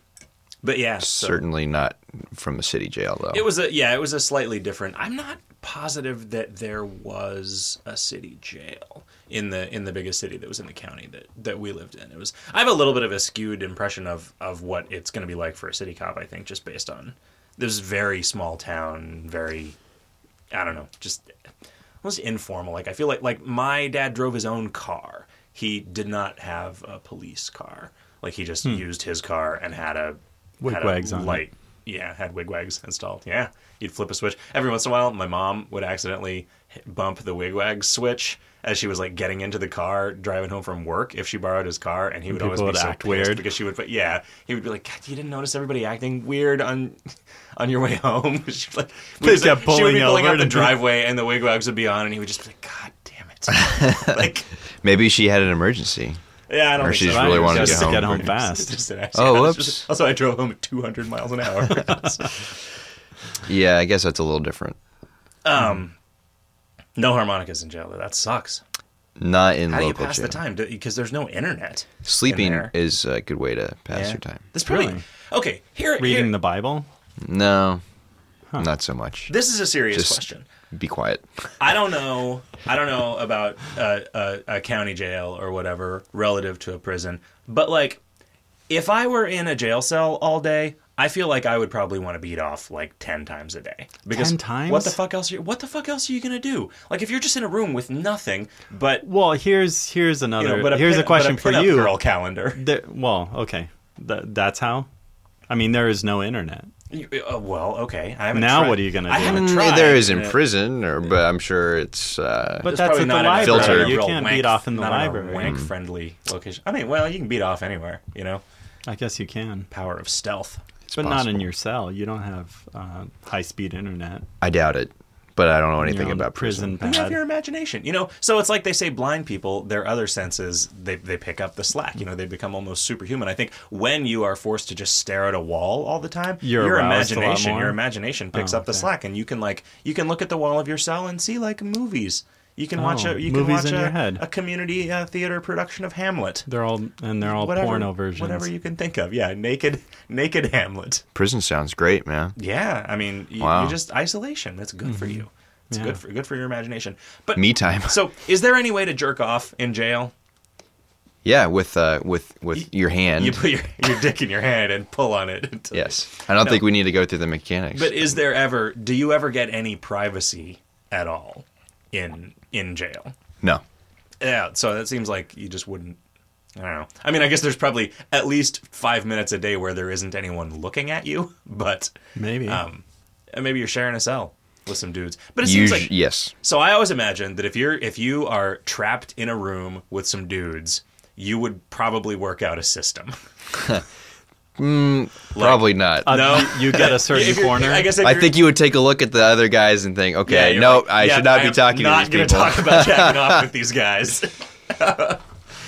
[SPEAKER 1] but yeah, so-
[SPEAKER 3] Certainly not from the city jail, though.
[SPEAKER 1] It was a yeah, it was a slightly different. I'm not positive that there was a city jail in the in the biggest city that was in the county that that we lived in. It was I have a little bit of a skewed impression of of what it's going to be like for a city cop, I think just based on this very small town, very I don't know, just almost informal. Like I feel like like my dad drove his own car. He did not have a police car. Like he just used his car and had a had a
[SPEAKER 2] Wigwags Hmm. on it.
[SPEAKER 1] light. Yeah, had wigwags installed. Yeah, you'd flip a switch every once in a while. My mom would accidentally hit- bump the wigwag switch as she was like getting into the car driving home from work. If she borrowed his car, and he would always be
[SPEAKER 2] people would
[SPEAKER 1] so
[SPEAKER 2] act
[SPEAKER 1] pissed
[SPEAKER 2] weird.
[SPEAKER 1] because she would. But yeah, he would be like, "God, you didn't notice everybody acting weird on on your way home." She'd like,
[SPEAKER 2] Please
[SPEAKER 1] she would
[SPEAKER 2] get
[SPEAKER 1] be
[SPEAKER 2] pulling
[SPEAKER 1] pulling
[SPEAKER 2] over
[SPEAKER 1] out the
[SPEAKER 2] to-
[SPEAKER 1] driveway, and the wigwags would be on, and he would just be like, "God damn it!" like,
[SPEAKER 3] Maybe she had an emergency.
[SPEAKER 1] yeah, I don't
[SPEAKER 3] Or
[SPEAKER 1] think
[SPEAKER 3] she
[SPEAKER 1] so.
[SPEAKER 3] just really
[SPEAKER 1] Right.
[SPEAKER 3] wanted to
[SPEAKER 1] Just-
[SPEAKER 3] get home.
[SPEAKER 1] just-
[SPEAKER 2] fast.
[SPEAKER 1] just an
[SPEAKER 3] Oh,
[SPEAKER 1] accident. It's
[SPEAKER 3] whoops.
[SPEAKER 1] just- Also, I drove home at 200 miles an hour.
[SPEAKER 3] Yeah, I guess that's a little different.
[SPEAKER 1] um, no harmonicas in jail. though. That sucks.
[SPEAKER 3] Not in
[SPEAKER 1] How do you
[SPEAKER 3] local
[SPEAKER 1] pass
[SPEAKER 3] jail.
[SPEAKER 1] the time? Because there's no internet. in
[SPEAKER 3] Sleeping
[SPEAKER 1] there.
[SPEAKER 3] is a good way to pass
[SPEAKER 1] Yeah.
[SPEAKER 3] your time.
[SPEAKER 1] That's probably
[SPEAKER 2] Really?
[SPEAKER 1] okay. Here,
[SPEAKER 2] Reading
[SPEAKER 1] here-
[SPEAKER 2] the Bible?
[SPEAKER 3] No, not so much.
[SPEAKER 1] This is a serious
[SPEAKER 3] Just-
[SPEAKER 1] question.
[SPEAKER 3] Be quiet.
[SPEAKER 1] I don't know. I don't know about uh, a, a county jail or whatever relative to a prison, but like, if I were in a jail cell all day, I feel like I would probably want to beat off like ten times a day. Because
[SPEAKER 2] 10 times?
[SPEAKER 1] What the fuck else? Are you, what the fuck else are you gonna do? Like, if you're just in a room with nothing but you
[SPEAKER 2] Well, here's here's
[SPEAKER 1] know,
[SPEAKER 2] another.
[SPEAKER 1] but a
[SPEAKER 2] here's
[SPEAKER 1] pin-
[SPEAKER 2] a question
[SPEAKER 1] but a
[SPEAKER 2] for
[SPEAKER 1] pinup
[SPEAKER 2] you.
[SPEAKER 1] girl calendar.
[SPEAKER 2] There- well, okay. Th- that's how? I mean, there is no internet.
[SPEAKER 1] You- uh, well, okay. I haven't
[SPEAKER 2] Now,
[SPEAKER 1] tried-
[SPEAKER 2] what are you gonna
[SPEAKER 1] I
[SPEAKER 2] do?
[SPEAKER 1] haven't
[SPEAKER 3] Mm,
[SPEAKER 1] tried.
[SPEAKER 3] there is in
[SPEAKER 1] Yeah.
[SPEAKER 3] prison, or but I'm sure it's. Uh,
[SPEAKER 2] But
[SPEAKER 1] There's
[SPEAKER 2] that's
[SPEAKER 1] probably
[SPEAKER 2] at the
[SPEAKER 1] not in a- not
[SPEAKER 2] library.
[SPEAKER 1] in a
[SPEAKER 3] Filter.
[SPEAKER 2] You
[SPEAKER 1] real
[SPEAKER 2] can't
[SPEAKER 1] wank-
[SPEAKER 2] beat off in the
[SPEAKER 1] not
[SPEAKER 2] library.
[SPEAKER 1] a wank-friendly location. I mean, well, you can beat off anywhere. You know,
[SPEAKER 2] I guess you can,
[SPEAKER 1] power of stealth.
[SPEAKER 3] it's
[SPEAKER 2] but not in
[SPEAKER 3] possible.
[SPEAKER 2] your cell. You don't have uh, high-speed internet.
[SPEAKER 3] I doubt it, but I don't know anything
[SPEAKER 2] You're on
[SPEAKER 3] about prison.
[SPEAKER 1] You have
[SPEAKER 2] pad.
[SPEAKER 1] your imagination, you know. So it's like they say, blind people, their other senses, they they pick up the slack. You know, they become almost superhuman. I think when you are forced to just stare at a wall all the time,
[SPEAKER 2] You're
[SPEAKER 1] your
[SPEAKER 2] aroused a lot
[SPEAKER 1] imagination,
[SPEAKER 2] more?
[SPEAKER 1] your imagination picks
[SPEAKER 2] Oh,
[SPEAKER 1] up the
[SPEAKER 2] okay.
[SPEAKER 1] slack, and you can like you can look at the wall of your cell and see like movies. You can watch
[SPEAKER 2] Oh,
[SPEAKER 1] a you can
[SPEAKER 2] movies
[SPEAKER 1] watch
[SPEAKER 2] in
[SPEAKER 1] a,
[SPEAKER 2] your head.
[SPEAKER 1] a community uh, theater production of Hamlet.
[SPEAKER 2] They're all and they're all
[SPEAKER 1] whatever,
[SPEAKER 2] porno versions.
[SPEAKER 1] Whatever you can think of, yeah. Naked, naked Hamlet.
[SPEAKER 3] Prison sounds great, man.
[SPEAKER 1] Yeah, I mean, you,
[SPEAKER 3] Wow.
[SPEAKER 1] you just isolation. That's good for you. It's
[SPEAKER 2] Yeah.
[SPEAKER 1] good for good for your imagination. But
[SPEAKER 3] Me time.
[SPEAKER 1] so, is there any way to jerk off in jail?
[SPEAKER 3] Yeah, with uh, with with your hand.
[SPEAKER 1] You put your, your dick in your hand and pull on it. until-
[SPEAKER 3] yes, I don't think we need to go through the mechanics.
[SPEAKER 1] But is there ever? Do you ever get any privacy at all in in jail?
[SPEAKER 3] no,
[SPEAKER 1] Yeah. So that seems like you just wouldn't. I don't know. I mean, I guess there's probably at least five minutes a day where there isn't anyone looking at you, but
[SPEAKER 2] Maybe.
[SPEAKER 3] Mm-hmm.
[SPEAKER 1] um, and maybe you're sharing a cell with some dudes. But it seems
[SPEAKER 3] usually
[SPEAKER 1] like
[SPEAKER 3] yes.
[SPEAKER 1] So I always imagine that if you're if you are trapped in a room with some dudes, you would probably work out a system.
[SPEAKER 3] Probably not.
[SPEAKER 2] Uh,
[SPEAKER 1] No.
[SPEAKER 2] you, you get a certain
[SPEAKER 1] If you're-
[SPEAKER 2] corner.
[SPEAKER 1] I guess. If
[SPEAKER 3] I
[SPEAKER 1] you're-
[SPEAKER 3] think you would take a look at the other guys and think,
[SPEAKER 1] yeah,
[SPEAKER 3] okay,
[SPEAKER 1] you're
[SPEAKER 3] no,
[SPEAKER 1] like,
[SPEAKER 3] I
[SPEAKER 1] yeah,
[SPEAKER 3] should not
[SPEAKER 1] I
[SPEAKER 3] be
[SPEAKER 1] am
[SPEAKER 3] talking
[SPEAKER 1] Not
[SPEAKER 3] to
[SPEAKER 1] gonna
[SPEAKER 3] these people.
[SPEAKER 1] talk about jacking off with these guys.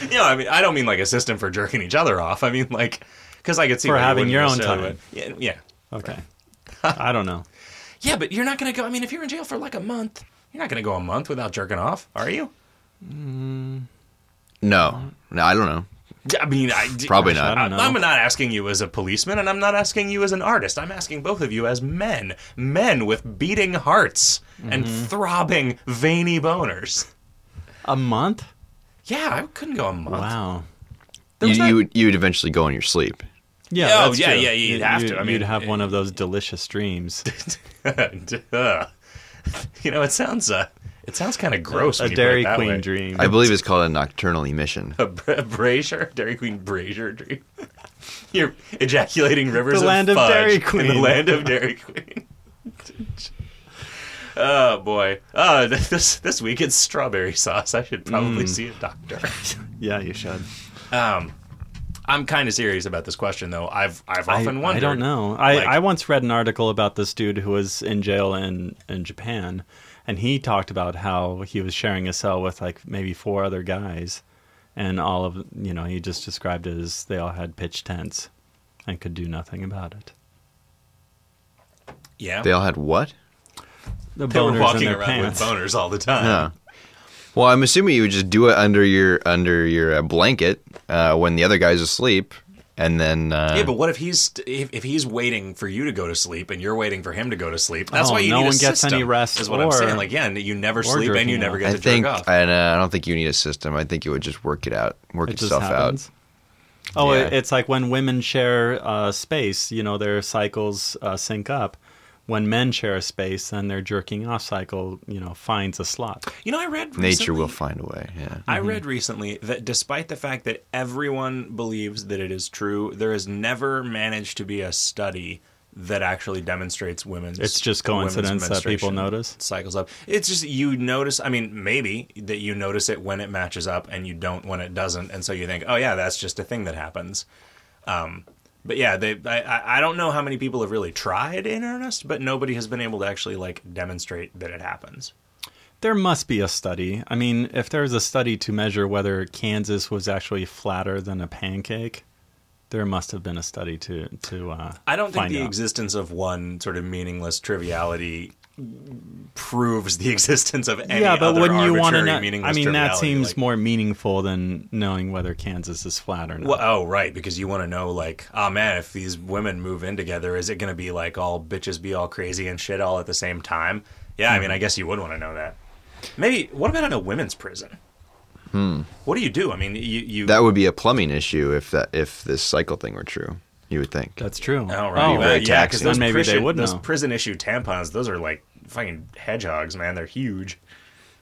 [SPEAKER 1] you know, I mean, I don't mean like a system for jerking each other off. I mean like because I could see
[SPEAKER 2] For
[SPEAKER 1] why you
[SPEAKER 2] having
[SPEAKER 1] wouldn't
[SPEAKER 2] your own
[SPEAKER 1] necessarily
[SPEAKER 2] time.
[SPEAKER 1] would. Yeah, yeah,
[SPEAKER 2] okay. I don't know.
[SPEAKER 1] yeah, but you're not gonna go. I mean, if you're in jail for like a month, you're not gonna go a month without jerking off, are you?
[SPEAKER 3] no, no, I don't know.
[SPEAKER 1] I mean, I,
[SPEAKER 3] Probably not.
[SPEAKER 2] I don't
[SPEAKER 1] I'm
[SPEAKER 2] know.
[SPEAKER 1] not asking you as a policeman, and I'm not asking you as an artist. I'm asking both of you as men, men with beating hearts and
[SPEAKER 2] Mm-hmm.
[SPEAKER 1] throbbing veiny boners.
[SPEAKER 2] A month?
[SPEAKER 1] Yeah, I couldn't go a month.
[SPEAKER 2] Wow.
[SPEAKER 1] There
[SPEAKER 3] You,
[SPEAKER 1] was not-
[SPEAKER 3] you would you would eventually go in your sleep.
[SPEAKER 2] Yeah.
[SPEAKER 1] Oh,
[SPEAKER 2] that's
[SPEAKER 1] yeah,
[SPEAKER 2] true.
[SPEAKER 1] yeah, you'd
[SPEAKER 2] You-
[SPEAKER 1] have
[SPEAKER 2] you-
[SPEAKER 1] to. I
[SPEAKER 2] you'd
[SPEAKER 1] mean,
[SPEAKER 2] have one of those delicious dreams.
[SPEAKER 1] Duh. you know, it sounds uh, it sounds kind of gross.
[SPEAKER 2] a
[SPEAKER 1] when you put it
[SPEAKER 2] Dairy
[SPEAKER 1] that
[SPEAKER 2] Queen
[SPEAKER 1] way.
[SPEAKER 2] dream.
[SPEAKER 3] I believe it's called a nocturnal emission.
[SPEAKER 1] A bra- brazier, Dairy Queen brazier dream. You're ejaculating rivers
[SPEAKER 2] The land
[SPEAKER 1] of
[SPEAKER 2] of
[SPEAKER 1] fudge
[SPEAKER 2] Dairy
[SPEAKER 1] in the
[SPEAKER 2] Queen.
[SPEAKER 1] land of Dairy Queen. oh boy! Oh, this this week it's strawberry sauce. I should probably
[SPEAKER 2] Mm.
[SPEAKER 1] see a doctor.
[SPEAKER 2] yeah, you should.
[SPEAKER 1] um, I'm kind of serious about this question though. I've I've
[SPEAKER 2] I,
[SPEAKER 1] often
[SPEAKER 2] I
[SPEAKER 1] wondered.
[SPEAKER 2] don't know. I,
[SPEAKER 1] like-
[SPEAKER 2] I once read an article about this dude who was in jail in, in Japan, and he talked about how he was sharing a cell with like maybe four other guys, and all of you know he just described it as they all had pitch tents, and could do nothing about it.
[SPEAKER 1] Yeah,
[SPEAKER 3] They all had what?
[SPEAKER 2] The
[SPEAKER 1] they were
[SPEAKER 2] boners
[SPEAKER 1] walking
[SPEAKER 2] in their
[SPEAKER 1] around
[SPEAKER 2] pants.
[SPEAKER 1] with boners all the time.
[SPEAKER 3] Huh. Well, I'm assuming you would just do it under your under your uh, blanket uh, when the other guy's asleep, and then uh,
[SPEAKER 1] Yeah, but what if he's if, if he's waiting for you to go to sleep and you're waiting for him to go to sleep? That's
[SPEAKER 2] Oh,
[SPEAKER 1] why you
[SPEAKER 2] no
[SPEAKER 1] need a
[SPEAKER 2] one gets any
[SPEAKER 1] system,
[SPEAKER 2] rest
[SPEAKER 1] Is what I'm saying.
[SPEAKER 2] or-
[SPEAKER 1] Like, yeah, you never sleep and you
[SPEAKER 2] jerking
[SPEAKER 1] never
[SPEAKER 2] off.
[SPEAKER 1] get
[SPEAKER 3] I
[SPEAKER 1] to
[SPEAKER 3] think
[SPEAKER 1] jerk off.
[SPEAKER 3] and uh, I don't think you need a system. I think you would just work it out, work
[SPEAKER 2] It just
[SPEAKER 3] itself
[SPEAKER 2] happens. Oh,
[SPEAKER 3] Yeah.
[SPEAKER 2] it, it's like when women share uh, space, you know, their cycles uh, sync up. When men share a space, then their jerking off cycle, you know, finds a slot.
[SPEAKER 1] You know, I read
[SPEAKER 3] out. Nature
[SPEAKER 1] recently-
[SPEAKER 3] will find a way. Yeah.
[SPEAKER 1] I
[SPEAKER 2] Mm-hmm.
[SPEAKER 1] read recently that despite the fact that everyone believes that it is true, there has never managed to be a study that actually demonstrates women's.
[SPEAKER 2] It's just
[SPEAKER 1] women's
[SPEAKER 2] coincidence that people
[SPEAKER 1] menstruation
[SPEAKER 2] notice?
[SPEAKER 1] cycles up. It's just you notice. I mean, maybe that you notice it when it matches up, and you don't when it doesn't, and so you think, oh yeah, that's just a thing that happens. Um, but yeah, they. I- I, I don't know how many people have really tried in earnest, but nobody has been able to actually like demonstrate that it happens.
[SPEAKER 2] There must be a study. I mean, if there's a study to measure whether Kansas was actually flatter than a pancake, there must have been a study to to. Uh,
[SPEAKER 1] I don't think
[SPEAKER 2] find
[SPEAKER 1] the
[SPEAKER 2] out.
[SPEAKER 1] existence of one sort of meaningless triviality proves the existence of any
[SPEAKER 2] yeah, but
[SPEAKER 1] other
[SPEAKER 2] wouldn't you want
[SPEAKER 1] arbitrary
[SPEAKER 2] to know? I
[SPEAKER 1] meaningless
[SPEAKER 2] mean, that
[SPEAKER 1] triviality,
[SPEAKER 2] seems
[SPEAKER 1] like-
[SPEAKER 2] more meaningful than knowing whether Kansas is flat or not.
[SPEAKER 1] Well, oh, right, because you want to know, like, oh man, if these women move in together, is it going to be like all bitches be all crazy and shit all at the same time? Yeah, I mean,
[SPEAKER 2] Hmm.
[SPEAKER 1] I guess you would want to know that. Maybe what about in a women's prison? Hmm. What do you do? I mean, you you
[SPEAKER 3] That would be a plumbing issue if that if this cycle thing were true. You would think.
[SPEAKER 2] That's true.
[SPEAKER 1] Oh, right.
[SPEAKER 2] Oh,
[SPEAKER 1] right.
[SPEAKER 3] very
[SPEAKER 1] Yeah, because
[SPEAKER 3] taxing.
[SPEAKER 1] those,
[SPEAKER 2] Then maybe they
[SPEAKER 1] prison,
[SPEAKER 2] would
[SPEAKER 1] those
[SPEAKER 2] know.
[SPEAKER 1] prison issue tampons, those are like fucking hedgehogs, man. They're huge.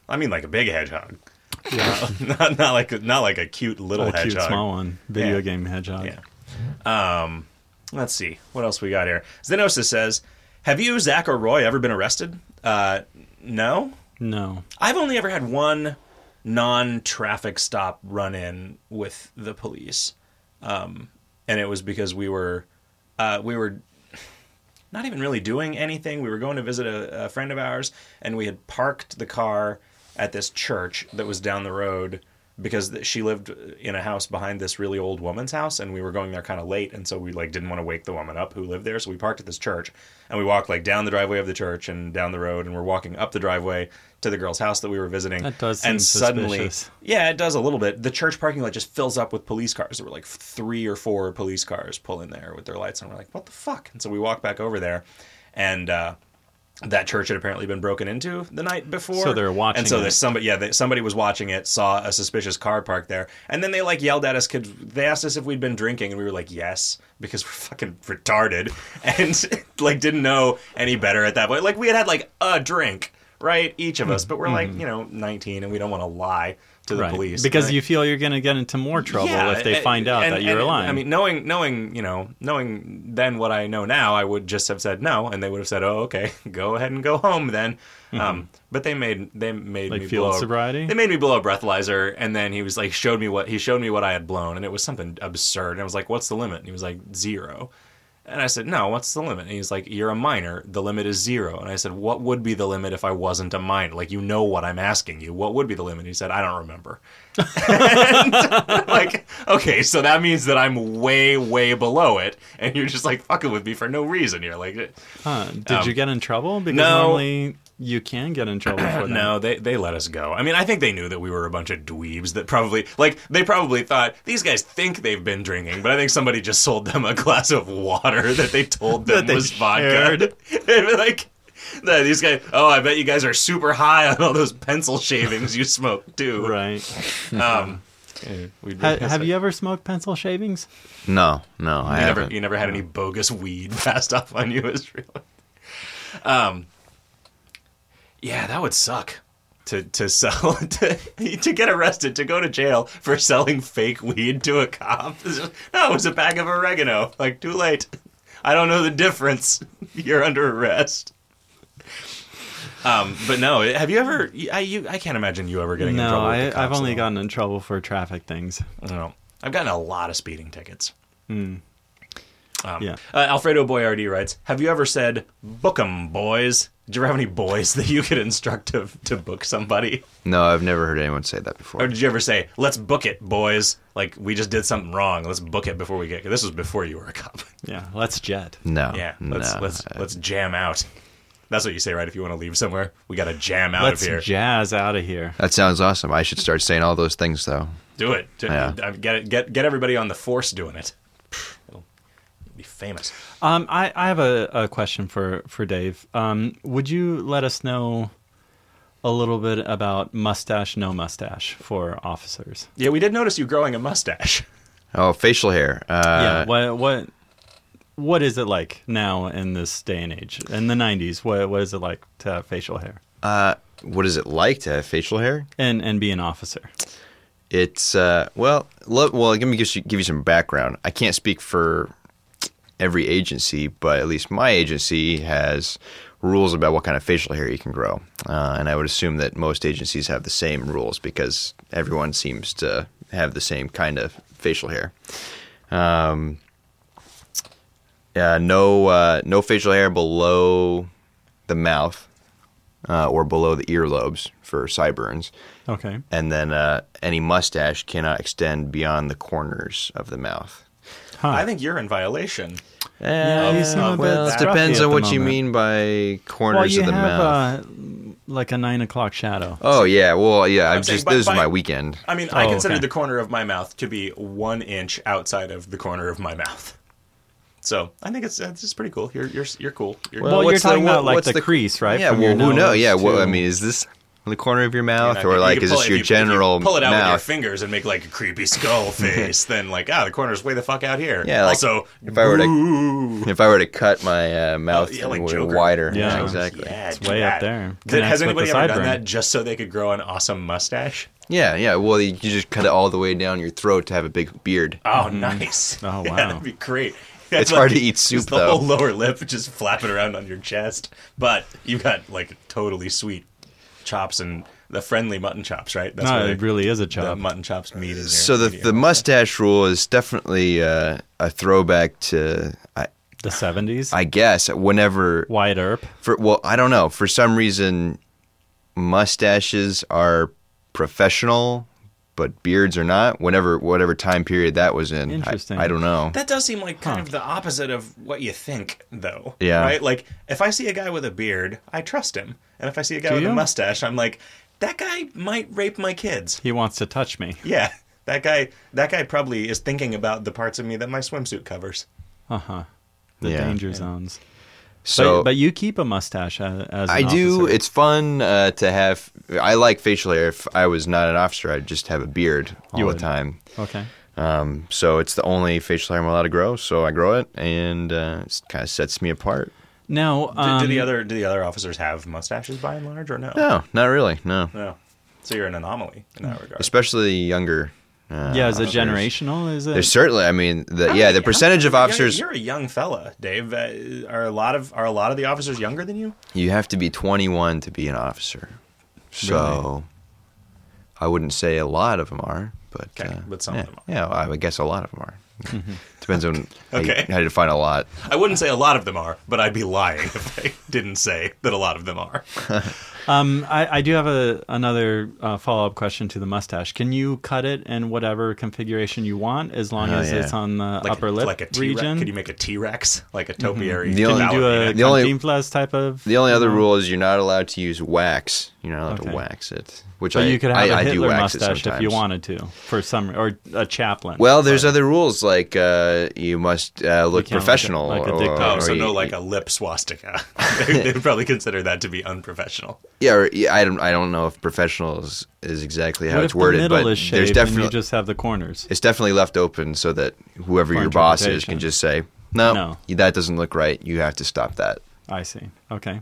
[SPEAKER 1] I mean, like a big hedgehog. not, not like not like a cute little
[SPEAKER 2] a
[SPEAKER 1] hedgehog.
[SPEAKER 2] cute small one, video
[SPEAKER 1] Yeah.
[SPEAKER 2] game hedgehog.
[SPEAKER 1] Yeah. Let's see what else we got here. Zenosa says, "Have you, Zach or Roy, ever been arrested?" Uh, no.
[SPEAKER 2] No.
[SPEAKER 1] I've only ever had one non-traffic stop run-in with the police, um, and it was because we were uh, we were not even really doing anything. We were going to visit a, a friend of ours, and we had parked the car at this church that was down the road because th- she lived in a house behind this really old woman's house, and we were going there kind of late, and so we like didn't want to wake the woman up who lived there, so we parked at this church, and we walked like down the driveway of the church and down the road, and we're walking up the driveway to the girl's house that we were visiting.
[SPEAKER 2] That does
[SPEAKER 1] and
[SPEAKER 2] seem
[SPEAKER 1] suddenly,
[SPEAKER 2] suspicious.
[SPEAKER 1] yeah, it does a little bit. The church parking lot just fills up with police cars. There were like three or four police cars pulling there with their lights on. We're like, what the fuck? And so we walk back over there, and uh, that church had apparently been broken into the night before.
[SPEAKER 2] So they were watching
[SPEAKER 1] And so
[SPEAKER 2] it.
[SPEAKER 1] there's somebody, yeah, they, somebody was watching it, saw a suspicious car parked there, and then they like yelled at us. Kids, they asked us if we'd been drinking, and we were like, yes, because we're fucking retarded, and like didn't know any better at that point. Like we had had like a drink. Right, each of us, but we're like you know 19, and we don't want to lie to the
[SPEAKER 2] Hmm. Right.
[SPEAKER 1] police
[SPEAKER 2] Because
[SPEAKER 1] Like-
[SPEAKER 2] you feel you're going to get into more trouble if they
[SPEAKER 1] a-
[SPEAKER 2] find out
[SPEAKER 1] eh, and-
[SPEAKER 2] that you're
[SPEAKER 1] and-
[SPEAKER 2] lying.
[SPEAKER 1] I mean, knowing, knowing, you know, knowing then what I know now, I would just have said no, and they would have said, "Oh, okay, go ahead and go home then." Um, but they made they made
[SPEAKER 2] Hmm. Like
[SPEAKER 1] me
[SPEAKER 2] field
[SPEAKER 1] blow,
[SPEAKER 2] sobriety?
[SPEAKER 1] They made me blow a breathalyzer, and then he was like, showed me what he showed me what I had blown, and it was something absurd. And I was like, "What's the limit?" And he was like, zero. And I said, "No, what's the limit?" And he's like, "You're a minor. The limit is zero. And I said, "What would be the limit if I wasn't a minor? Like, you know what I'm asking you. What would be the limit?" And he said, "I don't remember." like, okay, so that means that I'm way, way below it, and you're just like fucking with me for no reason. You're like, eh.
[SPEAKER 2] Huh. Did
[SPEAKER 1] Um,
[SPEAKER 2] you get in trouble? Because
[SPEAKER 1] no.
[SPEAKER 2] normally you can get in trouble for that.
[SPEAKER 1] no, they they let us go. I mean, I think they knew that we were a bunch of dweebs that probably like they probably thought these guys think they've been drinking, but I think somebody just sold them a glass of water that they told them
[SPEAKER 2] That they
[SPEAKER 1] was
[SPEAKER 2] shared.
[SPEAKER 1] vodka. They were like. "No, These guys, oh, I bet you guys are super high on all those pencil shavings you smoke too.
[SPEAKER 2] Right.
[SPEAKER 1] Um, we'd be-
[SPEAKER 2] Ha- have you ever smoked pencil shavings?
[SPEAKER 3] No, no, I
[SPEAKER 1] You never, e-
[SPEAKER 3] haven't.
[SPEAKER 1] you never had any bogus weed passed off on you as real. Um, yeah, that would suck to to sell to, to get arrested to go to jail for selling fake weed to a cop. It's just, No, it was a bag of oregano. Like too late. I don't know the difference. You're under arrest. Um, but no, have you ever? I you I can't imagine you ever getting in
[SPEAKER 2] No,
[SPEAKER 1] trouble. with
[SPEAKER 2] I,
[SPEAKER 1] the cops
[SPEAKER 2] I've
[SPEAKER 1] at
[SPEAKER 2] only
[SPEAKER 1] all.
[SPEAKER 2] gotten in trouble for traffic things.
[SPEAKER 1] I don't know. I've gotten a lot of speeding tickets. Um,
[SPEAKER 2] Yeah.
[SPEAKER 1] uh, Alfredo Boyardi writes, "Have you ever said book 'em, boys? Did you ever have any boys that you could instruct to, to book somebody,
[SPEAKER 3] No, I've never heard anyone say that before.
[SPEAKER 1] or did you ever say, let's book it, boys? Like we just did something wrong, let's book it before we get. This was before you were a cop.
[SPEAKER 2] Yeah, let's jet.
[SPEAKER 3] no,
[SPEAKER 1] yeah,
[SPEAKER 3] no.
[SPEAKER 1] let's let's let's jam out. That's what you say, right? If you want to leave somewhere, we got to jam out
[SPEAKER 2] Let's
[SPEAKER 1] of here.
[SPEAKER 2] jazz out of here.
[SPEAKER 3] that sounds awesome. I should start saying all those things though.
[SPEAKER 1] Do it. Do-
[SPEAKER 3] Yeah.
[SPEAKER 1] uh, Get it. Get get everybody on the force doing it. It'll be famous.
[SPEAKER 2] Um, I, I have a, a question for, for Dave. Um, would you let us know a little bit about mustache, no mustache for officers?
[SPEAKER 1] Yeah, we did notice you growing a mustache.
[SPEAKER 3] Oh, facial hair. Uh,
[SPEAKER 2] yeah. What what what is it like now in this day and age? In the '90s, what what is it like to have facial hair
[SPEAKER 3] uh, what is it like to have facial hair?
[SPEAKER 2] and and be an officer?
[SPEAKER 3] It's uh, well, lo- well. Let me give you, give you some background. I can't speak for every agency, but at least my agency has rules about what kind of facial hair you can grow, uh, and I would assume that most agencies have the same rules because everyone seems to have the same kind of facial hair. Um, yeah, no, uh, no facial hair below the mouth uh, or below the earlobes for sideburns
[SPEAKER 2] Okay.
[SPEAKER 3] and then uh, any mustache cannot extend beyond the corners of the mouth.
[SPEAKER 2] Huh.
[SPEAKER 1] I think you're in violation.
[SPEAKER 2] Yeah, you seem a
[SPEAKER 3] well,
[SPEAKER 2] bit
[SPEAKER 3] it
[SPEAKER 2] scruffy
[SPEAKER 3] depends
[SPEAKER 2] at
[SPEAKER 3] on
[SPEAKER 2] the
[SPEAKER 3] what you
[SPEAKER 2] moment.
[SPEAKER 3] mean by corners
[SPEAKER 2] well, you
[SPEAKER 3] of the
[SPEAKER 2] have
[SPEAKER 3] mouth.
[SPEAKER 2] uh, like a nine o'clock shadow.
[SPEAKER 3] oh yeah, well yeah. I'm,
[SPEAKER 1] I'm saying
[SPEAKER 3] just
[SPEAKER 1] by-
[SPEAKER 3] this
[SPEAKER 1] by-
[SPEAKER 3] is my weekend.
[SPEAKER 1] I mean, I
[SPEAKER 2] Oh,
[SPEAKER 1] consider
[SPEAKER 2] okay.
[SPEAKER 1] the corner of my mouth to be one inch outside of the corner of my mouth. So I think it's it's just pretty cool. You're you're you're cool. You're,
[SPEAKER 2] Well, you're
[SPEAKER 3] what's
[SPEAKER 2] talking
[SPEAKER 3] what-
[SPEAKER 2] about, like,
[SPEAKER 3] what's
[SPEAKER 2] the crease, right?
[SPEAKER 3] Yeah,
[SPEAKER 2] From
[SPEAKER 3] well,
[SPEAKER 2] your
[SPEAKER 3] who knows?
[SPEAKER 2] nose
[SPEAKER 3] Yeah, well, I
[SPEAKER 2] to-
[SPEAKER 3] mean, is this the corner of your
[SPEAKER 1] I
[SPEAKER 3] mouth,
[SPEAKER 1] think
[SPEAKER 3] or
[SPEAKER 1] you
[SPEAKER 3] like
[SPEAKER 1] can
[SPEAKER 3] is
[SPEAKER 1] pull
[SPEAKER 3] this
[SPEAKER 1] it-
[SPEAKER 3] your
[SPEAKER 1] if you- if you
[SPEAKER 3] general
[SPEAKER 1] Pull it out with your
[SPEAKER 3] mouth?
[SPEAKER 1] fingers and make like a creepy skull face. then like ah, the corner's way the fuck out here.
[SPEAKER 3] Yeah, like,
[SPEAKER 1] also,
[SPEAKER 3] if I were to-
[SPEAKER 1] boo. Oh,
[SPEAKER 3] If I were to cut my uh, mouth
[SPEAKER 1] yeah, like
[SPEAKER 3] it would be
[SPEAKER 1] Joker.
[SPEAKER 3] wider,
[SPEAKER 2] Yeah.
[SPEAKER 3] exactly.
[SPEAKER 1] yeah,
[SPEAKER 2] It's
[SPEAKER 1] do
[SPEAKER 2] way up
[SPEAKER 1] that.
[SPEAKER 2] there.
[SPEAKER 1] Did-
[SPEAKER 2] Connects
[SPEAKER 1] has
[SPEAKER 2] with
[SPEAKER 1] anybody
[SPEAKER 2] the
[SPEAKER 1] ever done
[SPEAKER 2] sideburn.
[SPEAKER 1] that just so they could grow an awesome mustache?
[SPEAKER 3] Yeah, yeah. Well, you you just cut it all the way down your throat to have a big beard.
[SPEAKER 1] Oh, nice.
[SPEAKER 2] Oh,
[SPEAKER 1] Yeah,
[SPEAKER 2] wow.
[SPEAKER 1] that'd be great.
[SPEAKER 3] Mm. It's hard to eat soup,
[SPEAKER 1] just the
[SPEAKER 3] though.
[SPEAKER 1] whole lower lip just flapping around on your chest, but you got like totally sweet chops and the friendly mutton chops, right? That's
[SPEAKER 2] no,
[SPEAKER 1] where
[SPEAKER 2] it really is a
[SPEAKER 1] the
[SPEAKER 2] chop.
[SPEAKER 1] mutton chops meat is.
[SPEAKER 3] So the the mustache rule is definitely uh, a throwback to I,
[SPEAKER 2] The seventies.
[SPEAKER 3] I guess whenever
[SPEAKER 2] Wide Earp.
[SPEAKER 3] for well I don't know for some reason mustaches are professional but beards are not whenever whatever time period that was in I-
[SPEAKER 2] Interesting.
[SPEAKER 3] I, don't know
[SPEAKER 1] That does seem like kind of the opposite of what you think, though.
[SPEAKER 3] Yeah.
[SPEAKER 1] Right? Like, if I see a guy with a beard, I trust him. And if I see a guy
[SPEAKER 2] Do
[SPEAKER 1] with a
[SPEAKER 2] you?
[SPEAKER 1] mustache, I'm like, that guy might rape my kids.
[SPEAKER 2] He wants to touch me.
[SPEAKER 1] Yeah. That guy that guy probably is thinking about the parts of me that my swimsuit covers.
[SPEAKER 2] Uh huh. The
[SPEAKER 3] Yeah.
[SPEAKER 2] danger zones.
[SPEAKER 3] so
[SPEAKER 2] but, but you keep a mustache as, as an
[SPEAKER 3] I do.
[SPEAKER 2] officer.
[SPEAKER 3] It's fun uh, to have. I like facial hair. If I was not an officer, I'd just have a beard all
[SPEAKER 2] You
[SPEAKER 3] the
[SPEAKER 2] would.
[SPEAKER 3] time.
[SPEAKER 2] okay.
[SPEAKER 3] Um, so it's the only facial hair I'm allowed to grow. So I grow it, and uh, it kind of sets me apart.
[SPEAKER 2] Now,
[SPEAKER 1] Do,
[SPEAKER 2] um,
[SPEAKER 1] do the other do the other officers have mustaches by and large or no?
[SPEAKER 3] No, not really. No,
[SPEAKER 1] No. So you're an anomaly in that regard.
[SPEAKER 3] especially younger. Uh,
[SPEAKER 2] yeah, is it
[SPEAKER 3] officers.
[SPEAKER 2] generational? Is it?
[SPEAKER 3] There's certainly. I mean, the, yeah, the percentage of
[SPEAKER 1] You're a young-
[SPEAKER 3] officers
[SPEAKER 1] You're a young fella, Dave. Uh, are a lot of are a lot of the officers younger than you?
[SPEAKER 3] you have to be 21 to be an officer. So I wouldn't say a lot of them are, but
[SPEAKER 1] Okay,
[SPEAKER 3] uh,
[SPEAKER 1] but some of
[SPEAKER 3] yeah,
[SPEAKER 1] them are.
[SPEAKER 3] Yeah, I would guess a lot of them are.
[SPEAKER 2] Mm-hmm.
[SPEAKER 3] Depends on how, you,
[SPEAKER 1] Okay.
[SPEAKER 3] how you define a lot.
[SPEAKER 1] I wouldn't say a lot of them are, but I'd be lying if I didn't say that a lot of them are.
[SPEAKER 2] Um, I, I do have a another uh, follow up question to the mustache. Can you cut it in whatever configuration you want, as long
[SPEAKER 3] Oh,
[SPEAKER 2] as
[SPEAKER 3] yeah.
[SPEAKER 2] it's on the
[SPEAKER 1] Like
[SPEAKER 2] upper
[SPEAKER 1] a,
[SPEAKER 2] lip
[SPEAKER 1] like a T-Rex.
[SPEAKER 2] region? Mm-hmm.
[SPEAKER 1] Could you make a T-Rex like a topiary?
[SPEAKER 3] The
[SPEAKER 1] That would
[SPEAKER 2] Oh,
[SPEAKER 3] only-
[SPEAKER 2] do
[SPEAKER 1] be
[SPEAKER 2] a
[SPEAKER 1] it.
[SPEAKER 3] The only-
[SPEAKER 2] Cantinflas type of?
[SPEAKER 3] The only other rule is you're not allowed to use wax. You're not allowed
[SPEAKER 2] Mm-hmm. Okay.
[SPEAKER 3] to wax it, which
[SPEAKER 2] But
[SPEAKER 3] I
[SPEAKER 2] you could have
[SPEAKER 3] I,
[SPEAKER 2] a
[SPEAKER 3] I do
[SPEAKER 2] Hitler
[SPEAKER 3] wax it
[SPEAKER 2] mustache if you
[SPEAKER 3] sometimes.
[SPEAKER 2] wanted to, for some or a chaplain.
[SPEAKER 3] Well, there's other rules like uh, you must uh, look
[SPEAKER 2] can't look
[SPEAKER 3] professional.
[SPEAKER 2] like a
[SPEAKER 3] or-
[SPEAKER 2] dictator.
[SPEAKER 1] Oh,
[SPEAKER 3] or
[SPEAKER 1] so
[SPEAKER 3] you-
[SPEAKER 1] no, like a lip swastika. they would probably consider that to be unprofessional.
[SPEAKER 3] yeah, or, yeah. I don't I don't know if professional is, is exactly how
[SPEAKER 2] what
[SPEAKER 3] it's
[SPEAKER 2] if
[SPEAKER 3] worded,
[SPEAKER 2] the middle
[SPEAKER 3] but
[SPEAKER 2] is shaved
[SPEAKER 3] there's
[SPEAKER 2] and
[SPEAKER 3] definitely
[SPEAKER 2] you just have the corners?
[SPEAKER 3] it's definitely left open so that whoever
[SPEAKER 2] For
[SPEAKER 3] your boss is
[SPEAKER 2] interpretation.
[SPEAKER 3] can just say, no,
[SPEAKER 2] No.
[SPEAKER 3] that doesn't look right. You have to stop that.
[SPEAKER 2] I see. Okay.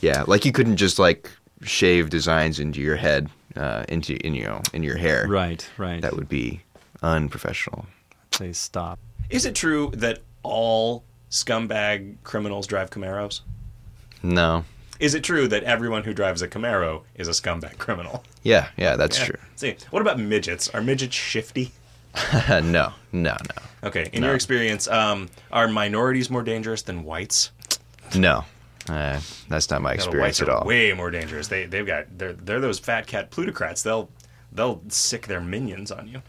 [SPEAKER 3] Yeah, like you couldn't just like shave designs into your head, uh, into in you know, in your hair.
[SPEAKER 2] Right. Right.
[SPEAKER 3] That would be unprofessional.
[SPEAKER 2] Please stop.
[SPEAKER 1] Is it true that all scumbag criminals drive Camaros?
[SPEAKER 3] No.
[SPEAKER 1] Is it true that everyone who drives a Camaro is a scumbag criminal?
[SPEAKER 3] Yeah, yeah, that's
[SPEAKER 1] Yeah. See, what about midgets? Are midgets shifty?
[SPEAKER 3] true. no, no,
[SPEAKER 1] Okay, in
[SPEAKER 3] No.
[SPEAKER 1] your experience, um, are minorities more dangerous than whites?
[SPEAKER 3] no, no. Uh, that's not my
[SPEAKER 1] No, the
[SPEAKER 3] experience
[SPEAKER 1] whites
[SPEAKER 3] at
[SPEAKER 1] are
[SPEAKER 3] all.
[SPEAKER 1] Way more dangerous. They they've got they're they're those fat cat plutocrats. They'll they'll sick their minions on you.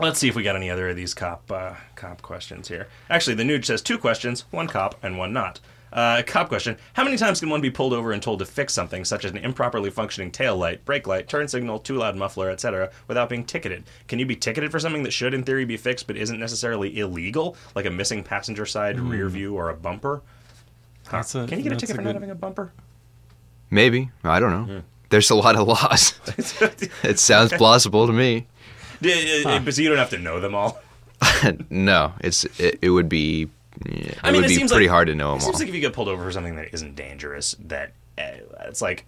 [SPEAKER 1] Let's see if we got any other of these cop uh, cop questions here. Actually, the nude says two questions: one cop and one not. Uh, cop question: How many times can one be pulled over and told to fix something, such as an improperly functioning tail light, brake light, turn signal, too loud muffler, etc., without being ticketed? Can you be ticketed for something that should, in theory, be fixed but isn't necessarily illegal, like a missing passenger side rear view or a bumper? Huh.
[SPEAKER 2] Hmm. That's a-
[SPEAKER 1] can you get a
[SPEAKER 2] that's
[SPEAKER 1] ticket
[SPEAKER 2] a
[SPEAKER 1] for not
[SPEAKER 2] good-
[SPEAKER 1] having a bumper?
[SPEAKER 3] Maybe I don't know. There's a lot of laws. it sounds plausible to me.
[SPEAKER 1] Yeah, yeah, yeah, But so you don't have to know them all.
[SPEAKER 3] no, it's it, it would be. yeah, it
[SPEAKER 1] I mean,
[SPEAKER 3] would
[SPEAKER 1] it
[SPEAKER 3] be
[SPEAKER 1] seems
[SPEAKER 3] pretty
[SPEAKER 1] like-
[SPEAKER 3] hard to know
[SPEAKER 1] It
[SPEAKER 3] them all.
[SPEAKER 1] seems like if you get pulled over for something that isn't dangerous, that uh, it's like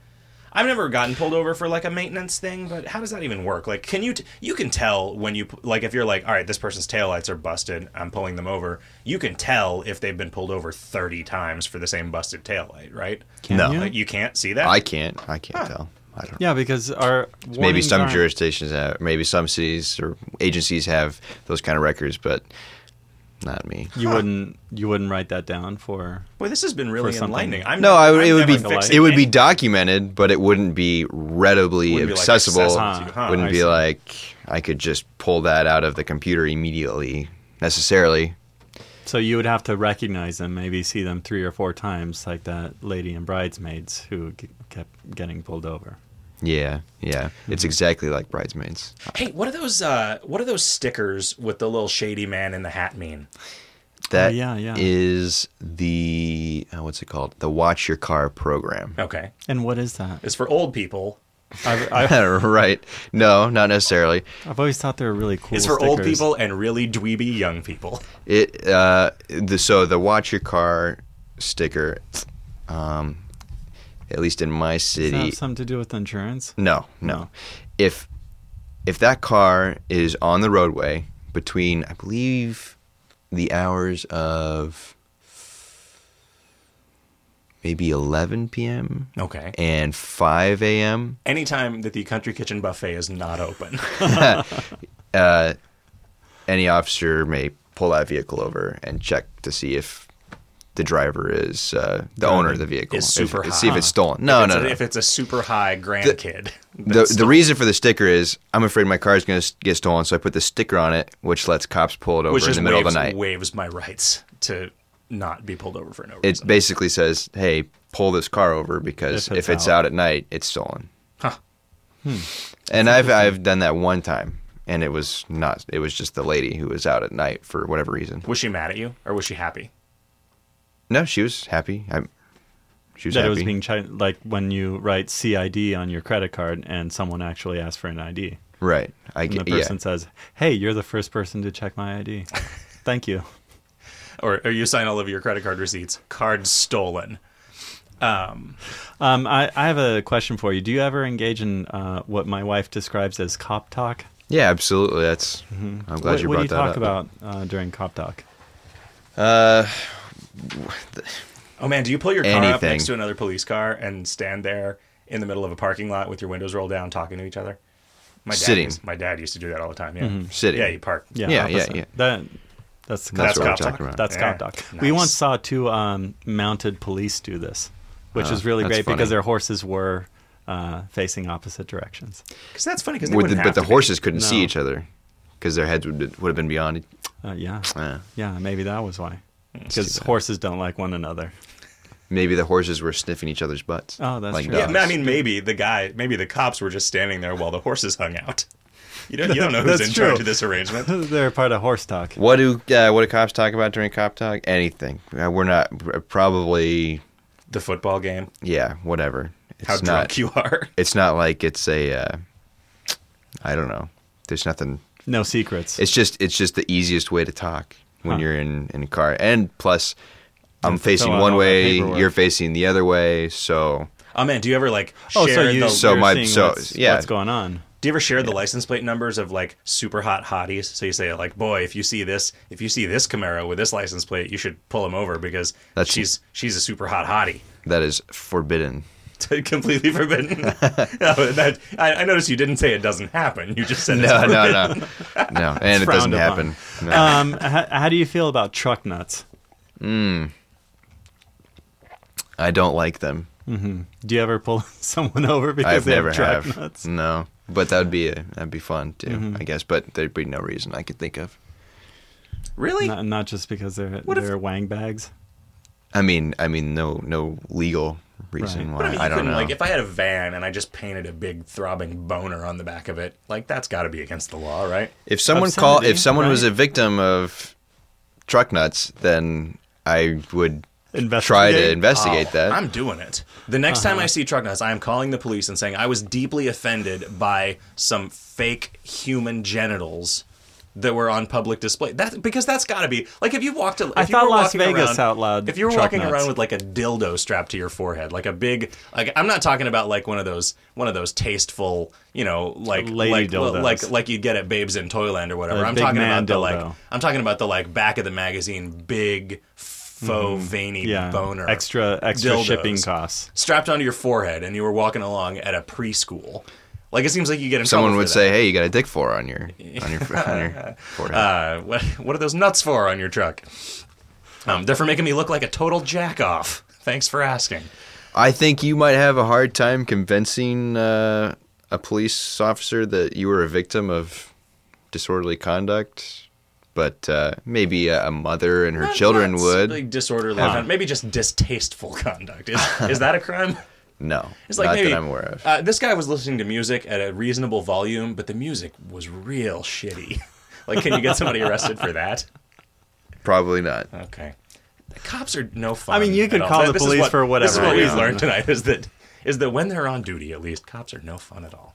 [SPEAKER 1] I've never gotten pulled over for like a maintenance thing. But how does that even work? Like, can you t- you can tell when you p- like if you're like, all right, this person's taillights are busted, I'm pulling them over. You can tell if they've been pulled over thirty times for the same busted taillight, right?
[SPEAKER 2] Can
[SPEAKER 3] No.
[SPEAKER 2] you?
[SPEAKER 1] Like, you can't see that.
[SPEAKER 3] I can't. I can't tell. I don't.
[SPEAKER 2] Yeah, because our
[SPEAKER 3] maybe some
[SPEAKER 2] jurisdictions.
[SPEAKER 3] jurisdictions have, maybe some cities or agencies have those kind of records, but not me.
[SPEAKER 2] You wouldn't you wouldn't write that down for
[SPEAKER 1] Boy, this has been really
[SPEAKER 2] something.
[SPEAKER 1] enlightening. I'm
[SPEAKER 3] No, I,
[SPEAKER 1] I'm
[SPEAKER 3] it would
[SPEAKER 1] never
[SPEAKER 3] be
[SPEAKER 1] fixing
[SPEAKER 3] it would be
[SPEAKER 1] any-
[SPEAKER 3] documented, but it wouldn't be readily
[SPEAKER 1] Wouldn't be, like,
[SPEAKER 3] accessible.
[SPEAKER 1] accessible to you. Huh,
[SPEAKER 3] wouldn't
[SPEAKER 2] I
[SPEAKER 3] be
[SPEAKER 2] see.
[SPEAKER 3] like I could just pull that out of the computer immediately necessarily.
[SPEAKER 2] so you would have to recognize them, maybe see them three or four times, like that lady in Bridesmaids who g- kept getting pulled over.
[SPEAKER 3] Yeah, yeah,
[SPEAKER 1] Mm-hmm.
[SPEAKER 3] it's exactly like bridesmaids.
[SPEAKER 1] Hey, what are those? Uh, what are those stickers with the little shady man in the hat mean?
[SPEAKER 3] That is
[SPEAKER 2] Oh, yeah, yeah.
[SPEAKER 3] the uh, what's it called? The Watch Your Car program.
[SPEAKER 1] Okay,
[SPEAKER 2] And what is that?
[SPEAKER 1] it's for old people.
[SPEAKER 2] I've, I've,
[SPEAKER 3] right? No, not necessarily.
[SPEAKER 2] I've always thought they were really cool.
[SPEAKER 1] It's for old
[SPEAKER 2] stickers.
[SPEAKER 1] people and really dweeby young people.
[SPEAKER 3] It uh, the so the watch your car sticker, um, at least in my
[SPEAKER 2] Does that
[SPEAKER 3] city.
[SPEAKER 2] have something to do with insurance?
[SPEAKER 3] no, no. If if that car is on the roadway between, I believe, the hours of maybe 11 p.m.
[SPEAKER 1] Okay.
[SPEAKER 3] and 5 a.m.
[SPEAKER 1] Anytime that the country kitchen buffet is not open.
[SPEAKER 3] Any officer may pull that vehicle over and check to see if the driver is uh, the owner of the vehicle.
[SPEAKER 1] is
[SPEAKER 3] If-
[SPEAKER 1] super hot.
[SPEAKER 3] see if it's stolen. No,
[SPEAKER 1] It's
[SPEAKER 3] Oh, no,
[SPEAKER 1] a-
[SPEAKER 3] no.
[SPEAKER 1] If it's a super high grand kid,
[SPEAKER 3] the,
[SPEAKER 1] that's
[SPEAKER 3] the reason for the sticker is I'm afraid my car is going to get stolen, so I put the sticker on it, which lets cops pull it over
[SPEAKER 1] which
[SPEAKER 3] in
[SPEAKER 1] just
[SPEAKER 3] the middle
[SPEAKER 1] waves,
[SPEAKER 3] of the night.
[SPEAKER 1] waves my rights to not be pulled over for no
[SPEAKER 3] It
[SPEAKER 1] reason.
[SPEAKER 3] basically says, "Hey, pull this car over because if
[SPEAKER 2] If it's
[SPEAKER 3] it's, out.
[SPEAKER 2] out.
[SPEAKER 3] at night, it's stolen."
[SPEAKER 1] Huh.
[SPEAKER 3] And I've I've done that one time, and it was not. It was just the lady who was out at night for whatever reason.
[SPEAKER 1] was she mad at you or was she happy?
[SPEAKER 3] No, she was happy. I, she was
[SPEAKER 2] that
[SPEAKER 3] happy.
[SPEAKER 2] it was being chi- like when you write CID on your credit card and someone actually asks for an ID.
[SPEAKER 3] right. I
[SPEAKER 2] And the
[SPEAKER 3] get
[SPEAKER 2] person
[SPEAKER 3] yeah.
[SPEAKER 2] says, "Hey, you're the first person to check my ID. Thank you."
[SPEAKER 1] Or, or you sign all of your credit card receipts, card stolen.
[SPEAKER 2] Um, I, I have a question for you. Do you ever engage in uh, what my wife describes as cop talk?
[SPEAKER 3] Yeah, absolutely. That's. I'm glad
[SPEAKER 2] what,
[SPEAKER 3] you
[SPEAKER 2] what
[SPEAKER 3] brought
[SPEAKER 2] do you
[SPEAKER 3] that
[SPEAKER 2] talk
[SPEAKER 3] up.
[SPEAKER 2] about uh, during cop talk?
[SPEAKER 1] Oh man, do you pull your car up
[SPEAKER 3] Anything.
[SPEAKER 1] next to another police car and stand there in the middle of a parking lot with your windows rolled down, talking to each other? My dad
[SPEAKER 3] Sitting.
[SPEAKER 1] Used, my dad used to do that all the time. Yeah.
[SPEAKER 2] Mm-hmm.
[SPEAKER 3] Sitting.
[SPEAKER 1] Yeah, you park.
[SPEAKER 3] Yeah, yeah,
[SPEAKER 2] opposite.
[SPEAKER 3] yeah.
[SPEAKER 2] That that's the cop
[SPEAKER 1] That's,
[SPEAKER 3] what we're
[SPEAKER 1] cop
[SPEAKER 3] talking
[SPEAKER 1] talk.
[SPEAKER 3] about.
[SPEAKER 2] That's
[SPEAKER 1] Yeah.
[SPEAKER 2] cop talk. We
[SPEAKER 1] Nice.
[SPEAKER 2] once saw two um, mounted police do this, which
[SPEAKER 3] Huh,
[SPEAKER 2] is really
[SPEAKER 3] Ah, that's
[SPEAKER 2] great
[SPEAKER 3] funny.
[SPEAKER 2] because their horses were uh, facing opposite directions.
[SPEAKER 1] Because that's funny. Because
[SPEAKER 3] With the, but the horses couldn't see
[SPEAKER 2] No.
[SPEAKER 3] each other because their heads would would have been beyond.
[SPEAKER 2] Uh, yeah,
[SPEAKER 3] Uh,
[SPEAKER 2] yeah, maybe that was why. Because
[SPEAKER 3] too bad.
[SPEAKER 2] horses don't like one another.
[SPEAKER 3] maybe the horses were sniffing each other's butts.
[SPEAKER 2] Oh, that's
[SPEAKER 3] like
[SPEAKER 2] true.
[SPEAKER 1] Yeah,
[SPEAKER 3] dogs.
[SPEAKER 1] I mean, maybe the guy, maybe the cops were just standing there while the horses hung out. You don't, you don't know who's
[SPEAKER 2] That's
[SPEAKER 1] in charge
[SPEAKER 2] true.
[SPEAKER 1] of this arrangement.
[SPEAKER 2] They're part of horse talk.
[SPEAKER 3] What do uh, what do cops talk about during cop talk? Anything. Uh, we're not probably
[SPEAKER 1] The football game,
[SPEAKER 3] yeah whatever. It's
[SPEAKER 1] how
[SPEAKER 3] not,
[SPEAKER 1] drunk you are.
[SPEAKER 3] It's not like it's a uh, I don't know. There's nothing.
[SPEAKER 2] No secrets.
[SPEAKER 3] It's just it's just the easiest way to talk when
[SPEAKER 2] Huh.
[SPEAKER 3] you're in in a car. And plus, I'm
[SPEAKER 2] fill
[SPEAKER 3] facing
[SPEAKER 2] out
[SPEAKER 3] one
[SPEAKER 2] all that
[SPEAKER 3] way.
[SPEAKER 2] paperwork.
[SPEAKER 3] You're facing the other way. So
[SPEAKER 1] Oh man, do you ever like share
[SPEAKER 2] oh, so you
[SPEAKER 1] the
[SPEAKER 3] So
[SPEAKER 2] you're
[SPEAKER 3] my-
[SPEAKER 2] seeing
[SPEAKER 3] so,
[SPEAKER 2] what's,
[SPEAKER 3] yeah.
[SPEAKER 2] what's going on?
[SPEAKER 1] Do you ever share the license plate numbers of like super hot hotties? So you say like, boy, if you see this, if you see this Camaro with this license plate, you should pull him over because
[SPEAKER 3] That's-
[SPEAKER 1] she's she's a super hot hottie.
[SPEAKER 3] that is forbidden.
[SPEAKER 1] Completely forbidden. no, that, I, I noticed you didn't say it doesn't happen. You just said it's
[SPEAKER 3] No,
[SPEAKER 1] forbidden.
[SPEAKER 3] no, no, no. And it doesn't
[SPEAKER 2] frowned upon.
[SPEAKER 3] happen. No.
[SPEAKER 2] Um, how, how do you feel about truck nuts?
[SPEAKER 3] I don't like them.
[SPEAKER 2] Do you ever pull someone over because
[SPEAKER 3] I've
[SPEAKER 2] they
[SPEAKER 3] never
[SPEAKER 2] have truck
[SPEAKER 3] have. Mm.
[SPEAKER 2] nuts?
[SPEAKER 3] No, but that'd be a, that'd be fun too,
[SPEAKER 2] Mm-hmm.
[SPEAKER 3] I guess. But there'd be no reason I could think of.
[SPEAKER 1] Really?
[SPEAKER 2] Not, not just because they're
[SPEAKER 1] What if-
[SPEAKER 2] they're wang bags.
[SPEAKER 3] I mean, I mean, no, no legal
[SPEAKER 2] Right.
[SPEAKER 3] reason why.
[SPEAKER 1] But I, mean, you
[SPEAKER 3] I don't
[SPEAKER 1] couldn't,
[SPEAKER 3] know.
[SPEAKER 1] Like, if I had a van and I just painted a big throbbing boner on the back of it, like that's got to be against the law, right?
[SPEAKER 3] if someone called,
[SPEAKER 2] obscenity,
[SPEAKER 3] if someone was
[SPEAKER 2] right?
[SPEAKER 3] a victim of truck nuts, then I would try to
[SPEAKER 2] Investigate?
[SPEAKER 3] investigate
[SPEAKER 1] Oh,
[SPEAKER 3] that. Uh-huh.
[SPEAKER 1] I'm doing it. The next time I see truck nuts, I'm calling the police and saying I was deeply offended by some fake human genitals that were on public display. That because that's got to be like if you walked. A, if
[SPEAKER 2] I
[SPEAKER 1] you
[SPEAKER 2] thought
[SPEAKER 1] were
[SPEAKER 2] Las
[SPEAKER 1] walking
[SPEAKER 2] Vegas
[SPEAKER 1] around-
[SPEAKER 2] out loud
[SPEAKER 1] If you were
[SPEAKER 2] truck
[SPEAKER 1] walking
[SPEAKER 2] nuts.
[SPEAKER 1] around with like a dildo strapped to your forehead, like a big, like I'm not talking about like one of those one of those tasteful, you know, like
[SPEAKER 2] Lady
[SPEAKER 1] like
[SPEAKER 2] dildos.
[SPEAKER 1] like like you get at Babes in Toyland or whatever.
[SPEAKER 2] A
[SPEAKER 1] I'm
[SPEAKER 2] big
[SPEAKER 1] talking
[SPEAKER 2] man
[SPEAKER 1] about the
[SPEAKER 2] dildo.
[SPEAKER 1] like I'm talking about the like back of the magazine big. Faux
[SPEAKER 2] Mm-hmm.
[SPEAKER 1] veiny
[SPEAKER 2] Yeah,
[SPEAKER 1] boner
[SPEAKER 2] extra extra
[SPEAKER 1] dildos
[SPEAKER 2] shipping costs.
[SPEAKER 1] strapped onto your forehead and you were walking along at a preschool. Like it seems like you get in
[SPEAKER 3] someone
[SPEAKER 1] trouble
[SPEAKER 3] would
[SPEAKER 1] for
[SPEAKER 3] say, "Hey, you got a dick for on your on your, on your forehead."
[SPEAKER 1] that. uh, what, what are those nuts for on your truck? Um, they're for making me look like a total jack off. Thanks for asking.
[SPEAKER 3] I think you might have a hard time convincing uh, a police officer that you were a victim of disorderly conduct, but uh, maybe a, a mother and her children
[SPEAKER 1] Nuts.
[SPEAKER 3] would.
[SPEAKER 1] Like disorderly, con- maybe just distasteful conduct. Is, is that a crime?
[SPEAKER 3] No,
[SPEAKER 1] It's like
[SPEAKER 3] not
[SPEAKER 1] maybe
[SPEAKER 3] that I'm aware of.
[SPEAKER 1] Uh, this guy was listening to music at a reasonable volume, but the music was real shitty. like, can you get somebody arrested for that?
[SPEAKER 3] Probably not.
[SPEAKER 1] Okay. The cops are no fun.
[SPEAKER 2] I mean, you
[SPEAKER 1] at
[SPEAKER 2] could
[SPEAKER 1] all.
[SPEAKER 2] call the
[SPEAKER 1] is
[SPEAKER 2] police
[SPEAKER 1] what-
[SPEAKER 2] for
[SPEAKER 1] This is
[SPEAKER 2] whatever,
[SPEAKER 1] what we've
[SPEAKER 2] yeah.
[SPEAKER 1] learned tonight is that is that when they're on duty, at least cops are no fun at all.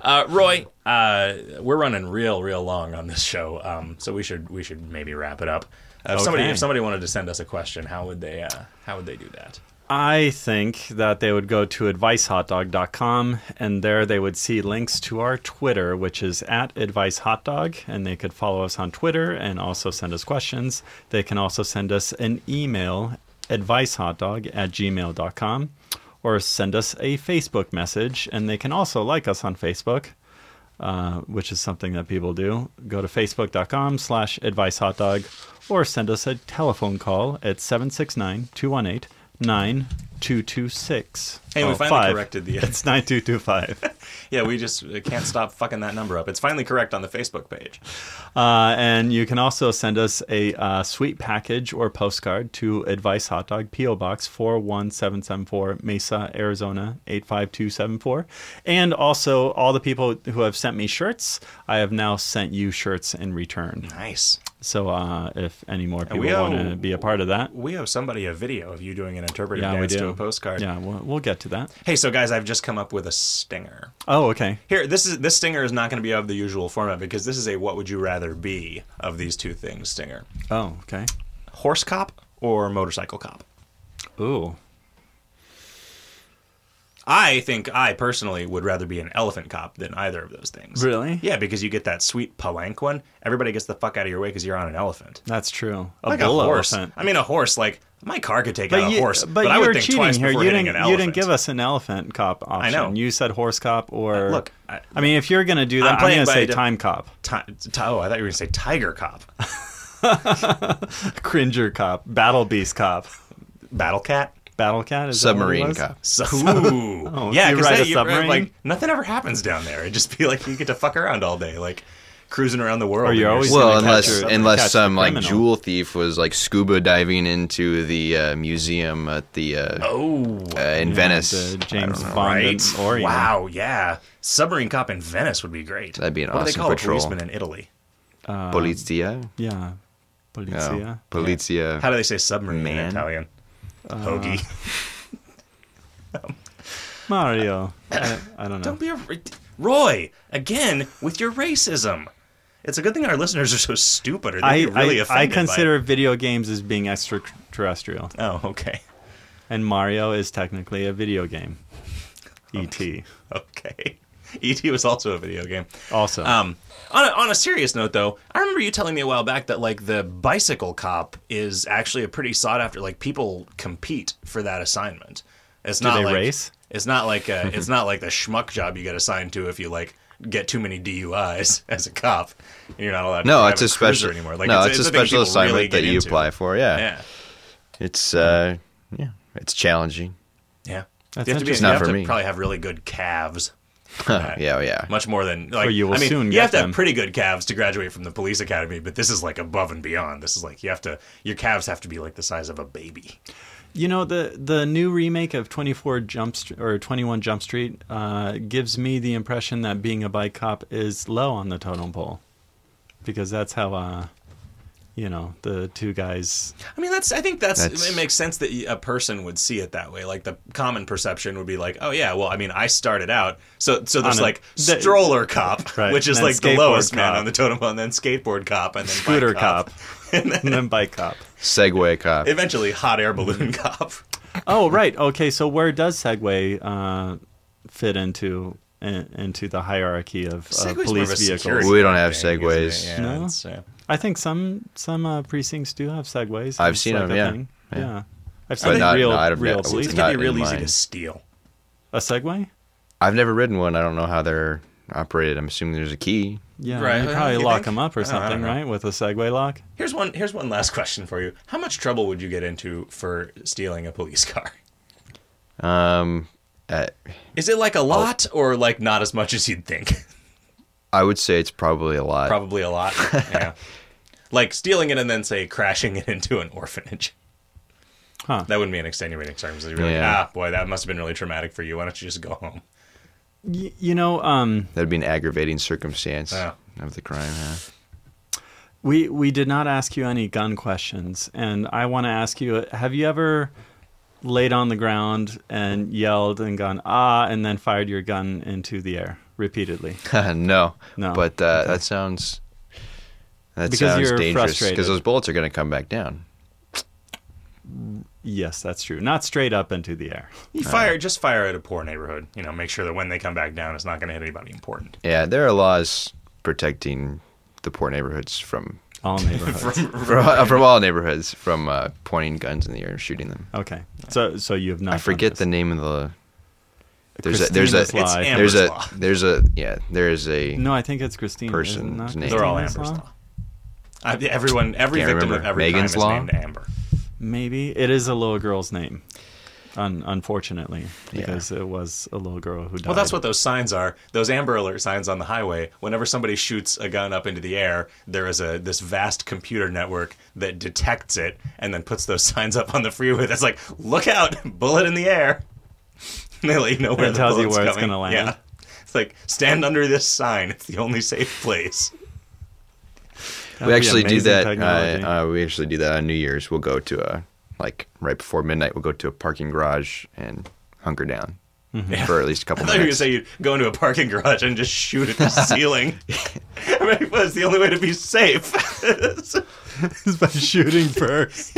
[SPEAKER 1] Uh, Roy, uh, we're running real, real long on this show, um, so we should we should maybe wrap it up. Uh, if somebody
[SPEAKER 2] Okay.
[SPEAKER 1] if somebody wanted to send us a question, how would they uh, how would they do that?
[SPEAKER 2] I think that they would go to advicehotdog.com and there they would see links to our Twitter, which is at advicehotdog, and they could follow us on Twitter and also send us questions. They can also send us an email, advicehotdog at gmail.com, or send us a Facebook message, and they can also like us on Facebook, uh, which is something that people do. Go to facebook.com slash advicehotdog or send us a telephone call at 769 218 9226.
[SPEAKER 1] Hey, we finally corrected the-
[SPEAKER 2] Oh, It's 9225.
[SPEAKER 1] Yeah, we just uh, can't stop fucking that number up. It's finally correct on the Facebook page.
[SPEAKER 2] uh, and you can also send us a uh, sweet package or postcard to Advice Hot Dog, P.O. Box 41774, Mesa, Arizona 85274. And also, all the people who have sent me shirts, I have now sent you shirts in return.
[SPEAKER 1] Nice.
[SPEAKER 2] So uh, if any more people
[SPEAKER 1] we
[SPEAKER 2] want
[SPEAKER 1] owe-
[SPEAKER 2] to be a part of that,
[SPEAKER 1] We owe somebody a video of you doing an interpretive
[SPEAKER 2] yeah, we
[SPEAKER 1] dance
[SPEAKER 2] do.
[SPEAKER 1] to a postcard.
[SPEAKER 2] Yeah, we'll, we'll get to that.
[SPEAKER 1] Hey, so guys, I've just come up with a stinger.
[SPEAKER 2] Oh, okay.
[SPEAKER 1] Here, this is this stinger is not going to be of the usual format because this is a what would you rather be of these two things stinger.
[SPEAKER 2] Oh, okay.
[SPEAKER 1] Horse cop or motorcycle cop?
[SPEAKER 2] Ooh.
[SPEAKER 1] I think I personally would rather be an elephant cop than either of those things.
[SPEAKER 2] Really?
[SPEAKER 1] Yeah, because you get that sweet palanquin. Everybody gets the fuck out of your way because you're on an elephant.
[SPEAKER 2] That's true. A
[SPEAKER 1] like
[SPEAKER 2] bull
[SPEAKER 1] a horse.
[SPEAKER 2] elephant.
[SPEAKER 1] I mean, a horse. Like my car could take out
[SPEAKER 2] you-
[SPEAKER 1] a horse, but, I
[SPEAKER 2] you
[SPEAKER 1] would
[SPEAKER 2] were
[SPEAKER 1] think
[SPEAKER 2] cheating
[SPEAKER 1] twice
[SPEAKER 2] here.
[SPEAKER 1] before
[SPEAKER 2] you
[SPEAKER 1] hitting
[SPEAKER 2] didn't,
[SPEAKER 1] an
[SPEAKER 2] you
[SPEAKER 1] elephant.
[SPEAKER 2] didn't give us an elephant cop option.
[SPEAKER 1] know.
[SPEAKER 2] You said horse cop or
[SPEAKER 1] Uh, look, I-
[SPEAKER 2] I, mean, if you're going to do that, I'm,
[SPEAKER 1] playing
[SPEAKER 2] going to
[SPEAKER 1] by
[SPEAKER 2] say
[SPEAKER 1] the-
[SPEAKER 2] time cop,
[SPEAKER 1] Ti- ti- oh, I thought you were going to say tiger cop,
[SPEAKER 2] cringer cop, battle beast cop,
[SPEAKER 1] battle cat.
[SPEAKER 2] battle cat, is that what it
[SPEAKER 3] Submarine
[SPEAKER 2] was?
[SPEAKER 3] cop.
[SPEAKER 1] So, ooh,
[SPEAKER 2] Oh,
[SPEAKER 1] yeah,
[SPEAKER 2] you
[SPEAKER 1] because
[SPEAKER 2] ride
[SPEAKER 1] that-
[SPEAKER 2] a
[SPEAKER 1] you're right,
[SPEAKER 2] submarine?
[SPEAKER 1] like nothing ever happens down there. It'd just be like you get to fuck around all day, like cruising around the world.
[SPEAKER 2] Or
[SPEAKER 1] in
[SPEAKER 2] you're
[SPEAKER 1] your
[SPEAKER 2] always-
[SPEAKER 1] suit.
[SPEAKER 2] gonna
[SPEAKER 3] Well,
[SPEAKER 2] catch
[SPEAKER 3] unless
[SPEAKER 2] your- catch
[SPEAKER 3] unless
[SPEAKER 2] the
[SPEAKER 3] some like
[SPEAKER 2] criminal.
[SPEAKER 3] jewel thief was like scuba diving into the uh, museum at the uh,
[SPEAKER 1] oh,
[SPEAKER 3] uh, in
[SPEAKER 2] Yeah,
[SPEAKER 3] Venice,
[SPEAKER 2] the
[SPEAKER 3] I don't
[SPEAKER 2] James
[SPEAKER 3] know.
[SPEAKER 2] Bond
[SPEAKER 1] right,
[SPEAKER 2] and Orion.
[SPEAKER 1] wow, yeah, submarine cop in Venice would be great.
[SPEAKER 3] That'd be an
[SPEAKER 1] what do they
[SPEAKER 3] awesome
[SPEAKER 1] call
[SPEAKER 3] patrol.
[SPEAKER 1] a policeman in Italy?
[SPEAKER 3] Polizia.
[SPEAKER 2] Yeah, polizia.
[SPEAKER 3] Oh, Polizia.
[SPEAKER 1] How do they say submarine in
[SPEAKER 3] Man.
[SPEAKER 1] Italian?
[SPEAKER 2] Uh,
[SPEAKER 1] Hoagie.
[SPEAKER 2] Mario. I, I don't know.
[SPEAKER 1] Don't be a Roy again with your racism. It's a good thing our listeners are so stupid, or they'd
[SPEAKER 2] I,
[SPEAKER 1] be really
[SPEAKER 2] I,
[SPEAKER 1] offended. by
[SPEAKER 2] I
[SPEAKER 1] it.
[SPEAKER 2] consider video games as being extraterrestrial,
[SPEAKER 1] Oh, okay,
[SPEAKER 2] and Mario is technically a video game. E E.T.
[SPEAKER 1] okay. ET was also a video game.
[SPEAKER 2] Also,
[SPEAKER 1] Um, on a, on a serious note, though, I remember you telling me a while back that like the bicycle cop is actually a pretty sought after. Like people compete for that assignment. It's not
[SPEAKER 2] they
[SPEAKER 1] like,
[SPEAKER 2] race?
[SPEAKER 1] It's not like a, it's not like the schmuck job you get assigned to if you like get too many DUIs as a cop and you're not allowed. to
[SPEAKER 3] No,
[SPEAKER 1] drive
[SPEAKER 3] it's a
[SPEAKER 1] cruiser
[SPEAKER 3] special.
[SPEAKER 1] anymore. Like,
[SPEAKER 3] no,
[SPEAKER 1] it's,
[SPEAKER 3] it's, a
[SPEAKER 1] thing
[SPEAKER 3] special
[SPEAKER 1] people really
[SPEAKER 3] assignment
[SPEAKER 1] get
[SPEAKER 3] that you
[SPEAKER 1] into.
[SPEAKER 3] apply for. Yeah,
[SPEAKER 1] Yeah,
[SPEAKER 3] it's uh, yeah, it's challenging.
[SPEAKER 1] yeah.
[SPEAKER 2] That's
[SPEAKER 1] you have to be.
[SPEAKER 2] interesting.
[SPEAKER 1] you
[SPEAKER 3] Not
[SPEAKER 1] have
[SPEAKER 3] for
[SPEAKER 1] to
[SPEAKER 3] me.
[SPEAKER 1] probably have really good calves.
[SPEAKER 3] Yeah, oh, yeah.
[SPEAKER 1] much more than like
[SPEAKER 2] Or you will
[SPEAKER 1] I mean,
[SPEAKER 2] soon
[SPEAKER 1] you
[SPEAKER 2] get
[SPEAKER 1] have to
[SPEAKER 2] them.
[SPEAKER 1] have pretty good calves to graduate from the police academy, but this is like above and beyond. This is like you have to your calves have to be like the size of a baby.
[SPEAKER 2] You know the the new remake of Twenty Four Jump Street or Twenty One Jump Street uh, gives me the impression that being a bike cop is low on the totem pole, because that's how uh, you know the two guys.
[SPEAKER 1] I mean, that's I think that's,
[SPEAKER 3] That's-
[SPEAKER 1] it makes sense that a person would see it that way. Like the common perception would be like, oh yeah, well I mean I started out so so there's
[SPEAKER 2] On a-
[SPEAKER 1] like
[SPEAKER 2] the-
[SPEAKER 1] stroller cop,
[SPEAKER 2] Right,
[SPEAKER 1] which is
[SPEAKER 2] and then
[SPEAKER 1] like the lowest
[SPEAKER 2] skateboard
[SPEAKER 1] man
[SPEAKER 2] cop.
[SPEAKER 1] on the totem pole, and then skateboard cop, and then bike
[SPEAKER 2] Scooter cop, and then bike cop.
[SPEAKER 3] Segway cop.
[SPEAKER 1] Eventually, hot air
[SPEAKER 2] Mm-hmm.
[SPEAKER 1] balloon cop.
[SPEAKER 2] Oh right, okay. So where does Segway uh, fit into in, into the hierarchy of uh,
[SPEAKER 1] Segway's more
[SPEAKER 2] police
[SPEAKER 1] of a
[SPEAKER 2] vehicles?
[SPEAKER 1] security
[SPEAKER 3] We don't have
[SPEAKER 1] thing, isn't it?
[SPEAKER 3] Segways.
[SPEAKER 1] Yeah,
[SPEAKER 2] No?
[SPEAKER 1] it's, uh,
[SPEAKER 2] I think some some uh, precincts do have segways.
[SPEAKER 3] I've
[SPEAKER 2] It's
[SPEAKER 3] seen
[SPEAKER 2] like
[SPEAKER 3] 'em,
[SPEAKER 2] a
[SPEAKER 3] yeah.
[SPEAKER 2] thing.
[SPEAKER 3] Yeah.
[SPEAKER 2] yeah. I've seen
[SPEAKER 3] not-
[SPEAKER 2] real
[SPEAKER 3] no, I don't-
[SPEAKER 2] real
[SPEAKER 3] yeah, it's
[SPEAKER 2] police.
[SPEAKER 1] It's
[SPEAKER 3] not
[SPEAKER 1] gonna be real
[SPEAKER 3] in
[SPEAKER 1] easy
[SPEAKER 3] mine.
[SPEAKER 1] to steal.
[SPEAKER 2] A Segway?
[SPEAKER 3] I've never ridden one. I don't know how they're operated. I'm assuming there's a key.
[SPEAKER 2] Yeah,
[SPEAKER 1] Right.
[SPEAKER 2] you probably
[SPEAKER 1] You
[SPEAKER 2] lock
[SPEAKER 1] think?
[SPEAKER 2] them up
[SPEAKER 1] I
[SPEAKER 2] or
[SPEAKER 1] don't- I don't
[SPEAKER 2] something,
[SPEAKER 1] know.
[SPEAKER 2] right? With a Segway lock.
[SPEAKER 1] Here's one. Here's one last question for you. How much trouble would you get into for stealing a police car?
[SPEAKER 3] Um, uh,
[SPEAKER 1] Is it like a lot, or like not as much as you'd think?
[SPEAKER 3] I would say it's probably a lot.
[SPEAKER 1] Probably a lot. yeah. Like stealing it and then say crashing it into an orphanage.
[SPEAKER 2] Huh.
[SPEAKER 1] That wouldn't be an extenuating circumstance. You'd be
[SPEAKER 3] Yeah.
[SPEAKER 1] like, ah, boy, that must have been really traumatic for you. Why don't you just go home?
[SPEAKER 2] Y- you know, um,
[SPEAKER 3] That'd be an aggravating circumstance
[SPEAKER 1] Yeah.
[SPEAKER 3] of the crime. Huh?
[SPEAKER 2] we we did not ask you any gun questions, and I want to ask you: Have you ever laid on the ground and yelled and gone ah, and then fired your gun into the air repeatedly?
[SPEAKER 3] no,
[SPEAKER 2] No.
[SPEAKER 3] But uh, that sounds that
[SPEAKER 2] Because
[SPEAKER 3] sounds
[SPEAKER 2] you're
[SPEAKER 3] dangerous
[SPEAKER 2] frustrated.
[SPEAKER 3] because those bullets are going to come back down.
[SPEAKER 2] Yes, that's true. Not straight up into the air.
[SPEAKER 1] You fire, just fire at a poor neighborhood. You know, make sure that when they come back down, it's not going to hit anybody important.
[SPEAKER 3] Yeah, there are laws protecting the poor neighborhoods from
[SPEAKER 2] All neighborhoods.
[SPEAKER 3] from, from all neighborhoods from uh, pointing guns in the air and shooting them.
[SPEAKER 2] okay. So so you have not.
[SPEAKER 3] I
[SPEAKER 2] done
[SPEAKER 3] forget
[SPEAKER 2] this.
[SPEAKER 3] the name of the. There's a there's a
[SPEAKER 2] Christina's Law, I
[SPEAKER 1] It's
[SPEAKER 2] think.
[SPEAKER 1] Amber's
[SPEAKER 3] there's a
[SPEAKER 1] Law.
[SPEAKER 3] there's a yeah there is a
[SPEAKER 2] No, I think it's Christine.
[SPEAKER 3] person's
[SPEAKER 2] isn't it not
[SPEAKER 3] name.
[SPEAKER 1] They're all
[SPEAKER 2] Christina's
[SPEAKER 1] Amber's
[SPEAKER 2] law?
[SPEAKER 1] law. I, everyone, every
[SPEAKER 3] Can't
[SPEAKER 1] victim of
[SPEAKER 3] remember.
[SPEAKER 1] every
[SPEAKER 3] Megan's
[SPEAKER 1] crime
[SPEAKER 3] Law?
[SPEAKER 1] is named Amber.
[SPEAKER 2] Maybe it is a little girl's name. Un- unfortunately, because it was a little girl who died.
[SPEAKER 1] Well, that's what those signs are. Those Amber Alert signs on the highway. Whenever somebody shoots a gun up into the air, there is a this vast computer network that detects it and then puts those signs up on the freeway. That's like, look out, bullet in the air. And they let you know where
[SPEAKER 2] It
[SPEAKER 1] the
[SPEAKER 2] tells you
[SPEAKER 1] bullet's
[SPEAKER 2] where it's
[SPEAKER 1] coming.
[SPEAKER 2] gonna land.
[SPEAKER 1] Yeah. It's like stand under this sign. It's the only safe place.
[SPEAKER 2] That'd
[SPEAKER 3] we
[SPEAKER 2] be
[SPEAKER 3] actually do
[SPEAKER 2] amazing
[SPEAKER 3] that
[SPEAKER 2] technology.
[SPEAKER 3] uh, uh, we actually do that on New Year's we'll go to a like right before midnight we'll go to a parking garage and hunker down
[SPEAKER 2] Mm-hmm.
[SPEAKER 3] for at least a couple
[SPEAKER 1] I thought you were gonna
[SPEAKER 3] minutes.
[SPEAKER 1] say you'd go into a parking garage and just shoot at the ceiling. I mean, it's the only way to be safe.
[SPEAKER 2] Is by shooting first.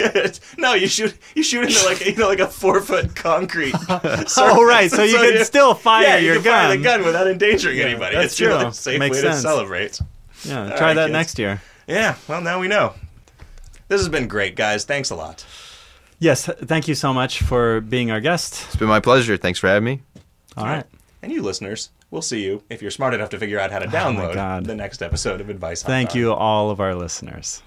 [SPEAKER 1] no, you shoot. You shoot into like you know like a four foot concrete.
[SPEAKER 2] oh right, so you can still fire
[SPEAKER 1] yeah,
[SPEAKER 2] your
[SPEAKER 1] you can
[SPEAKER 2] gun.
[SPEAKER 1] fire the gun without endangering anybody.
[SPEAKER 2] that's
[SPEAKER 1] It's true.
[SPEAKER 2] true.
[SPEAKER 1] Really safe
[SPEAKER 2] Makes
[SPEAKER 1] way
[SPEAKER 2] sense.
[SPEAKER 1] to celebrate.
[SPEAKER 2] Yeah,
[SPEAKER 1] All
[SPEAKER 2] try
[SPEAKER 1] right,
[SPEAKER 2] that
[SPEAKER 1] kids.
[SPEAKER 2] next year.
[SPEAKER 1] Yeah. Well, now we know. This has been great, guys. Thanks a lot.
[SPEAKER 2] Yes, thank you so much for being our guest.
[SPEAKER 3] it's been my pleasure. Thanks for having me.
[SPEAKER 2] All right.
[SPEAKER 1] And you listeners, we'll see you if you're smart enough to figure out how to
[SPEAKER 2] Oh my
[SPEAKER 1] download
[SPEAKER 2] God.
[SPEAKER 1] the next episode of Advice. Hot
[SPEAKER 2] Thank
[SPEAKER 1] Dog.
[SPEAKER 2] you, all of our listeners.